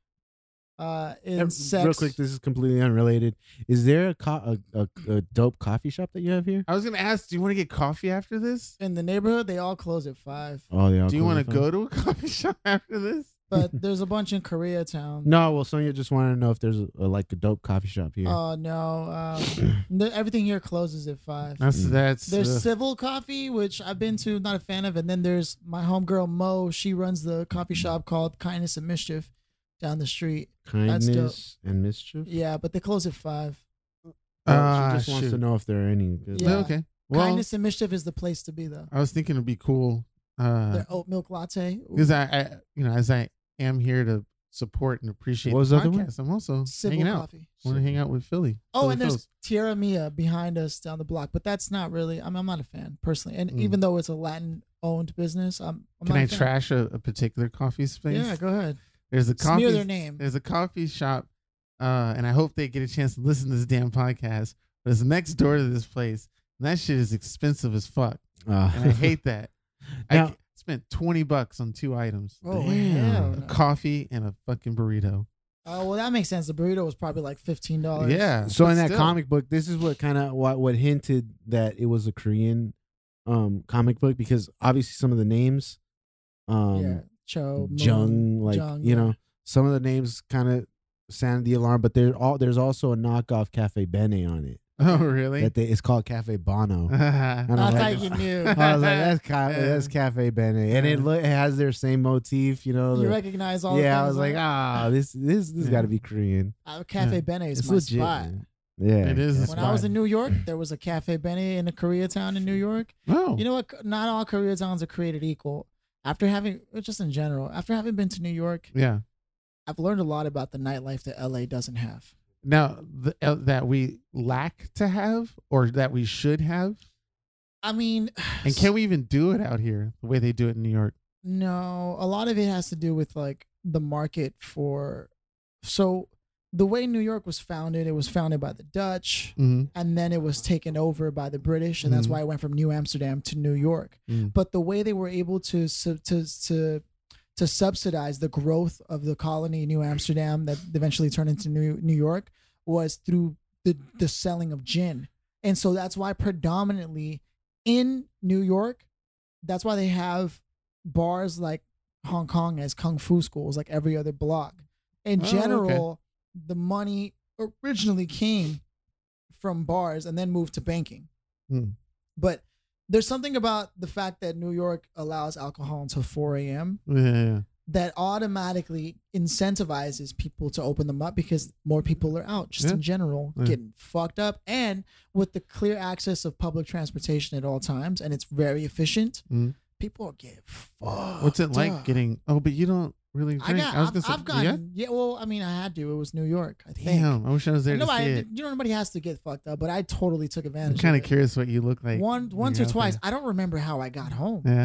S1: uh,
S2: Uh,
S1: in sex.
S2: Real quick, this is completely unrelated. Is there a, co- a, a a dope coffee shop that you have here?
S3: I was gonna ask, do you want to get coffee after this?
S1: in the neighborhood, they all close at five.
S2: Oh, they all
S3: Do you
S2: close
S3: want
S2: at
S3: to
S2: five?
S3: go to a coffee shop after this?
S1: But there's a bunch in Koreatown.
S2: No, well, Sonia just wanted to know if there's a, a, like a dope coffee shop here.
S1: Oh no! Um, no, everything here closes at five.
S3: That's
S2: Mm.
S3: that's
S1: There's
S3: uh,
S1: Civil Coffee, which I've been to, not a fan of, and then there's my homegirl Mo. She runs the coffee shop called Kindness and Mischief down the street. that's dope.
S2: Kindness and mischief.
S1: Yeah, but they close at five.
S2: Oh,
S3: ah,
S2: she just wants to
S3: shoot.
S2: know if there are any. Good
S1: Yeah.
S3: Okay. Well,
S1: Kindness and Mischief is the place to be, though.
S3: I was thinking it'd be cool. Uh,
S1: Their oat milk latte, ooh,
S3: because I, I, you know, as I am here to support and appreciate
S2: What was
S3: the
S2: the other one?
S3: podcast, I'm also
S1: Civil
S3: hanging out.
S1: Coffee.
S3: Want to hang out with Philly?
S1: Oh,
S3: Philly
S1: and there's
S3: Phil's.
S1: Tierra Mia behind us down the block, but that's not really. I'm, I'm not a fan personally, and
S3: Mm.
S1: even though it's a Latin-owned business, I'm. I'm
S3: Can
S1: not
S3: I
S1: a fan.
S3: trash a, a particular coffee space?
S1: Yeah, go ahead.
S3: There's a coffee.
S1: Smear their name.
S3: There's a coffee shop, uh, and I hope they get a chance to listen to this damn podcast. But it's next door to this place, and that shit is expensive as fuck,
S2: Ah.
S3: and I hate that. I
S2: Now-
S3: c- spent twenty bucks on two items:
S1: Oh,
S2: Damn.
S1: hell
S3: a
S1: no.
S3: coffee and a fucking burrito.
S1: Oh well, that makes sense. The burrito was probably like fifteen dollars.
S3: Yeah.
S2: So
S3: but
S2: in that
S3: still.
S2: comic book, this is what kind of what what hinted that it was a Korean um comic book because obviously some of the names, um,
S1: yeah. Cho Moon.
S2: Jung, like
S1: Jung,
S2: you
S1: yeah.
S2: know, some of the names kind of sounded the alarm. But there all there's also a knockoff Cafe Bene on it
S3: Oh, really?
S2: that they, it's called Cafe Bono.
S3: I
S2: And
S1: I thought
S2: I'm like-
S1: you knew.
S2: I was like, that's ca-
S3: Yeah.
S2: that's Cafe Bene, and it
S3: Yeah.
S2: look it has their same motif, you know.
S1: you
S2: the-
S1: recognize all.
S2: yeah, I
S1: the
S2: was
S1: things
S2: like,
S1: on
S2: ah, this this this
S3: Yeah.
S2: got to be Korean.
S1: it? Uh, Cafe
S3: yeah.
S1: Bene is
S2: it's
S1: my
S2: legit.
S1: spot.
S2: man. Yeah,
S3: It is the
S1: When
S2: that's
S1: I was
S3: spot.
S1: in New York, there was a Cafe Bene in a Koreatown in New York.
S3: Oh,
S1: You know what? Not all Koreatowns are created equal. After having, uh, just in general, after having been to New York,
S3: yeah.
S1: I've learned a lot about the nightlife that LA doesn't have.
S3: Now th- uh, that we lack to have, or that we should have,
S1: I mean,
S3: and can we even do it out here the way they do it in New York?
S1: No, a lot of it has to do with like the market for. So the way New York was founded, it was founded by the Dutch,
S3: Mm-hmm.
S1: and then it was taken over by the British, and that's
S3: Mhm.
S1: why it went from New Amsterdam to New York.
S3: Mm.
S1: But the way they were able to sub- to to to subsidize the growth of the colony New Amsterdam that eventually turned into New New York was through the the selling of gin. And so that's why predominantly in New York, that's why they have bars like Hong Kong as kung fu schools like every other block. In
S3: Oh, okay.
S1: general, the money originally came from bars and then moved to banking.
S3: Hmm.
S1: But there's something about the fact that New York allows alcohol until 4 a.m
S3: Yeah, yeah, yeah.
S1: that automatically incentivizes people to open them up because more people are out just
S3: Yeah.
S1: in general
S3: Yeah.
S1: getting fucked up and with the clear access of public transportation at all times and it's very efficient
S3: Mm.
S1: people get fucked
S3: What's it like
S1: up.
S3: getting? Oh, but you don't really drink.
S1: I got
S3: was
S1: I
S3: gonna
S1: have
S3: say-
S1: I've
S3: you got-
S1: gotten yeah? well I mean I had to it was New York I think
S3: Damn, I wish I was there to
S1: nobody
S3: see it.
S1: you know nobody has to get fucked up but I totally took
S3: I'm
S1: advantage
S3: kind
S1: of
S3: of
S1: it.
S3: curious what you look like.
S1: one
S3: when
S1: once or
S3: you're out
S1: twice I don't remember how I got home
S3: there.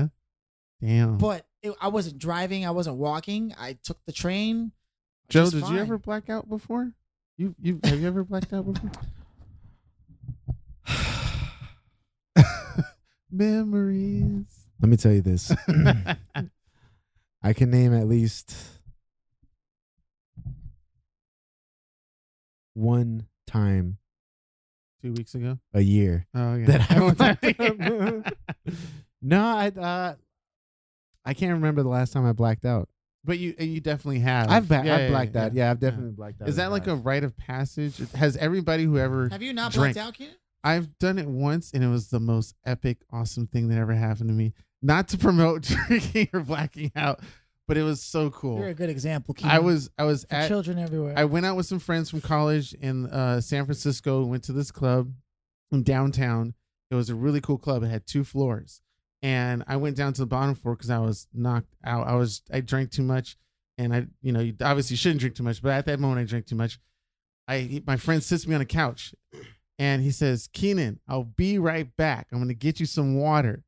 S3: Yeah. Damn.
S1: but it, I wasn't driving I wasn't walking I took the train
S3: Joe,
S1: Just
S3: did
S1: fine.
S3: you ever black out before? You you have you ever blacked out before? Memories.
S2: Let me tell you this. I can name at least one time
S3: Two weeks ago.
S2: a year
S3: Oh yeah.
S2: that I No, I uh, I can't remember the last time I blacked out.
S3: But you and you definitely have.
S2: I've ba-
S3: Yeah,
S2: I've
S3: yeah,
S2: blacked
S3: yeah,
S2: out. Yeah, I've definitely blacked out.
S3: Is that
S2: in
S3: like
S2: my
S3: a
S2: life.
S3: rite of passage? Has everybody who ever
S1: have you not
S3: Drink.
S1: blacked out Ken?
S3: I've done it once and it was the most epic, awesome thing that ever happened to me. Not to promote drinking or blacking out, but it was so
S1: You're
S3: cool.
S1: a good example. Keenan.
S3: I was I was
S1: for
S3: at
S1: children everywhere.
S3: I went out with some friends from college in uh, San Francisco. We went to this club in downtown. It was a really cool club. It had two floors, and I went down to the bottom floor because I was knocked out. I was I drank too much, and I you know you obviously shouldn't drink too much, but at that moment I drank too much. I my friend sits me on a couch, and he says, "Keenan, I'll be right back. I'm gonna get you some water."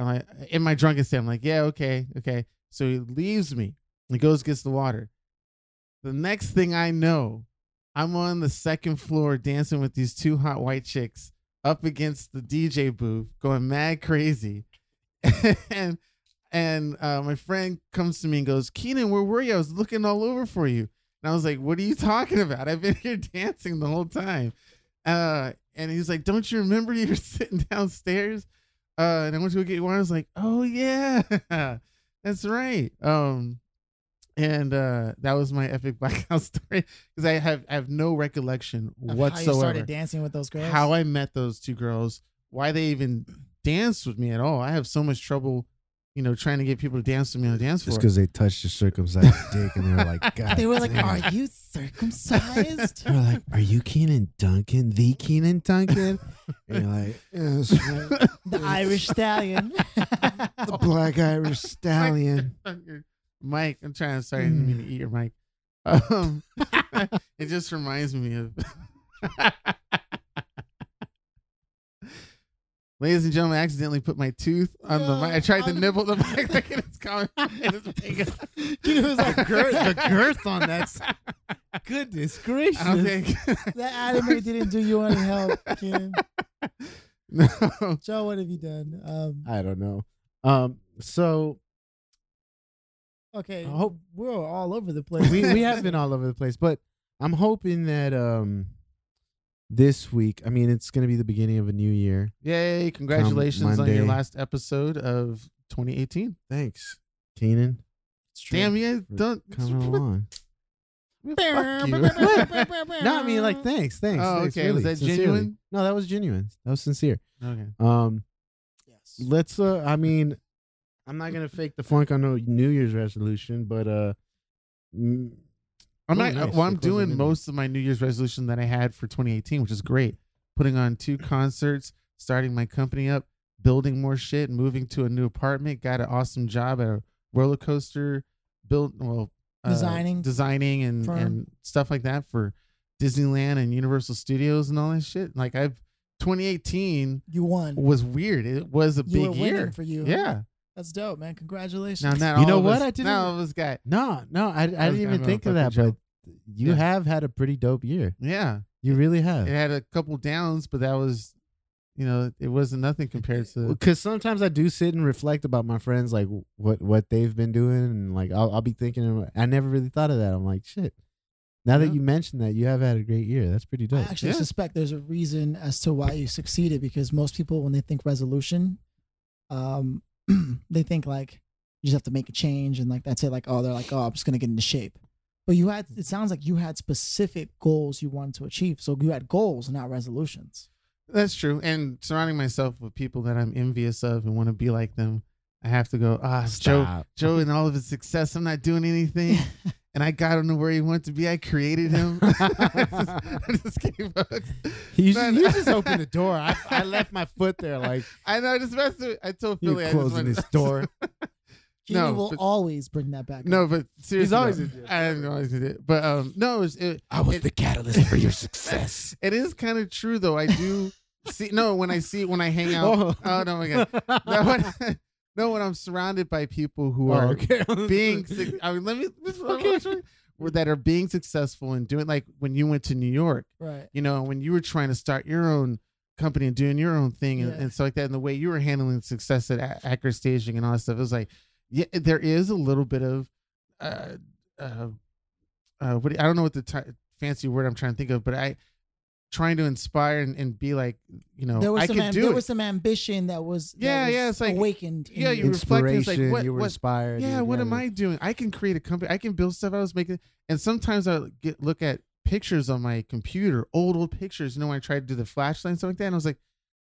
S3: I'm like, in my drunken state, I'm like, "Yeah, okay, okay." So he leaves me. He goes gets the water. The next thing I know, I'm on the second floor dancing with these two hot white chicks up against the DJ booth, going mad crazy. and and uh, my friend comes to me and goes, Keenan, where were you? I was looking all over for you. And I was like, What are you talking about? I've been here dancing the whole time. Uh, and he's like, Don't you remember you were sitting downstairs? Uh, and I went to go get one. I was like, Oh, yeah, that's right. Um, and uh, that was my epic blackout story because I have I have no recollection
S1: Of
S3: whatsoever
S1: How you started dancing with those girls?
S3: how I met those two girls, why they even danced with me at all. I have so much trouble, you know, trying to get people to dance with me on the dance floor.
S2: Just because they touched your circumcised dick and they were like, God.
S1: they were like,
S2: damn.
S1: "Are you circumcised?"
S2: They're like, "Are you Keenan Duncan? The Keenan Duncan?" And you're like, "Yes, right.
S1: the Irish stallion.
S2: the Black Irish Stallion."
S3: Mike, I'm trying. Sorry, I didn't mean to
S1: Hmm.
S3: eat your mic. Um, it just reminds me of. Ladies and gentlemen, I accidentally put my tooth on the mic. I tried to
S1: Yeah.
S3: nibble the mic like it's coming. It's big.
S1: Dude, it was like girth- the
S2: girth on that. Goodness gracious!
S3: I don't think.
S1: that anime didn't do you any help, Ken.
S3: No.
S1: Joe, what have you done? Um,
S2: I don't know. Um, so
S1: okay,
S2: I hope-
S1: we're all over the place.
S2: we we have been all over the place, but I'm hoping that um, this week. I mean, it's gonna be the beginning of a new year.
S3: Yay, congratulations on
S2: Monday.
S3: your last episode of 2018.
S2: Thanks, Keenan.
S3: Damn, you guys
S2: for
S3: don't.
S2: Coming along.
S3: Fuck you.
S2: No, I mean like thanks, thanks.
S3: Oh,
S2: thanks,
S3: okay.
S2: really,
S3: Was that
S2: sincerely.
S3: genuine?
S2: No, that was genuine. That was sincere.
S3: okay.
S2: Um,
S1: Yes.
S2: let's. Uh, I mean, I'm not gonna fake the funk on no New Year's resolution, but uh, mm,
S3: I'm
S2: Oh,
S3: not,
S2: nice.
S3: well, I'm
S2: It goes
S3: doing
S2: in there.
S3: most of my New Year's resolution that I had for 2018, which is great. Putting on two concerts, starting my company up, building more shit, moving to a new apartment, got an awesome job at a roller coaster build, well, uh,
S1: Designing
S3: designing and,
S1: firm.
S3: and stuff like that for Disneyland and Universal Studios and all that shit. Like I've 2018
S1: You won.
S3: was weird. It was a
S1: You were
S3: big
S1: winning
S3: year.
S1: for you.
S3: Yeah.
S1: That's dope, man. Congratulations.
S3: Now, not
S2: You
S3: all
S2: know
S3: of
S2: what?
S3: us-
S2: I didn't-
S3: Not all of us got.
S2: no, no, I, I didn't
S3: was kind
S2: even
S3: of
S2: think
S3: a
S2: of that,
S3: fucking joke.
S2: but you
S3: Yeah.
S2: have had a pretty dope year.
S3: Yeah.
S2: You really have.
S3: It had a couple downs, but that was, you know, it wasn't nothing compared to.
S2: because sometimes I do sit and reflect about my friends, like what what they've been doing, and like I'll, I'll be thinking, I never really thought of that. I'm like, shit. Now that
S3: Yeah.
S2: you mentioned that, you have had a great year. That's pretty
S1: I
S2: dope.
S1: actually
S3: Yeah.
S1: suspect there's a reason as to why you succeeded because most people, when they think resolution, um, they think like you just have to make a change and like that's it. Like, oh, they're like, oh, I'm just gonna get into shape. But you had, it sounds like you had specific goals you wanted to achieve. So you had goals, not resolutions.
S3: That's true. And surrounding myself with people that I'm envious of and want to be like them, I have to go. Ah, Joe,
S2: Stop.
S3: Joe, and all of his success, I'm not doing anything. And I got him to where he wanted to be. I created him. I'm just kidding, folks.
S2: You just,
S3: No, no.
S2: you just opened the door. I, I left my foot there, like
S3: I know. I just messed with. I told
S2: you
S3: Philly. I just
S2: closing
S3: wanted-
S2: this door.
S1: Jamie
S3: No,
S1: will
S3: but-
S1: always bring that back.
S3: No,
S1: up.
S3: but seriously,
S2: always
S3: though,
S2: a dick.
S3: I am always a dick. But um, no, it was, it,
S2: I
S3: was the
S2: catalyst
S3: for your
S2: success.
S3: it is kind of true though. I do see. No, when I see when I hang out.
S2: Oh,
S3: Oh no, my god. no, when, no, when I'm surrounded by people who
S2: Oh,
S3: are
S2: okay.
S3: being, suc- I mean, let me, this is what I
S2: Okay.
S3: want to- or that are being successful and doing like when you went to New York,
S1: right.
S3: you know, when you were trying to start your own company and doing your own thing and,
S1: Yeah.
S3: and stuff like that, and the way you were handling success at A- Acro Staging and all that stuff, it was like, yeah, there is a little bit of, uh, uh, uh what do you- I don't know what the ti fancy word I'm trying to think of, but I trying to inspire and, and be like, you know,
S1: there was
S3: I
S1: some
S3: can
S1: am-
S3: do
S1: there
S3: it.
S1: was some ambition that was that
S3: Yeah,
S1: was
S3: yeah, it's like-
S1: awakened. in
S3: yeah, you reflect, it's like,
S2: inspiration.
S3: what-
S2: you were
S3: what-
S2: inspired.
S3: yeah
S2: you
S3: what am
S2: gotta-
S3: i doing i can create a company i can build stuff i was making and sometimes i get look at pictures on my computer old old pictures you know when i tried to do the flashlight and stuff like that and i was like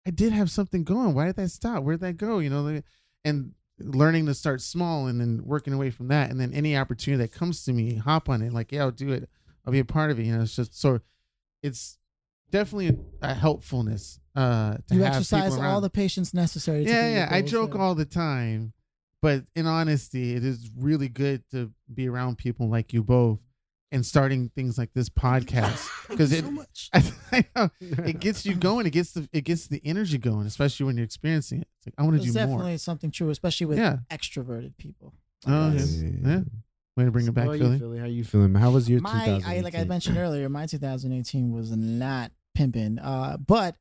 S3: i did have something going why did that stop where did that go you know like- and learning to start small and then working away from that and then any opportunity that comes to me hop on it like yeah i'll do it i'll be a part of it you know it's just so it's definitely a, a helpfulness uh to
S1: You
S3: have
S1: exercise
S3: people around
S1: all the patience necessary. To
S3: yeah,
S1: do your
S3: yeah. I
S1: goals,
S3: joke all the time, but in honesty, it is really good to be around people like you both and starting things like this podcast because
S1: Thank
S3: it.
S1: you so much.
S3: I, know it gets you going. It gets the it gets the energy going, especially when you're experiencing it. It's like I want to
S1: There's
S3: do
S1: definitely
S3: more.
S1: something true, especially with
S3: Yeah.
S1: extroverted people.
S3: Oh,
S2: Yeah,
S3: yeah.
S2: yeah, yeah,
S3: Yeah.
S2: yeah.
S3: Way to bring it back,
S2: How are you
S3: Philly.
S2: feeling? How you feeling? How was your
S1: My, I, like I
S2: 2018?
S1: mentioned earlier, my 2018 was not pimping, uh, but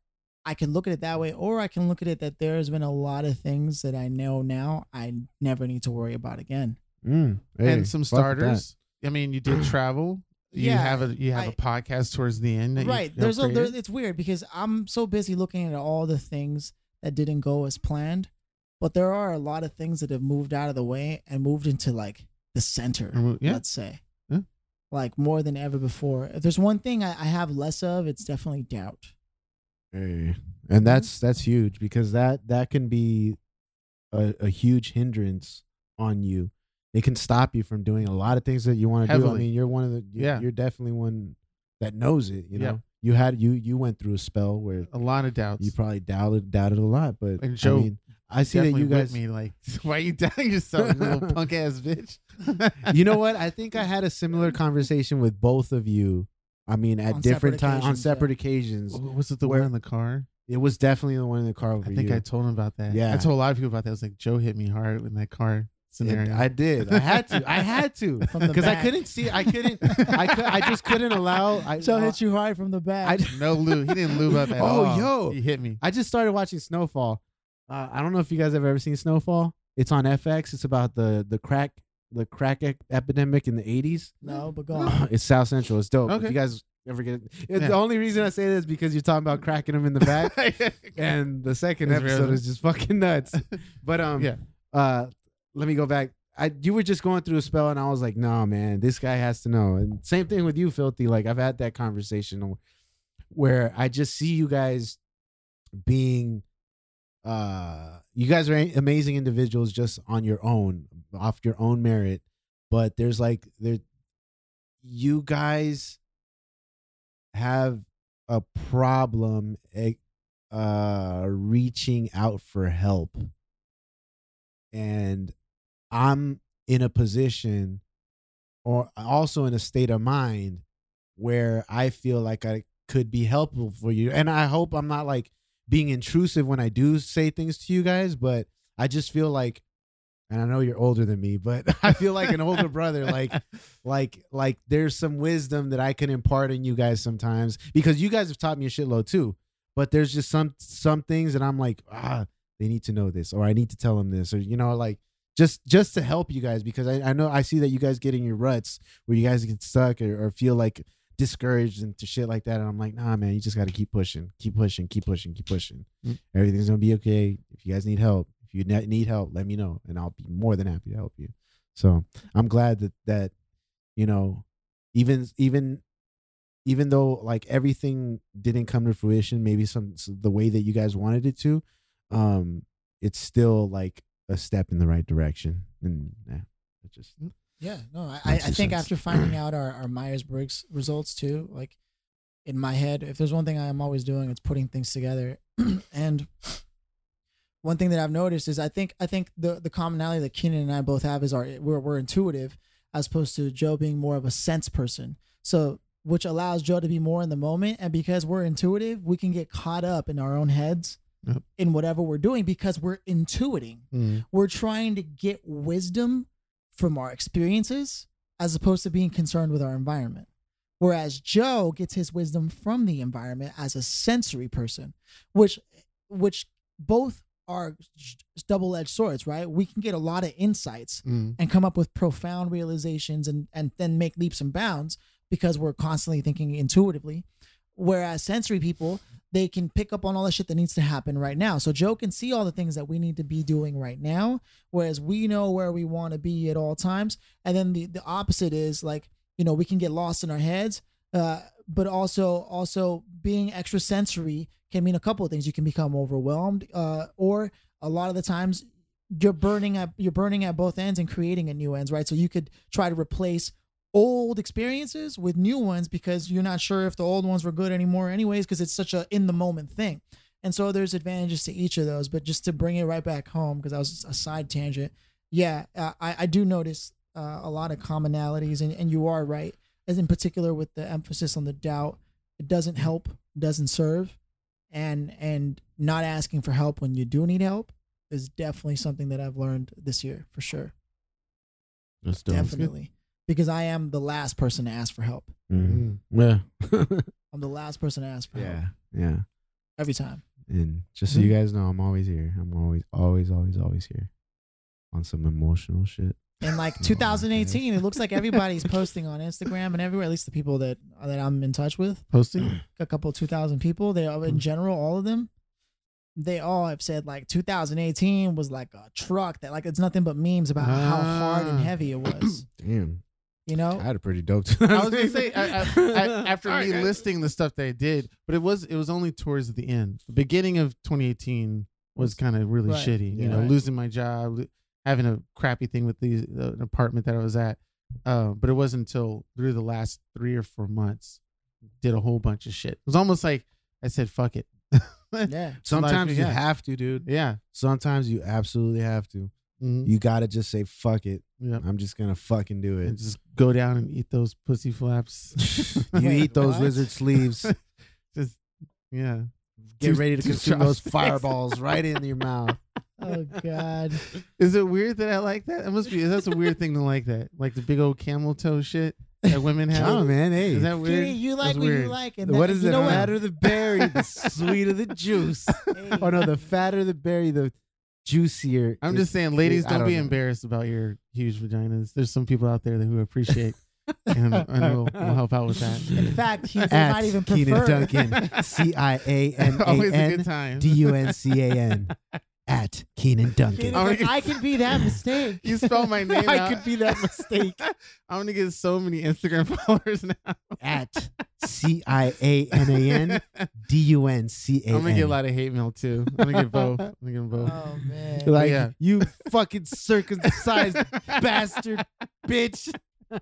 S1: I can look at it that way, or I can look at it that there has been a lot of things that I know now I never need to worry about again.
S2: Mm, hey,
S3: and some
S2: fuck with that.
S3: starters. I mean, you did travel. You
S1: yeah,
S3: have a you have a
S1: I-
S3: podcast towards the end. That
S1: right
S3: You,
S1: there's a
S3: created?
S1: there's, it's weird because i'm so busy looking at all the things that didn't go as planned but there are a lot of things that have moved out of the way and moved into like the center
S3: Remo- yeah.
S1: let's say
S3: Yeah.
S1: like more than ever before if there's one thing I, I have less of it's definitely doubt
S2: Hey, and that's
S1: Mm-hmm.
S2: that's huge because that that can be a, a huge hindrance on you. It can stop you from doing a lot of things that you want to do. I
S3: Heavily.
S2: mean, you're one of the you-
S3: Yeah.
S2: You're definitely one that knows it. You know,
S3: Yeah.
S2: you had you you went through a spell where
S3: A lot of doubts.
S2: you probably doubted doubted a lot. But
S3: And Joe
S2: I mean, I see that
S3: Definitely
S2: you
S3: whipped
S2: guys.
S3: me like, why are you doubting yourself, you little punk ass bitch?
S2: You know what? I think I had a similar conversation with both of you. I mean, at
S1: On separate
S2: different times on
S1: occasions, yeah.
S2: separate occasions.
S3: What was it the
S2: Where-
S3: one in the car?
S2: It was definitely the one in the car. Over
S3: I think
S2: you.
S3: I told him about that.
S2: Yeah.
S3: I told a lot of people about that. I was like, Joe hit me hard in that car
S2: It-
S3: scenario.
S2: I did. I had to. I had to
S1: from the
S2: because I
S1: back.
S2: couldn't see. I couldn't. I could, I just couldn't allow. I, uh,
S1: so hit you hard from the
S2: I
S1: back
S3: no lube. He didn't lube up at
S2: Oh,
S3: all.
S2: yo.
S3: He hit me.
S2: I just started watching Snowfall. Uh, I don't know if you guys have ever seen Snowfall. It's on FX. It's about the the crack the crack ec- epidemic in the eighties.
S1: no but go on
S2: It's South Central. It's dope. If
S3: Okay.
S2: you guys ever get, it's
S3: Yeah.
S2: the only reason I say this is because you're talking about cracking them in the back, and the second
S3: It's
S2: episode
S3: real.
S2: is just fucking nuts. But um,
S3: Yeah.
S2: uh let me go back. I you were just going through a spell and I was like, nah, man, this guy has to know. And same thing with you, Filthy. Like I've had that conversation where I just see you guys being uh you guys are amazing individuals just on your own, off your own merit. But there's like there you guys have a problem eh, uh reaching out for help and I'm in a position or also in a state of mind where I feel like I could be helpful for you. And I hope I'm not like being intrusive when I do say things to you guys, but I just feel like and I know you're older than me, but I feel like an older brother like like like there's some wisdom that I can impart in you guys sometimes because you guys have taught me a shitload too. But there's just some some things that I'm like, ah, they need to know this or I need to tell them this or you know like just just to help you guys because I, I know I see that you guys get in your ruts where you guys get stuck or, or feel like discouraged and to shit like that and I'm like nah man you just got to keep pushing keep pushing keep pushing keep pushing
S3: Mm.
S2: everything's gonna be okay if you guys need help if you ne- need help let me know and I'll be more than happy to help you so I'm glad that that you know even even even though like everything didn't come to fruition maybe some s- the way that you guys wanted it to um it's still like a step in the right direction and yeah, it just
S3: Mm,
S1: Yeah, no, I, I I
S2: Makes some
S1: think
S2: sense.
S1: after finding out our, our Myers Briggs results too, like in my head, if there's one thing I'm always doing, it's putting things together. and one thing that I've noticed is I think I think the the commonality that Keenan and I both have is our we're we're intuitive as opposed to Joe being more of a sense person. So which allows Joe to be more in the moment, and because we're intuitive, we can get caught up in our own heads
S3: Yep.
S1: in whatever we're doing because we're intuiting
S3: Mm.
S1: we're trying to get wisdom from our experiences as opposed to being concerned with our environment. Whereas Joe gets his wisdom from the environment as a sensory person, which which both are double-edged swords, right? We can get a lot of insights
S3: Mm.
S1: and come up with profound realizations and and then make leaps and bounds because we're constantly thinking intuitively whereas sensory people they can pick up on all the shit that needs to happen right now so joe can see all the things that we need to be doing right now whereas we know where we want to be at all times and then the, the opposite is like you know we can get lost in our heads uh, but also also being extrasensory can mean a couple of things you can become overwhelmed uh, or a lot of the times you're burning at you're burning at both ends and creating at new ends, right? So you could try to replace old experiences with new ones because you're not sure if the old ones were good anymore anyways because it's such a in the moment thing. And so there's advantages to each of those, but just to bring it right back home because that was a side tangent. Yeah, uh, I I do notice uh, a lot of commonalities, and and you are right, as in particular with the emphasis on the doubt. It doesn't help, doesn't serve, and and not asking for help when you do need help is definitely something that I've learned this year for sure.
S2: that's
S1: Definitely. Because I am the last person to ask for help.
S3: Mm-hmm. mm,
S2: Mhm. yeah
S1: I'm the last person to ask for help
S2: yeah yeah
S1: every time.
S2: and just so
S3: Mm-hmm.
S2: you guys know i'm always here i'm always always always always here on some emotional shit
S1: in like 2018. It looks like everybody's posting on Instagram and everywhere. At least the people that that I'm in touch with,
S3: Posting?
S1: a couple two thousand people. They
S2: Hmm.
S1: all in general, all of them, they all have said like 2018 was like a truck that like it's nothing but memes about how hard and
S3: Ah.
S1: heavy it was.
S2: Damn,
S1: You know,
S2: I had a pretty dope.
S3: Oh. I was gonna say I, I, I, after
S2: All right,
S3: me
S2: guys.
S3: listing the stuff that I did, but it was it was only towards the end. The beginning of 2018 was kind of really
S1: Right.
S3: shitty. You
S2: Yeah.
S3: know,
S1: Right.
S3: losing my job, lo- having a crappy thing with the uh, an apartment that I was at. Uh, but it wasn't until through the last three or four months, did a whole bunch of shit. It was almost like I said, "Fuck it."
S1: yeah,
S2: Sometimes you
S3: Yeah.
S2: have to, dude.
S3: Yeah.
S2: Sometimes you absolutely have to.
S3: Mhm.
S2: You gotta just say fuck it.
S3: Yeah.
S2: I'm just gonna fucking do
S3: And
S2: it.
S3: just go down and eat those pussy flaps.
S2: You eat those
S1: What?
S2: lizard sleeves.
S3: just yeah.
S2: Get
S3: Two-
S2: ready to
S3: two
S2: consume those
S3: chopsticks.
S2: fireballs right in your mouth.
S1: oh god,
S3: Is it weird that I like that? It must be. That's a weird thing to like that. Like the big old camel toe shit that women have.
S2: Oh man, hey.
S3: Is that
S1: you,
S3: weird?
S1: you like
S3: That's
S1: what you
S3: weird.
S1: like, and that,
S2: what does
S1: you
S2: it
S1: know
S2: matter? The berry, the sweeter the juice.
S1: what? Hey,
S2: Oh no, the fatter the berry, the juicier.
S3: I'm
S2: it-
S3: just saying, ladies,
S2: I
S3: don't,
S2: don't
S3: be
S2: know.
S3: embarrassed about your huge vaginas. There's some people out there that who appreciate and, and will, will help out with
S1: in
S3: that.
S1: fact, he
S2: at
S1: might even
S2: Keenan
S1: prefer.
S2: Duncan, C I A N A
S3: Always a good
S2: N
S3: time.
S2: D U N C A N at Keenan
S1: Keenan's
S2: Duncan.
S3: Oh,
S1: like,
S3: you-
S1: I can be that mistake.
S3: you spell my name.
S2: I
S3: out.
S2: could be that mistake.
S3: I'm gonna get so many Instagram followers now.
S2: at C I A N A N D U N C A N.
S3: I'm gonna get a lot of hate mail too. I'm gonna get both. I'm gonna get 'em both.
S1: Oh man.
S2: Like
S3: Yeah.
S2: you fucking circumcised bastard bitch.
S3: I'm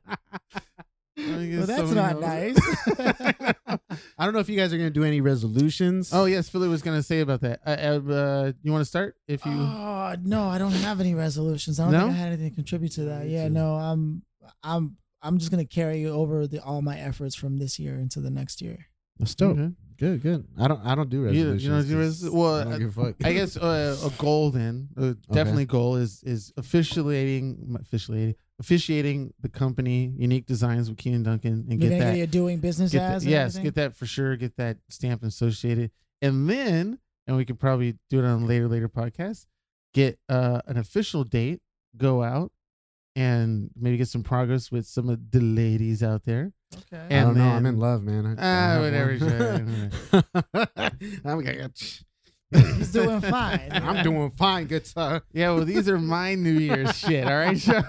S3: gonna get
S1: Well, that's
S3: so many
S1: not
S3: hoes.
S1: nice.
S2: I don't know if you guys are gonna do any resolutions.
S3: Oh yes, Philly was gonna say about that. Uh, uh, you want to start? If you
S1: Oh no, I don't have any resolutions. I don't
S3: No?
S1: think I had anything to contribute to that.
S2: Me
S1: Yeah,
S2: too.
S1: no, I'm, I'm, I'm just gonna carry over the all my efforts from this year into the next year.
S2: that's
S3: Okay.
S2: Good, good. I don't. I don't do
S3: Mm-hmm. You- you don't
S2: resolutions.
S3: do
S2: 'cause
S3: res- well,
S2: I don't give a fuck.
S3: I guess uh, a goal then, uh, definitely goal is is officiating, officiating, officiating the company unique designs with Keenan Duncan and
S1: You're
S3: get
S1: gonna
S3: that,
S1: get your doing business
S3: get that-
S1: as and
S3: yes,
S1: everything?
S3: get that for sure, get that stamped and associated, and then and we could probably do it on a later later podcast. Get uh, an official date, go out, and maybe get some progress with some of the ladies out there.
S1: Okay.
S2: I don't
S3: and
S2: know. I'm
S3: then-
S2: in love, man. I- I
S3: Ah,
S2: have
S3: whatever,
S2: one. I'm,
S1: He's doing fine.
S2: I'm doing fine, good sir.
S3: Yeah, well, these are my New Year's shit. All right, Joe.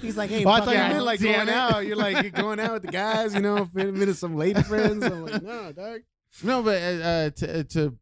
S1: He's like, hey,
S2: Oh, I
S1: fuck
S2: thought you
S1: it.
S2: meant like
S3: Damn
S2: going
S3: it.
S2: out. You're like you're going out with the guys, you know, meeting meeting some lady friends. I'm like, no, dog.
S3: No, but uh, uh, to uh, to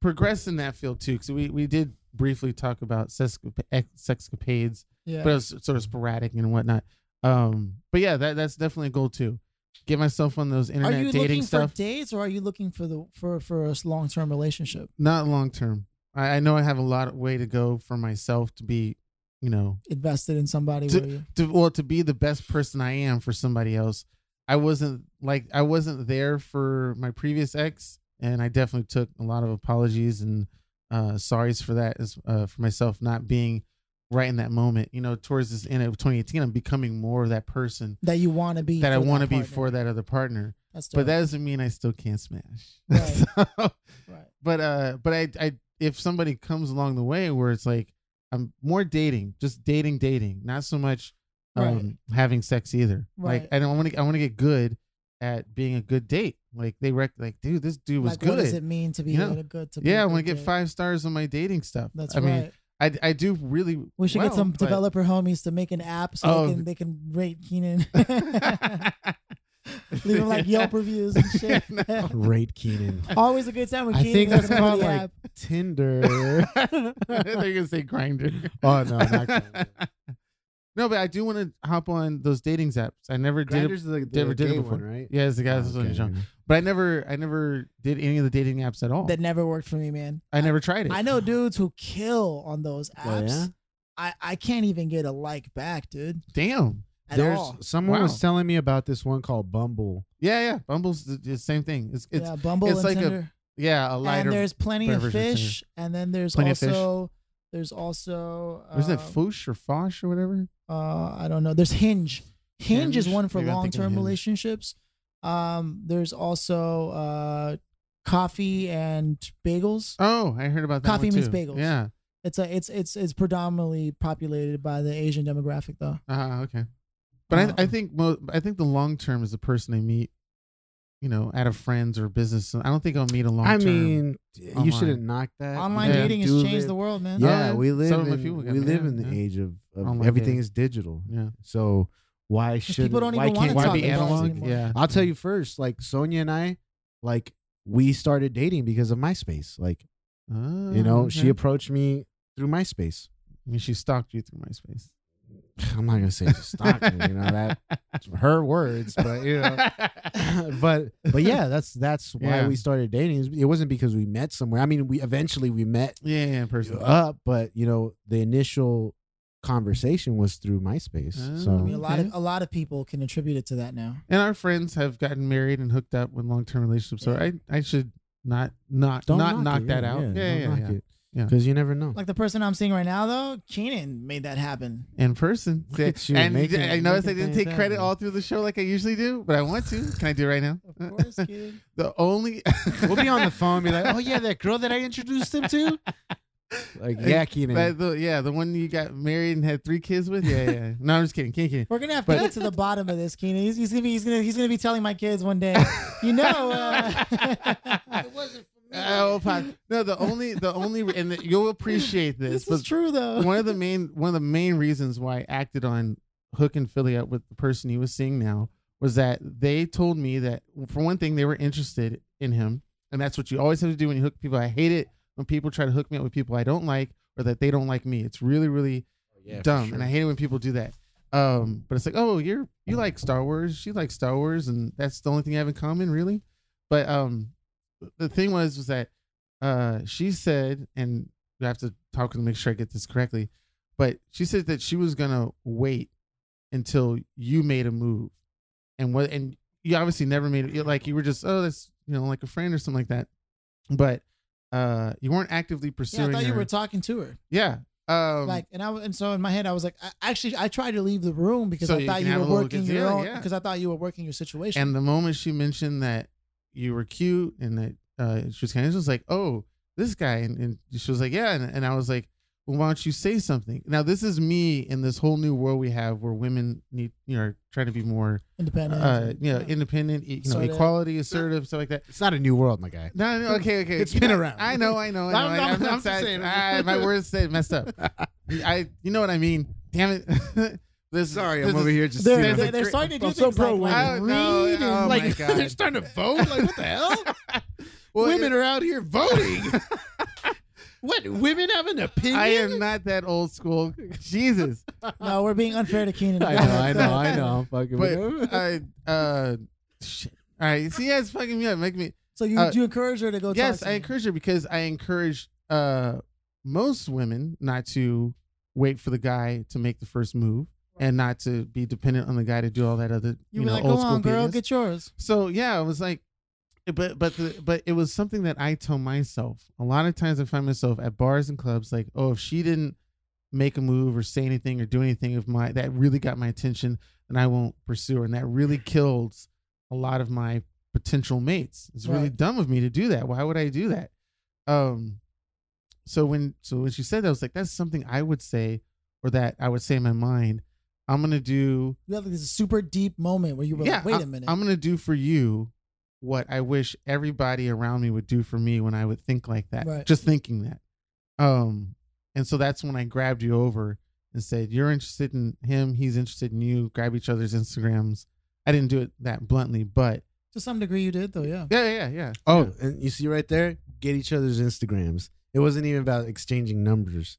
S3: progress in that field too, because we, we did briefly talk about sexcap- ex- sexcapades,
S1: yeah.
S3: but it was sort of sporadic and whatnot. Um, but yeah, that that's definitely a goal too. Get myself on those
S1: are
S3: internet
S1: you
S3: dating
S1: looking
S3: stuff.
S1: for dates or are you looking for the for for a long term relationship?
S3: Not long term. I, I know I have a lot of way to go for myself to be, you know,
S1: Invested in somebody?
S3: To-
S1: where you,
S3: to well to be the best person I am for somebody else. I wasn't like I wasn't there for my previous ex, and I definitely took a lot of apologies and uh sorries for that as uh, for myself not being right in that moment. You know, towards this end of 2018, I'm becoming more of that person
S1: that you want to be
S3: that I
S1: want to
S3: be for that other partner.
S1: That's
S3: But
S1: dope.
S3: that doesn't mean I still can't smash.
S1: Right.
S3: So-
S1: right.
S3: but uh but I I if somebody comes along the way where it's like I'm more dating, just dating dating, not so much um
S1: Right.
S3: having sex either.
S1: Right.
S3: Like I don't want to I want to get good at being a good date. Like they rec like dude, this dude was
S1: like, what does it
S3: good.
S1: mean to be
S3: You know?
S1: good- good? To be
S3: Yeah,
S1: a
S3: I want
S1: good
S3: to get
S1: date?
S3: five stars on my dating stuff.
S1: That's
S3: I
S1: right.
S3: mean, I I do really
S1: We should get
S3: well,
S1: some
S3: but-
S1: developer homies to make an app so
S3: Oh.
S1: they can they can rate Keenan, leave him like Yelp reviews and shit.
S3: Yeah, no.
S2: Great Keenan.
S1: Always a good time when
S2: I
S1: Keenan
S2: think
S1: goes
S2: that's
S1: into the
S2: called like
S1: app.
S2: Tinder.
S3: I thought you were gonna say grinder.
S2: Oh no, not Grindr.
S3: no, but I do want to hop on those dating apps. I never did it.
S2: Grindr's the, the
S3: never did it
S2: gay
S3: before.
S2: one, right?
S3: Yeah, it's the
S1: Oh,
S3: guys that's on the show. But I never, I never did any of the dating apps at all.
S1: That never worked for me, man.
S3: I never tried it.
S1: I know dudes who kill on those
S2: Oh,
S1: apps.
S2: yeah?
S1: I, I can't even get a like back, dude.
S3: Damn.
S1: At
S2: There's
S1: all.
S2: someone
S3: Wow.
S2: was telling me about this one called Bumble.
S3: Yeah, yeah. Bumble's the, the same thing. It's, it's
S1: yeah, Bumble
S3: it's
S1: and
S3: like a
S1: Tinder.
S3: yeah, a lighter.
S1: and
S3: There's,
S1: there's plenty of
S3: version of Tinder.
S1: fish, and then there's
S3: Plenty of Fish.
S1: also there's also uh,
S3: isn't it Foosh or Fosh or whatever?
S1: uh, I don't know. There's Hinge. Hinge, is
S3: Hinge?
S1: one for
S3: Maybe I'm
S1: long
S3: thinking
S1: term
S3: Hinge.
S1: relationships. Um, there's also uh, coffee and bagels.
S3: Oh, I heard about that.
S1: Coffee
S3: one
S1: meets
S3: too.
S1: bagels.
S3: Yeah,
S1: It's a it's it's it's predominantly populated by the Asian demographic though.
S3: Ah, okay. But I, I
S1: Um,
S3: think mo- I think the long term is the person I meet, you know, out of friends or business. I don't think I'll meet a long term.
S2: I mean, you
S3: online.
S2: shouldn't knock that.
S1: Online
S2: We
S3: Yeah.
S1: dating
S2: do
S1: has changed
S2: live-
S1: the world, man.
S2: Yeah,
S3: Oh,
S2: we
S3: yeah.
S2: live
S3: So do my
S2: in,
S3: people,
S2: we
S3: yeah,
S2: live in the
S3: yeah.
S2: age of, of
S3: Online
S2: everything
S3: dating.
S2: is digital.
S3: yeah,
S2: So why should
S1: people don't
S2: why
S1: even wanna
S2: can't
S1: talk
S3: why
S1: about
S3: be
S1: it
S3: analog?
S1: anymore.
S3: Yeah,
S2: I'll tell you first, like Sonia and I, like we started dating because of MySpace. Like,
S3: Oh,
S1: Mm,
S2: you know, she
S3: okay.
S2: approached me through MySpace.
S3: I mean, she stalked you through MySpace.
S2: I'm not gonna say stalking, you know, that her words, but you know. but but yeah, that's that's why
S3: Yeah.
S2: we started dating. It wasn't because we met somewhere. I mean, we eventually we met
S3: yeah, yeah, person.
S2: up, but you know, the initial conversation was through MySpace.
S3: Oh.
S1: I mean, a
S2: So
S1: lot of
S3: Okay.
S1: a lot of people can attribute it to that now.
S3: and our friends have gotten married and hooked up with long term relationships. So
S1: Yeah.
S3: I, I should not not
S2: don't
S3: not knock
S2: it.
S3: that out. Yeah, yeah, yeah.
S2: don't knock it.
S3: Yeah.
S2: Cause you never know.
S1: Like the person I'm seeing right now though, Keenan made that happen.
S3: In person,
S2: Look at you,
S3: and
S2: making-
S3: I noticed I
S2: making
S3: didn't
S2: things
S3: take credit
S2: happen.
S3: all through the show like I usually do, but I want to. Can I do it right now?
S1: Of course, kid.
S3: The only
S2: we'll be on the phone and be like, oh yeah, that girl that I introduced him to. Like, yeah, Keenan.
S3: That- the- yeah, the one you got married and had three kids with. Yeah, yeah. No, I'm just kidding. Can't kidding.
S1: We're gonna have
S3: But-
S1: to get to the bottom of this, Keenan. He's, he's gonna be he's gonna he's gonna be telling my kids one day, you know. Uh,
S2: wasn't for
S3: Oh, pop. no, the only the only and the, you'll appreciate this,
S1: this is true though.
S3: but one of the main one of the main reasons why I acted on hooking Philly up with the person he was seeing now was that they told me that for one thing they were interested in him, and that's what you always have to do when you hook people. I hate it when people try to hook me up with people I don't like or that they don't like me. It's really really
S2: Oh,
S3: dumb, and I hate it when people do that. Um, but it's like, oh, you're you like Star Wars, she likes Star Wars, and that's the only thing I have in common, really. But um, the thing was was that uh, she said, and I have to talk to make sure I get this correctly, but she said that she was gonna wait until you made a move, and what and you obviously never made it like you were just oh that's you know like a friend or something like that, but uh, you weren't actively
S1: yeah,
S3: pursuing.
S1: I thought you
S3: her.
S1: were talking to her.
S3: yeah. Um,
S1: like and I and so in my head I was like I, actually I tried to leave the room because
S3: So
S1: I
S3: you
S1: thought
S3: can
S1: you
S3: have
S1: were
S3: a little
S1: working
S3: gazelle,
S1: your own
S3: yeah.
S1: because I thought you were working your situation.
S3: And the moment she mentioned that you were cute and that uh, she was kind of just like, oh, this guy. And, and she was like, yeah. And, and I was like, well, why don't you say something? Now, this is me in this whole new world we have where women need, you know, are trying to be more,
S1: Independent.
S3: uh, you know,
S1: Yeah.
S3: independent, e- you know,
S1: Assertive.
S3: equality, assertive, stuff like that.
S2: It's not a new world, my guy.
S3: No, no, okay, okay.
S2: It's been around.
S3: I know, I know, I know.
S2: I'm-
S3: I-
S2: I'm-
S3: I'm not
S2: I'm just
S3: sad.
S2: saying.
S3: I- my words said messed up. I, you know what I mean. Damn it. this, this is-
S2: here just
S1: they're,
S3: There's
S1: they're,
S3: a
S1: they're
S3: great-
S1: starting to do
S2: I'm so
S1: things like,
S2: pro-women.
S1: like
S3: I don't know.
S1: read and
S3: Oh,
S1: like
S3: my God.
S2: they're starting to vote. Like what the hell?
S3: Well, it-
S2: women are out here voting. what women have an opinion?
S3: I am not that old school. Jesus.
S1: no, we're being unfair to Keenan.
S2: I know, I know, I know. I'm fucking
S3: But
S2: with him.
S3: I uh shit. All right. See that's fucking me up. Make me
S1: So you
S3: Uh,
S1: you encourage her to go?
S3: Yes,
S1: talk to
S3: I
S1: you.
S3: encourage her because I encourage uh most women not to wait for the guy to make the first move and not to be dependent on the guy to do all that other
S1: You,
S3: you,
S1: were
S3: know
S1: like, go
S3: old school
S1: on, girl,
S3: BS.
S1: get yours.
S3: So yeah, I was like, eh, but but the, but it was something that I tell myself. A lot of times I find myself at bars and clubs like, oh, if she didn't make a move or say anything or do anything, if my that really got my attention, then I won't pursue her, and that really kills a lot of my potential mates. It's really
S1: Right.
S3: dumb of me to do that. Why would I do that? Um, so when so when she said that, I was like, that's something I would say, or that I would say in my mind. I'm gonna do
S1: You had like this super deep moment where you were like, wait
S3: I-
S1: a minute.
S3: I'm gonna do for you what I wish everybody around me would do for me when I would think like that.
S1: Right.
S3: Just thinking that. Um, and so that's when I grabbed you over and said, You're interested in him, he's interested in you, grab each other's Instagrams. I didn't do it that bluntly, but
S1: to some degree, you did though, yeah.
S3: yeah, yeah, yeah.
S2: oh, and you see right there, get each other's Instagrams. It wasn't even about exchanging numbers.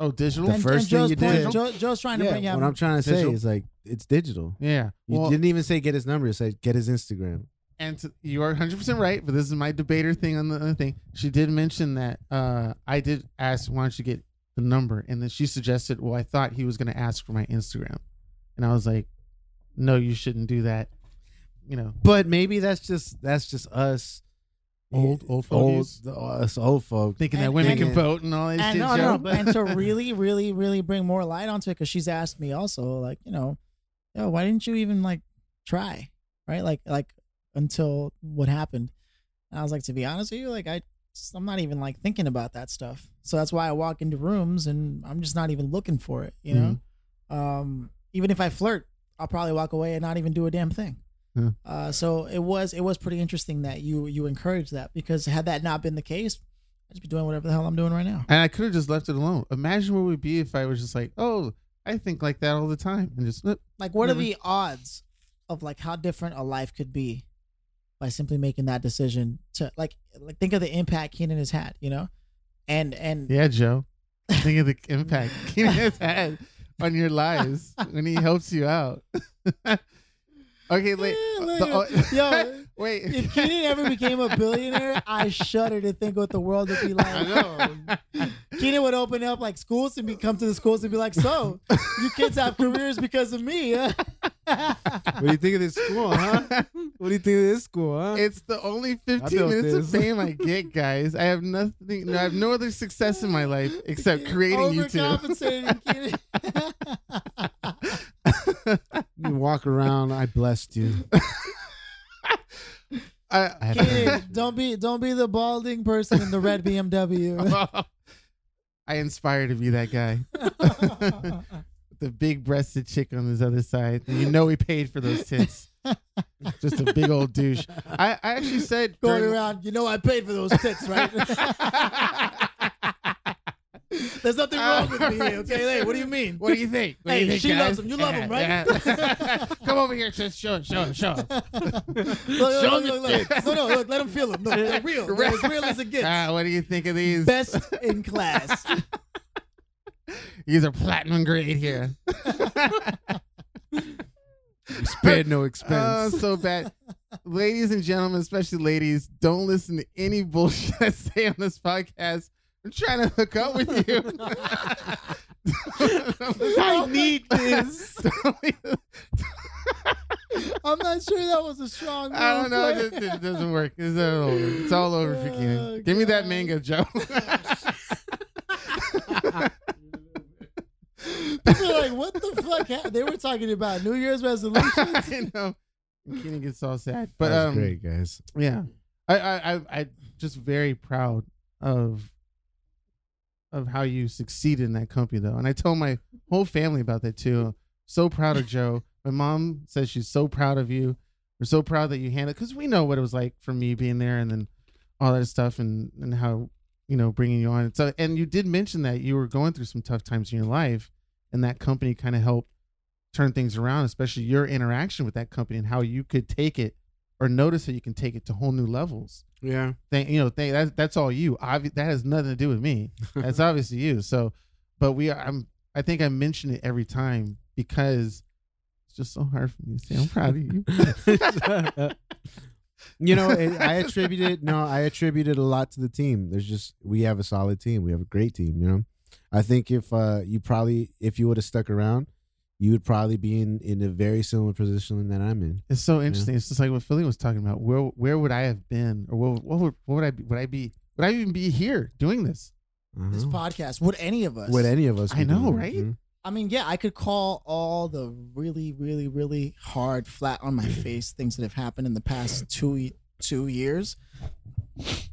S3: Oh, digital.
S2: The
S1: and,
S2: first
S1: and
S2: thing
S1: Joe's
S2: you
S1: point,
S2: did-
S1: Joe, Joe's trying to bring
S2: what I'm
S1: out.
S2: trying to say
S3: Digital.
S2: is like it's digital.
S3: yeah.
S2: You
S3: Well,
S2: didn't even say get his number. You said get his Instagram.
S3: and to, you are 100% right but this is my debater thing on the other thing she did mention that uh, i did ask why don't you get the number and then she suggested well i thought he was going to ask for my instagram and i was like no you shouldn't do that you know
S2: But maybe that's just that's just us
S3: Old- old
S2: old
S3: fogies?
S2: the, us old folk.
S3: thinking
S1: And-
S3: that women
S1: and-
S3: can vote and all that
S1: And,
S3: shit
S1: no,
S3: Joe,
S1: no,
S3: but-
S1: and to really, really, really bring more light onto it, because she's asked me also, like, you know, yo, why didn't you even like try, right? Like, like until what happened. And I was like, to be honest with you, like I s- I'm not even like thinking about that stuff. So that's why I walk into rooms and I'm just not even looking for it, you know?
S3: Mm-hmm.
S1: Um, even if I flirt, I'll probably walk away and not even do a damn thing.
S3: Yeah.
S1: Uh, so it was it was pretty interesting that you you encouraged that because had that not been the case, I'd just be doing whatever the hell I'm doing right now.
S3: And I could have just left it alone. Imagine what it would be if I was just like, oh, I think like that all the time, and just "Nope,
S1: Like, what are
S3: Never-
S1: the odds of like how different a life could be by simply making that decision to like like think of the impact Keenan has had, you know, and and
S3: Yeah, Joe. Think of the impact Keenan has had on your lives when he helps you out. okay, wait.
S1: Eh,
S3: the-
S1: like,
S3: oh,
S1: yo,
S3: wait.
S1: if Keenan ever became a billionaire, I shudder to think what the world would be
S3: I
S1: like.
S3: know.
S1: Keenan would open up like schools and be come to the schools and be like, "So, you kids have careers because of me." huh?"
S2: What do you think of this school, huh? What do you think of this school, huh?
S3: it's the only 15
S2: built
S3: minutes of
S2: this.
S3: fame I get, guys. I have nothing. No, I have no other success in my life except creating you two.
S1: Overcompensating, Keenan.
S2: you walk around, I blessed you. I
S3: I-
S2: have
S1: Keenan, don't be don't be the balding person in the red BMW.
S3: I inspire to be that guy. the big breasted chick on his other side. And you know he paid for those tits. Just a big old douche. I, I actually said
S1: Going
S3: during-
S1: around, you know, I paid for those tits, right? There's nothing wrong with me. here, Okay, hey, what do you mean?
S3: What do you think? What do
S1: Hey,
S3: you think,
S1: she
S3: guys?
S1: loves him. You love him, right?
S3: Yeah. Come over here, just show him, show him, show him.
S1: Look,
S3: Show
S1: look,
S3: him
S1: look,
S3: your
S1: look, look. No, no, look, let him feel them. No, they're real. They're as real as it
S3: Ah,
S1: gets.
S3: what do you think of these?
S1: Best in class.
S3: These are platinum grade here.
S2: spared no
S3: Oh,
S2: expense.
S3: so bad. ladies and gentlemen, especially ladies, don't listen to any bullshit I say on this podcast. I'm trying to hook up with you. I need this.
S1: I'm not sure that was a strong.
S3: I don't
S1: move,
S3: know.
S1: but-
S3: It, it doesn't work. It's all over. It's all over for Keenan.
S1: Oh,
S3: Give me that
S1: God.
S3: mango, Joe.
S1: People are like, what the fuck? happened? They were talking about New Year's resolutions.
S3: I know. Keenan gets all sad, but
S2: That was
S3: um,
S2: great, guys.
S3: yeah, I, I, I, I just very proud of of how you succeeded in that company though, and I told my whole family about that too. So proud of Joe. My mom says she's so proud of you. We're so proud that you handled because we know what it was like for me being there and then all that stuff and and how you know bringing you on. So and you did mention that you were going through some tough times in your life, and that company kind of helped turn things around, especially your interaction with that company and how you could take it or notice that you can take it to whole new levels.
S2: Yeah.
S3: Thank you know, thank that's that's all you. Obvi- that has nothing to do with me. That's obviously you. So, but we are. I'm. I think I mention it every time because it's just so hard for me to say. I'm proud of you.
S2: you know, it, I attributed no, I attributed a lot to the team. There's just we have a solid team. We have a great team. You know, I think if uh, you probably if you would have stuck around, you would probably be in in a very similar position that I'm in.
S3: It's so interesting. It's just like what Philly was talking about. Where where would I have been, or what what would what would I be? Would I be would I even be here doing this?
S2: I don't
S1: This
S2: know.
S1: podcast, would any of us?
S2: Would any of us?
S3: I
S2: be
S3: know,
S2: doing it,
S3: right?
S2: you know?
S1: I mean, yeah, I could call all the really, really, really hard, flat on my face things that have happened in the past two y- two years.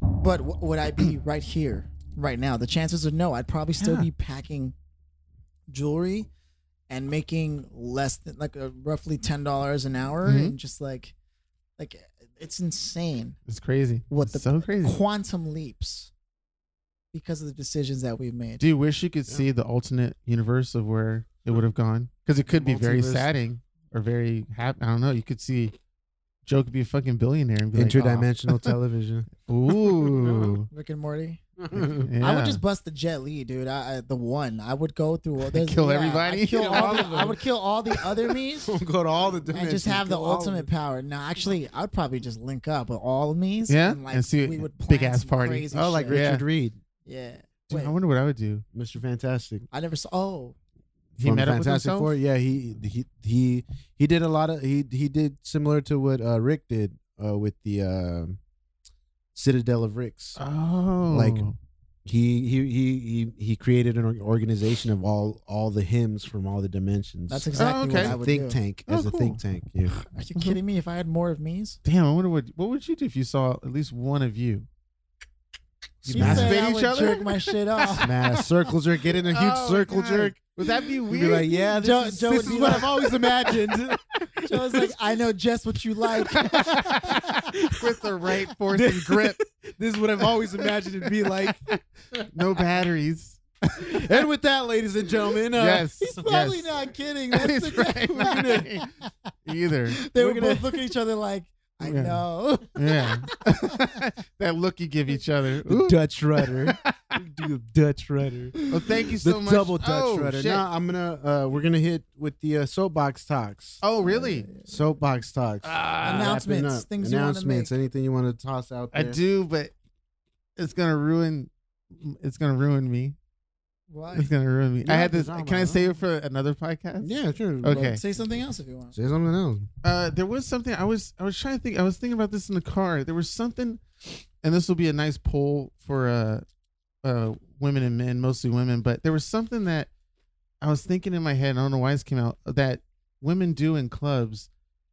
S1: But w- would I be right here, right now? The chances are no. I'd probably still
S3: Yeah.
S1: be packing jewelry and making less than like uh, roughly ten dollars an hour,
S3: Mhm.
S1: and just like, like it's insane
S3: It's crazy.
S1: What the-
S3: so crazy?
S1: quantum leaps because of the decisions that we've made.
S3: Do you wish you could see the alternate universe of where it would have gone? Because it could be very
S2: Multiverse.
S3: sadding or very happy. I don't know. You could see Joe could be a fucking billionaire and be like,
S2: Interdimensional television.
S3: "Aw, ooh.
S1: Rick and Morty. I
S3: Yeah.
S1: would just bust the Jet Li, dude. I, I the one. I would go through all. there's-
S3: Kill
S1: yeah,
S3: everybody?
S1: I'd kill
S3: Kill
S1: all,
S3: all
S1: the,
S3: of them.
S1: I would kill all the other me's
S2: go to all the
S1: and just have the ultimate power. No, actually, I'd probably just link up with all of me's.
S3: Yeah?
S1: and, like,
S3: And see
S1: we would plan
S3: big ass
S1: some
S3: party.
S1: Crazy
S2: Oh, like
S1: shit.
S2: Richard Reed,
S1: yeah.
S3: Dude, I
S1: Wait,
S3: wonder what I would do.
S2: Mr. Fantastic.
S1: I never saw. Oh,
S3: He
S2: from
S3: met up with
S2: Fantastic
S3: himself.
S2: Four. Yeah, he he he he did a lot of he he did similar to what uh, Rick did uh, with the uh, Citadel of Ricks.
S3: Oh,
S2: Like, He he he he he created an or- organization of all all the hymns from all the dimensions.
S1: that's exactly
S3: Oh, okay.
S1: what I
S2: a
S1: would
S2: think
S1: do.
S2: tank
S3: Oh,
S2: as a think tank. Yeah.
S1: Are you kidding me? If I had more of me's,
S3: damn. I wonder what what would you do if you saw at least one of you. You
S1: She
S3: masturbate
S1: said I
S3: each
S1: would
S3: other?
S1: jerk my shit off.
S2: Man, circle jerk, get in a huge
S3: Oh,
S2: circle
S3: God.
S2: jerk.
S3: Would that be
S2: You'd
S3: weird?
S2: Be like, yeah, this
S1: Joe-
S2: is,
S1: Joe
S2: this
S1: would
S2: is
S1: be
S2: what
S1: like-
S2: I've always imagined.
S1: Joe was like, I know just what you like.
S3: With the right force and grip,
S2: this is what I've always imagined it'd be like.
S3: no batteries.
S2: And with that, ladies and gentlemen, uh,
S3: yes,
S1: He's probably
S3: yes.
S1: not kidding. That's
S3: He's
S1: exactly
S3: right, not kidding. Either.
S1: They
S2: We're
S1: were
S2: gonna-
S1: both looking at each other like, I
S3: Yeah.
S1: know.
S3: Yeah. that look you give each other.
S2: the
S3: Ooh.
S2: Dutch rudder. We do the Dutch rudder.
S3: Well, thank you so
S2: The
S3: much.
S2: double Dutch
S3: oh,
S2: rudder.
S3: shit.
S2: Now I'm gonna uh, we're gonna hit with the uh, soapbox talks.
S3: Oh, really?
S2: Soapbox talks.
S3: Ah,
S2: Wrapping
S1: Announcements,
S2: up.
S1: things you wanna
S2: announcements. Anything you want to toss out?
S3: I
S2: There?
S3: do, but it's gonna ruin. It's gonna ruin me.
S1: Why?
S3: It's gonna ruin me. I
S2: Yeah,
S3: had this.
S2: it's not
S3: Can I
S2: mine.
S3: save it for another podcast?
S2: Yeah, sure.
S3: Okay.
S1: Say something else if you want.
S2: Say something else.
S3: Uh, there was something I was I was trying to think. I was thinking about this in the car. There was something, and this will be a nice poll for uh, uh, women and men, mostly women. But there was something that I was thinking in my head. and I don't know why this came out. That women do in clubs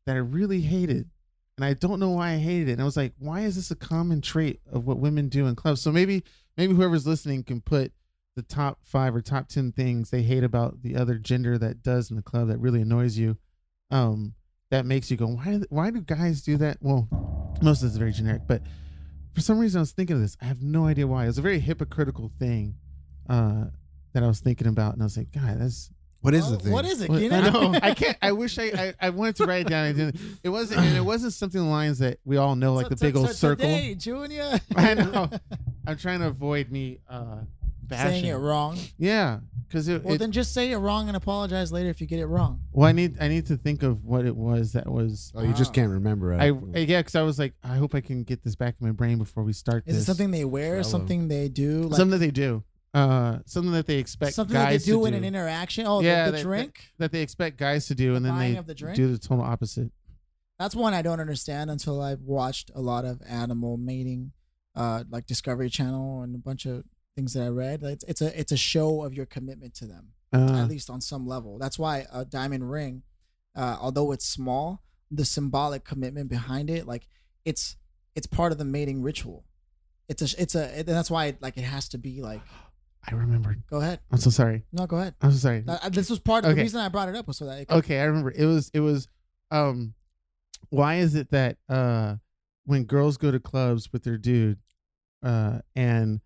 S3: that I really hated, and I don't know why I hated it. And I was like, why is this a common trait of what women do in clubs? So maybe maybe whoever's listening can put the top five or top ten things they hate about the other gender that does in the club that really annoys you. Um, that makes you go, why? Why do guys do that? Well, most of it's very generic, but for some reason I was thinking of this. I have no idea why. It was a very hypocritical thing uh, that I was thinking about, and I was like, God, that's.
S2: What is
S1: Oh,
S2: the thing?
S1: What is it?
S3: what-
S1: Keenan?
S3: I know. I can't. I wish I, I. I wanted to write it down. I didn't. It wasn't. And it wasn't something lines that we all know, like
S1: So-
S3: the
S1: so-
S3: big old
S1: so
S3: circle.
S1: Today, Junior.
S3: I know. I'm trying to avoid me uh, bashing.
S1: Saying it wrong.
S3: Yeah, because it.
S1: Well,
S3: it
S1: then just say it wrong and apologize later if you get it wrong.
S3: well, I need. I need to think of what it was that was.
S2: Oh, you just can't remember.
S3: I,
S2: Right?
S3: I yeah, because I was like, I hope I can get this back in my brain before we start
S1: Is
S3: this.
S1: it something they wear?
S2: Yellow.
S1: Something they do? Like
S3: something that they do, uh, something that they expect
S1: something that they
S3: guys
S1: do,
S3: to
S1: in
S3: do,
S1: an interaction? Oh, the-
S3: Yeah,
S1: the,
S3: they-
S1: drink.
S3: that they expect guys to do, and then
S1: buying
S3: they
S1: of the drink?
S3: do the total opposite.
S1: That's one I don't understand until I've watched a lot of animal mating, uh, like Discovery Channel and a bunch of things that I read. Like, It's, it's a it's a show of your commitment to them.
S3: Uh,
S1: at least on some level. That's why a diamond ring, uh, although it's small, the symbolic commitment behind it, like it's it's part of the mating ritual. It's a it's a and that's why like it has to be like
S3: I remember.
S1: go ahead
S3: I'm so sorry.
S1: no go ahead.
S3: I'm so sorry.
S1: Uh, this was part of
S3: Mm-hmm. Okay.
S1: the reason I brought it up was so that it could,
S3: Okay, I remember. It was. It was. Um, why is it that uh, when girls go to clubs with their dude, uh, and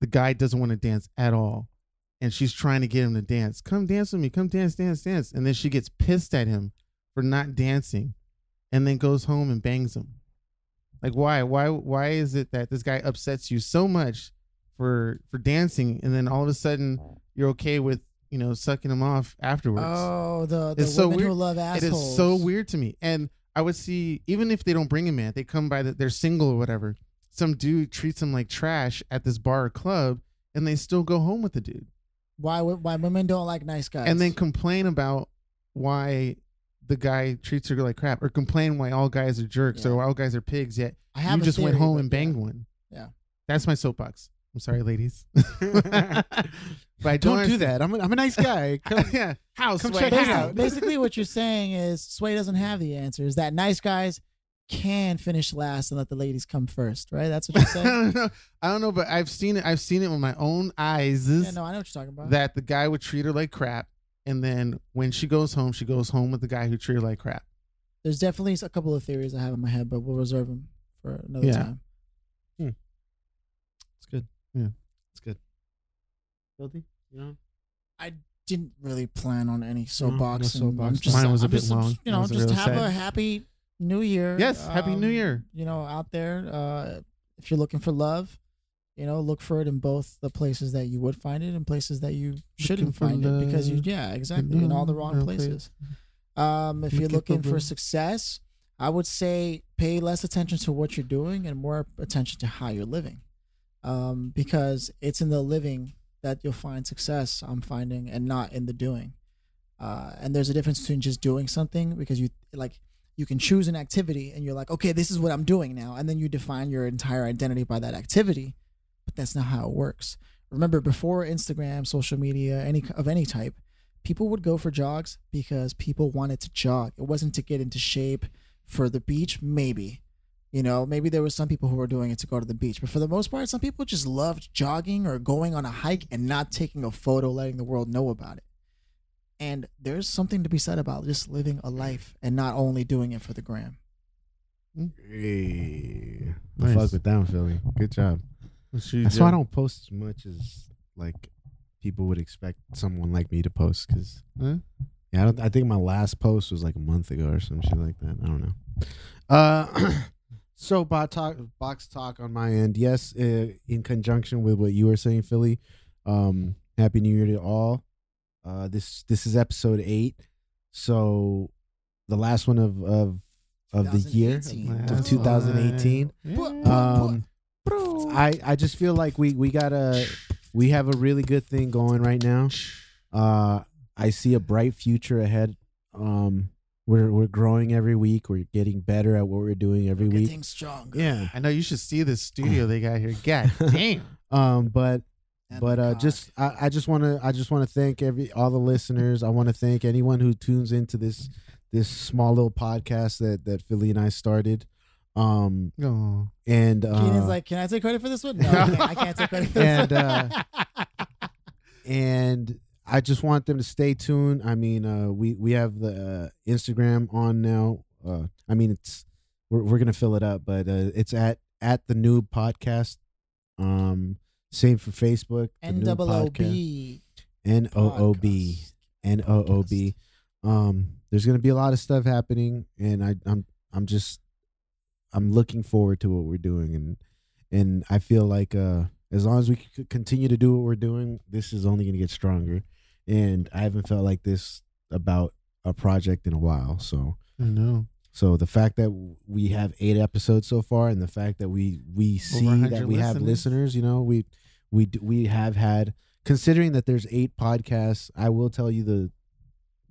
S3: the guy doesn't want to dance at all, and she's trying to get him to dance. Come dance with me. Come dance, dance, dance. And then she gets pissed at him for not dancing, and then goes home and bangs him. Like why? Why? Why is it that this guy upsets you so much for for dancing, and then all of a sudden you're okay with you know sucking him off afterwards?
S1: oh the the
S3: It's so
S1: women who
S3: weird.
S1: love assholes.
S3: It is so weird to me. And I would see even if they don't bring him in, they come by that they're single or whatever. Some dude treats him like trash at this bar or club, and they still go home with the dude,
S1: Why wo- why women don't like nice guys?
S3: and then complain about why the guy treats her like crap, or complain why all guys are jerks or
S1: Yeah.
S3: why all guys are pigs. Yet
S1: I
S3: you
S1: a
S3: just went
S1: theory,
S3: home
S1: but
S3: and
S1: yeah.
S3: banged one.
S1: Yeah.
S3: that's my soapbox. I'm sorry, ladies, but I
S2: don't,
S3: don't,
S2: do that. I'm a, I'm a nice guy. Come,
S3: yeah, house
S2: Come
S3: sway,
S2: check us
S1: Basically,
S3: house.
S2: out.
S1: basically what you're saying is Sway doesn't have the answers. That nice guys can finish last and let the ladies come first, right? That's what you're
S3: I
S1: saying.
S3: don't know. I don't know, but I've seen it. I've seen it with my own eyes.
S1: yeah, no, I know what you're talking about.
S3: that the guy would treat her like crap, and then when she goes home, she goes home with the guy who treated her like crap.
S1: There's definitely a couple of theories I have in my head, but we'll reserve them for another
S3: Yeah.
S1: time.
S2: It's good.
S3: Yeah.
S2: it's good. Guilty? No.
S1: Didn't really plan on any soapbox.
S2: no
S1: and I'm
S2: soapbox.
S1: just-
S3: Mm, Mine was a
S1: I'm
S3: bit
S1: just-
S3: long.
S1: You
S3: Mine
S1: know,
S3: was a
S1: just
S3: real
S1: have
S3: sad.
S1: a happy New Year.
S3: Yes, Happy
S1: um,
S3: New Year.
S1: You know, out there, uh, if you're looking for love, you know, look for it in both the places that you would find it and places that you shouldn't
S3: for
S1: find it because you,
S3: love
S1: yeah, exactly, in all the
S3: love,
S1: wrong
S3: wrong
S1: places. Um, if you're
S3: Looking for
S1: looking for
S3: love.
S1: success, I would say pay less attention to what you're doing and more attention to how you're living, um, because it's in the living that you'll find success. I'm finding, and not in the doing. Uh, and there's a difference between just doing something because you like you can choose an activity and you're like, okay, this is what I'm doing now, and then you define your entire identity by that activity, but that's not how it works. Remember, before Instagram, social media, any of any type, people would go for jogs because people wanted to jog. It wasn't to get into shape for the beach, maybe. You know, maybe there were some people who were doing it to go to the beach, but for the most part, some people just loved jogging or going on a hike and not taking a photo, letting the world know about it. And there's something to be said about just living a life and not only doing it for the gram.
S2: Hey.
S3: Nice.
S2: Fuck with down, Philly. Good job. That's why I don't post as much as like people would expect someone like me to post. Cause
S3: Huh?
S2: yeah, I, don't, I think my last post was like a month ago or some shit like that. I don't know. Uh, so bo- talk, box talk on my end. Yes, uh, in conjunction with what you were saying, Philly. Um, happy New Year to all. Uh, this this is episode eight. So the last one of of of the year
S1: 2018.
S2: of 2018. Um, I I just feel like we we got a we have a really good thing going right now. Uh, I see a bright future ahead. Um, we're we're growing every week. We're getting better at what we're doing every week.
S1: Getting strong.
S2: Yeah.
S3: I know you should see this studio they got here. God damn.
S2: Um, but
S1: And
S2: but uh,
S1: cock.
S2: just I, I just want to I just want to thank every all the listeners. I want to thank anyone who tunes into this this small little podcast that that Philly and I started. Um,
S3: Oh.
S2: and uh,
S1: Keenan's like, can I take credit for this one? No, I can't, I can't take credit for this
S2: and uh, and I just want them to stay tuned. I mean, uh, we we have the uh, Instagram on now. Uh, I mean, it's we're we're gonna fill it up, but uh, it's at at the Noob Podcast. Um, same for Facebook. the
S1: N
S2: Noob
S1: double O B.
S2: Podcast. N O O B N O O B. Um, there's gonna be a lot of stuff happening, and I I'm I'm just I'm looking forward to what we're doing, and and I feel like uh as long as we c- continue to do what we're doing, this is only gonna get stronger, and I haven't felt like this about a project in a while, so.
S3: I know.
S2: So the fact that we have eight episodes so far, and the fact that we we see
S3: 100
S2: that we have
S3: listeners.
S2: listeners, you know, we we d- we have had considering that there's eight podcasts. I will tell you the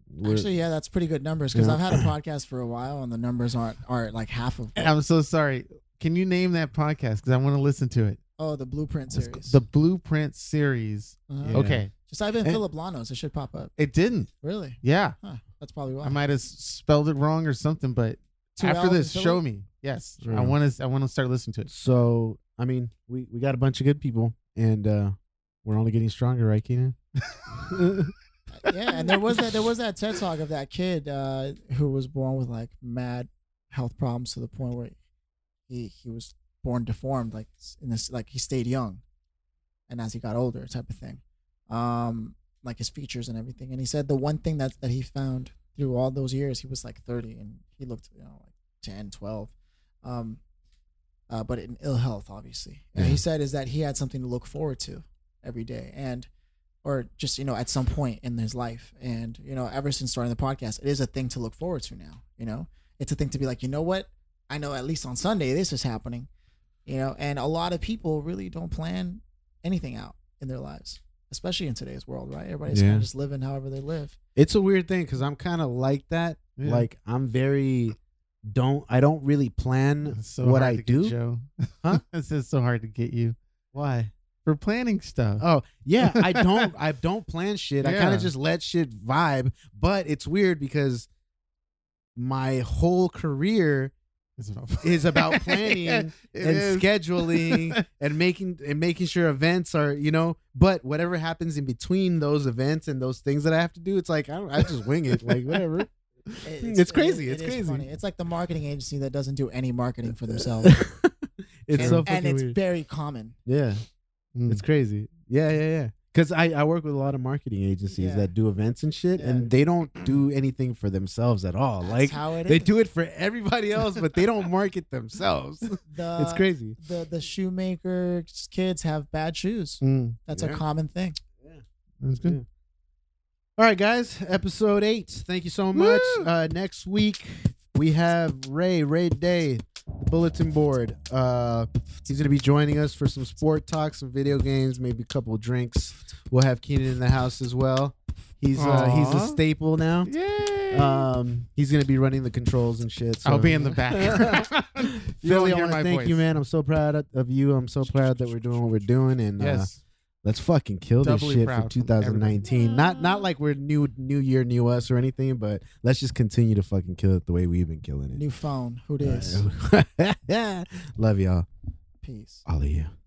S2: we're-
S1: Actually, yeah, that's pretty good numbers because
S2: Yeah.
S1: I've had a podcast for a while and the numbers aren't are like half of.
S3: I'm so sorry. Can you name that podcast? Because I want to listen to it.
S1: Oh, the Blueprint
S3: It's
S1: series.
S3: c- the Blueprint series.
S1: Uh-huh.
S2: Yeah.
S3: Okay.
S1: Just type in
S2: And-
S1: Philip Lanos. It should pop up.
S3: It didn't.
S1: Really?
S3: Yeah.
S1: Huh. That's probably why.
S3: I might have s- spelled it wrong or something, but
S1: Two
S3: after
S1: L's
S3: this,
S1: and Philip?
S3: show me. Yes.
S2: Sure.
S3: I want to I want to start listening to it.
S2: so I mean we we got a bunch of good people, and uh we're only getting stronger, right, Keenan?
S1: yeah, and there was that there was that TED talk of that kid uh, who was born with like mad health problems to the point where he he was born deformed, like in this like he stayed young, and as he got older, type of thing, um, like his features and everything. And he said the one thing that that he found through all those years, he was like thirty and he looked you know like 10, 12. um, uh, but in ill health, obviously. And he
S2: Yeah.
S1: said is that he had something to look forward to every day, and or just you know at some point in his life and you know ever since starting the podcast it is a thing to look forward to now you know it's a thing to be like you know what i know at least on sunday this is happening you know and a lot of people really don't plan anything out in their lives especially in today's world right everybody's kind
S2: Yeah.
S1: of just living however they live
S2: It's a weird thing because I'm kind of like that.
S3: Yeah.
S2: Like I'm very don't I don't really plan
S3: It's so
S2: what
S3: hard
S2: I
S3: to
S2: do.
S3: Get Joe.
S2: Huh?
S3: It's just so hard to get you
S2: Why?
S3: for planning stuff.
S2: Oh yeah, I don't I don't plan shit. I kind
S3: Yeah.
S2: of just let shit vibe. But it's weird because my whole career
S3: It's about-
S2: is about planning
S3: It
S2: and
S3: is.
S2: scheduling and making and making sure events are you know. But whatever happens in between those events and those things that I have to do, it's like I don't I just wing it like whatever. It's crazy, it's
S1: is
S2: crazy.
S1: funny. it's like the marketing agency that doesn't do any marketing for themselves and,
S2: it's so fucking
S1: and it's
S2: weird.
S1: very common
S2: yeah.
S3: Mm.
S2: It's crazy. Yeah, yeah, yeah. Because I, I work with a lot of marketing agencies
S1: Yeah.
S2: that do events and shit,
S1: Yeah.
S2: and they don't do anything for themselves at all.
S1: That's
S2: like
S1: how it
S2: they
S1: is.
S2: do it for everybody else, but they don't market themselves.
S1: the,
S2: it's crazy.
S1: the the shoemaker's kids have bad shoes.
S3: Mm.
S1: That's a
S2: Yeah.
S1: common thing.
S3: That's good.
S2: All right, guys. Episode eight. Thank you so much.
S3: Woo!
S2: Uh, next week we have Ray Ray Day, the bulletin board. Uh, he's gonna be joining us for some sport talk, some video games, maybe a couple drinks. We'll have Keenan in the house as well. He's uh, he's a
S3: Aw.
S2: staple now.
S3: Yay!
S2: Um, he's gonna be running the controls and shit. So.
S3: I'll be in the back. You won't
S2: Philly, I
S3: hear
S2: want
S3: my
S2: to thank
S3: voice.
S2: you, man. I'm so proud of- of you. I'm so proud that we're doing what we're doing, and uh,
S3: Yes.
S2: let's fucking kill
S3: Doubly
S2: this shit
S3: proud
S2: for
S3: from
S2: 2019. Not not like we're new, new year, new us or anything, but let's just continue to fucking kill it the way we've been killing it.
S1: New phone, who dis?
S2: Uh, Love y'all.
S1: Peace.
S2: All of you.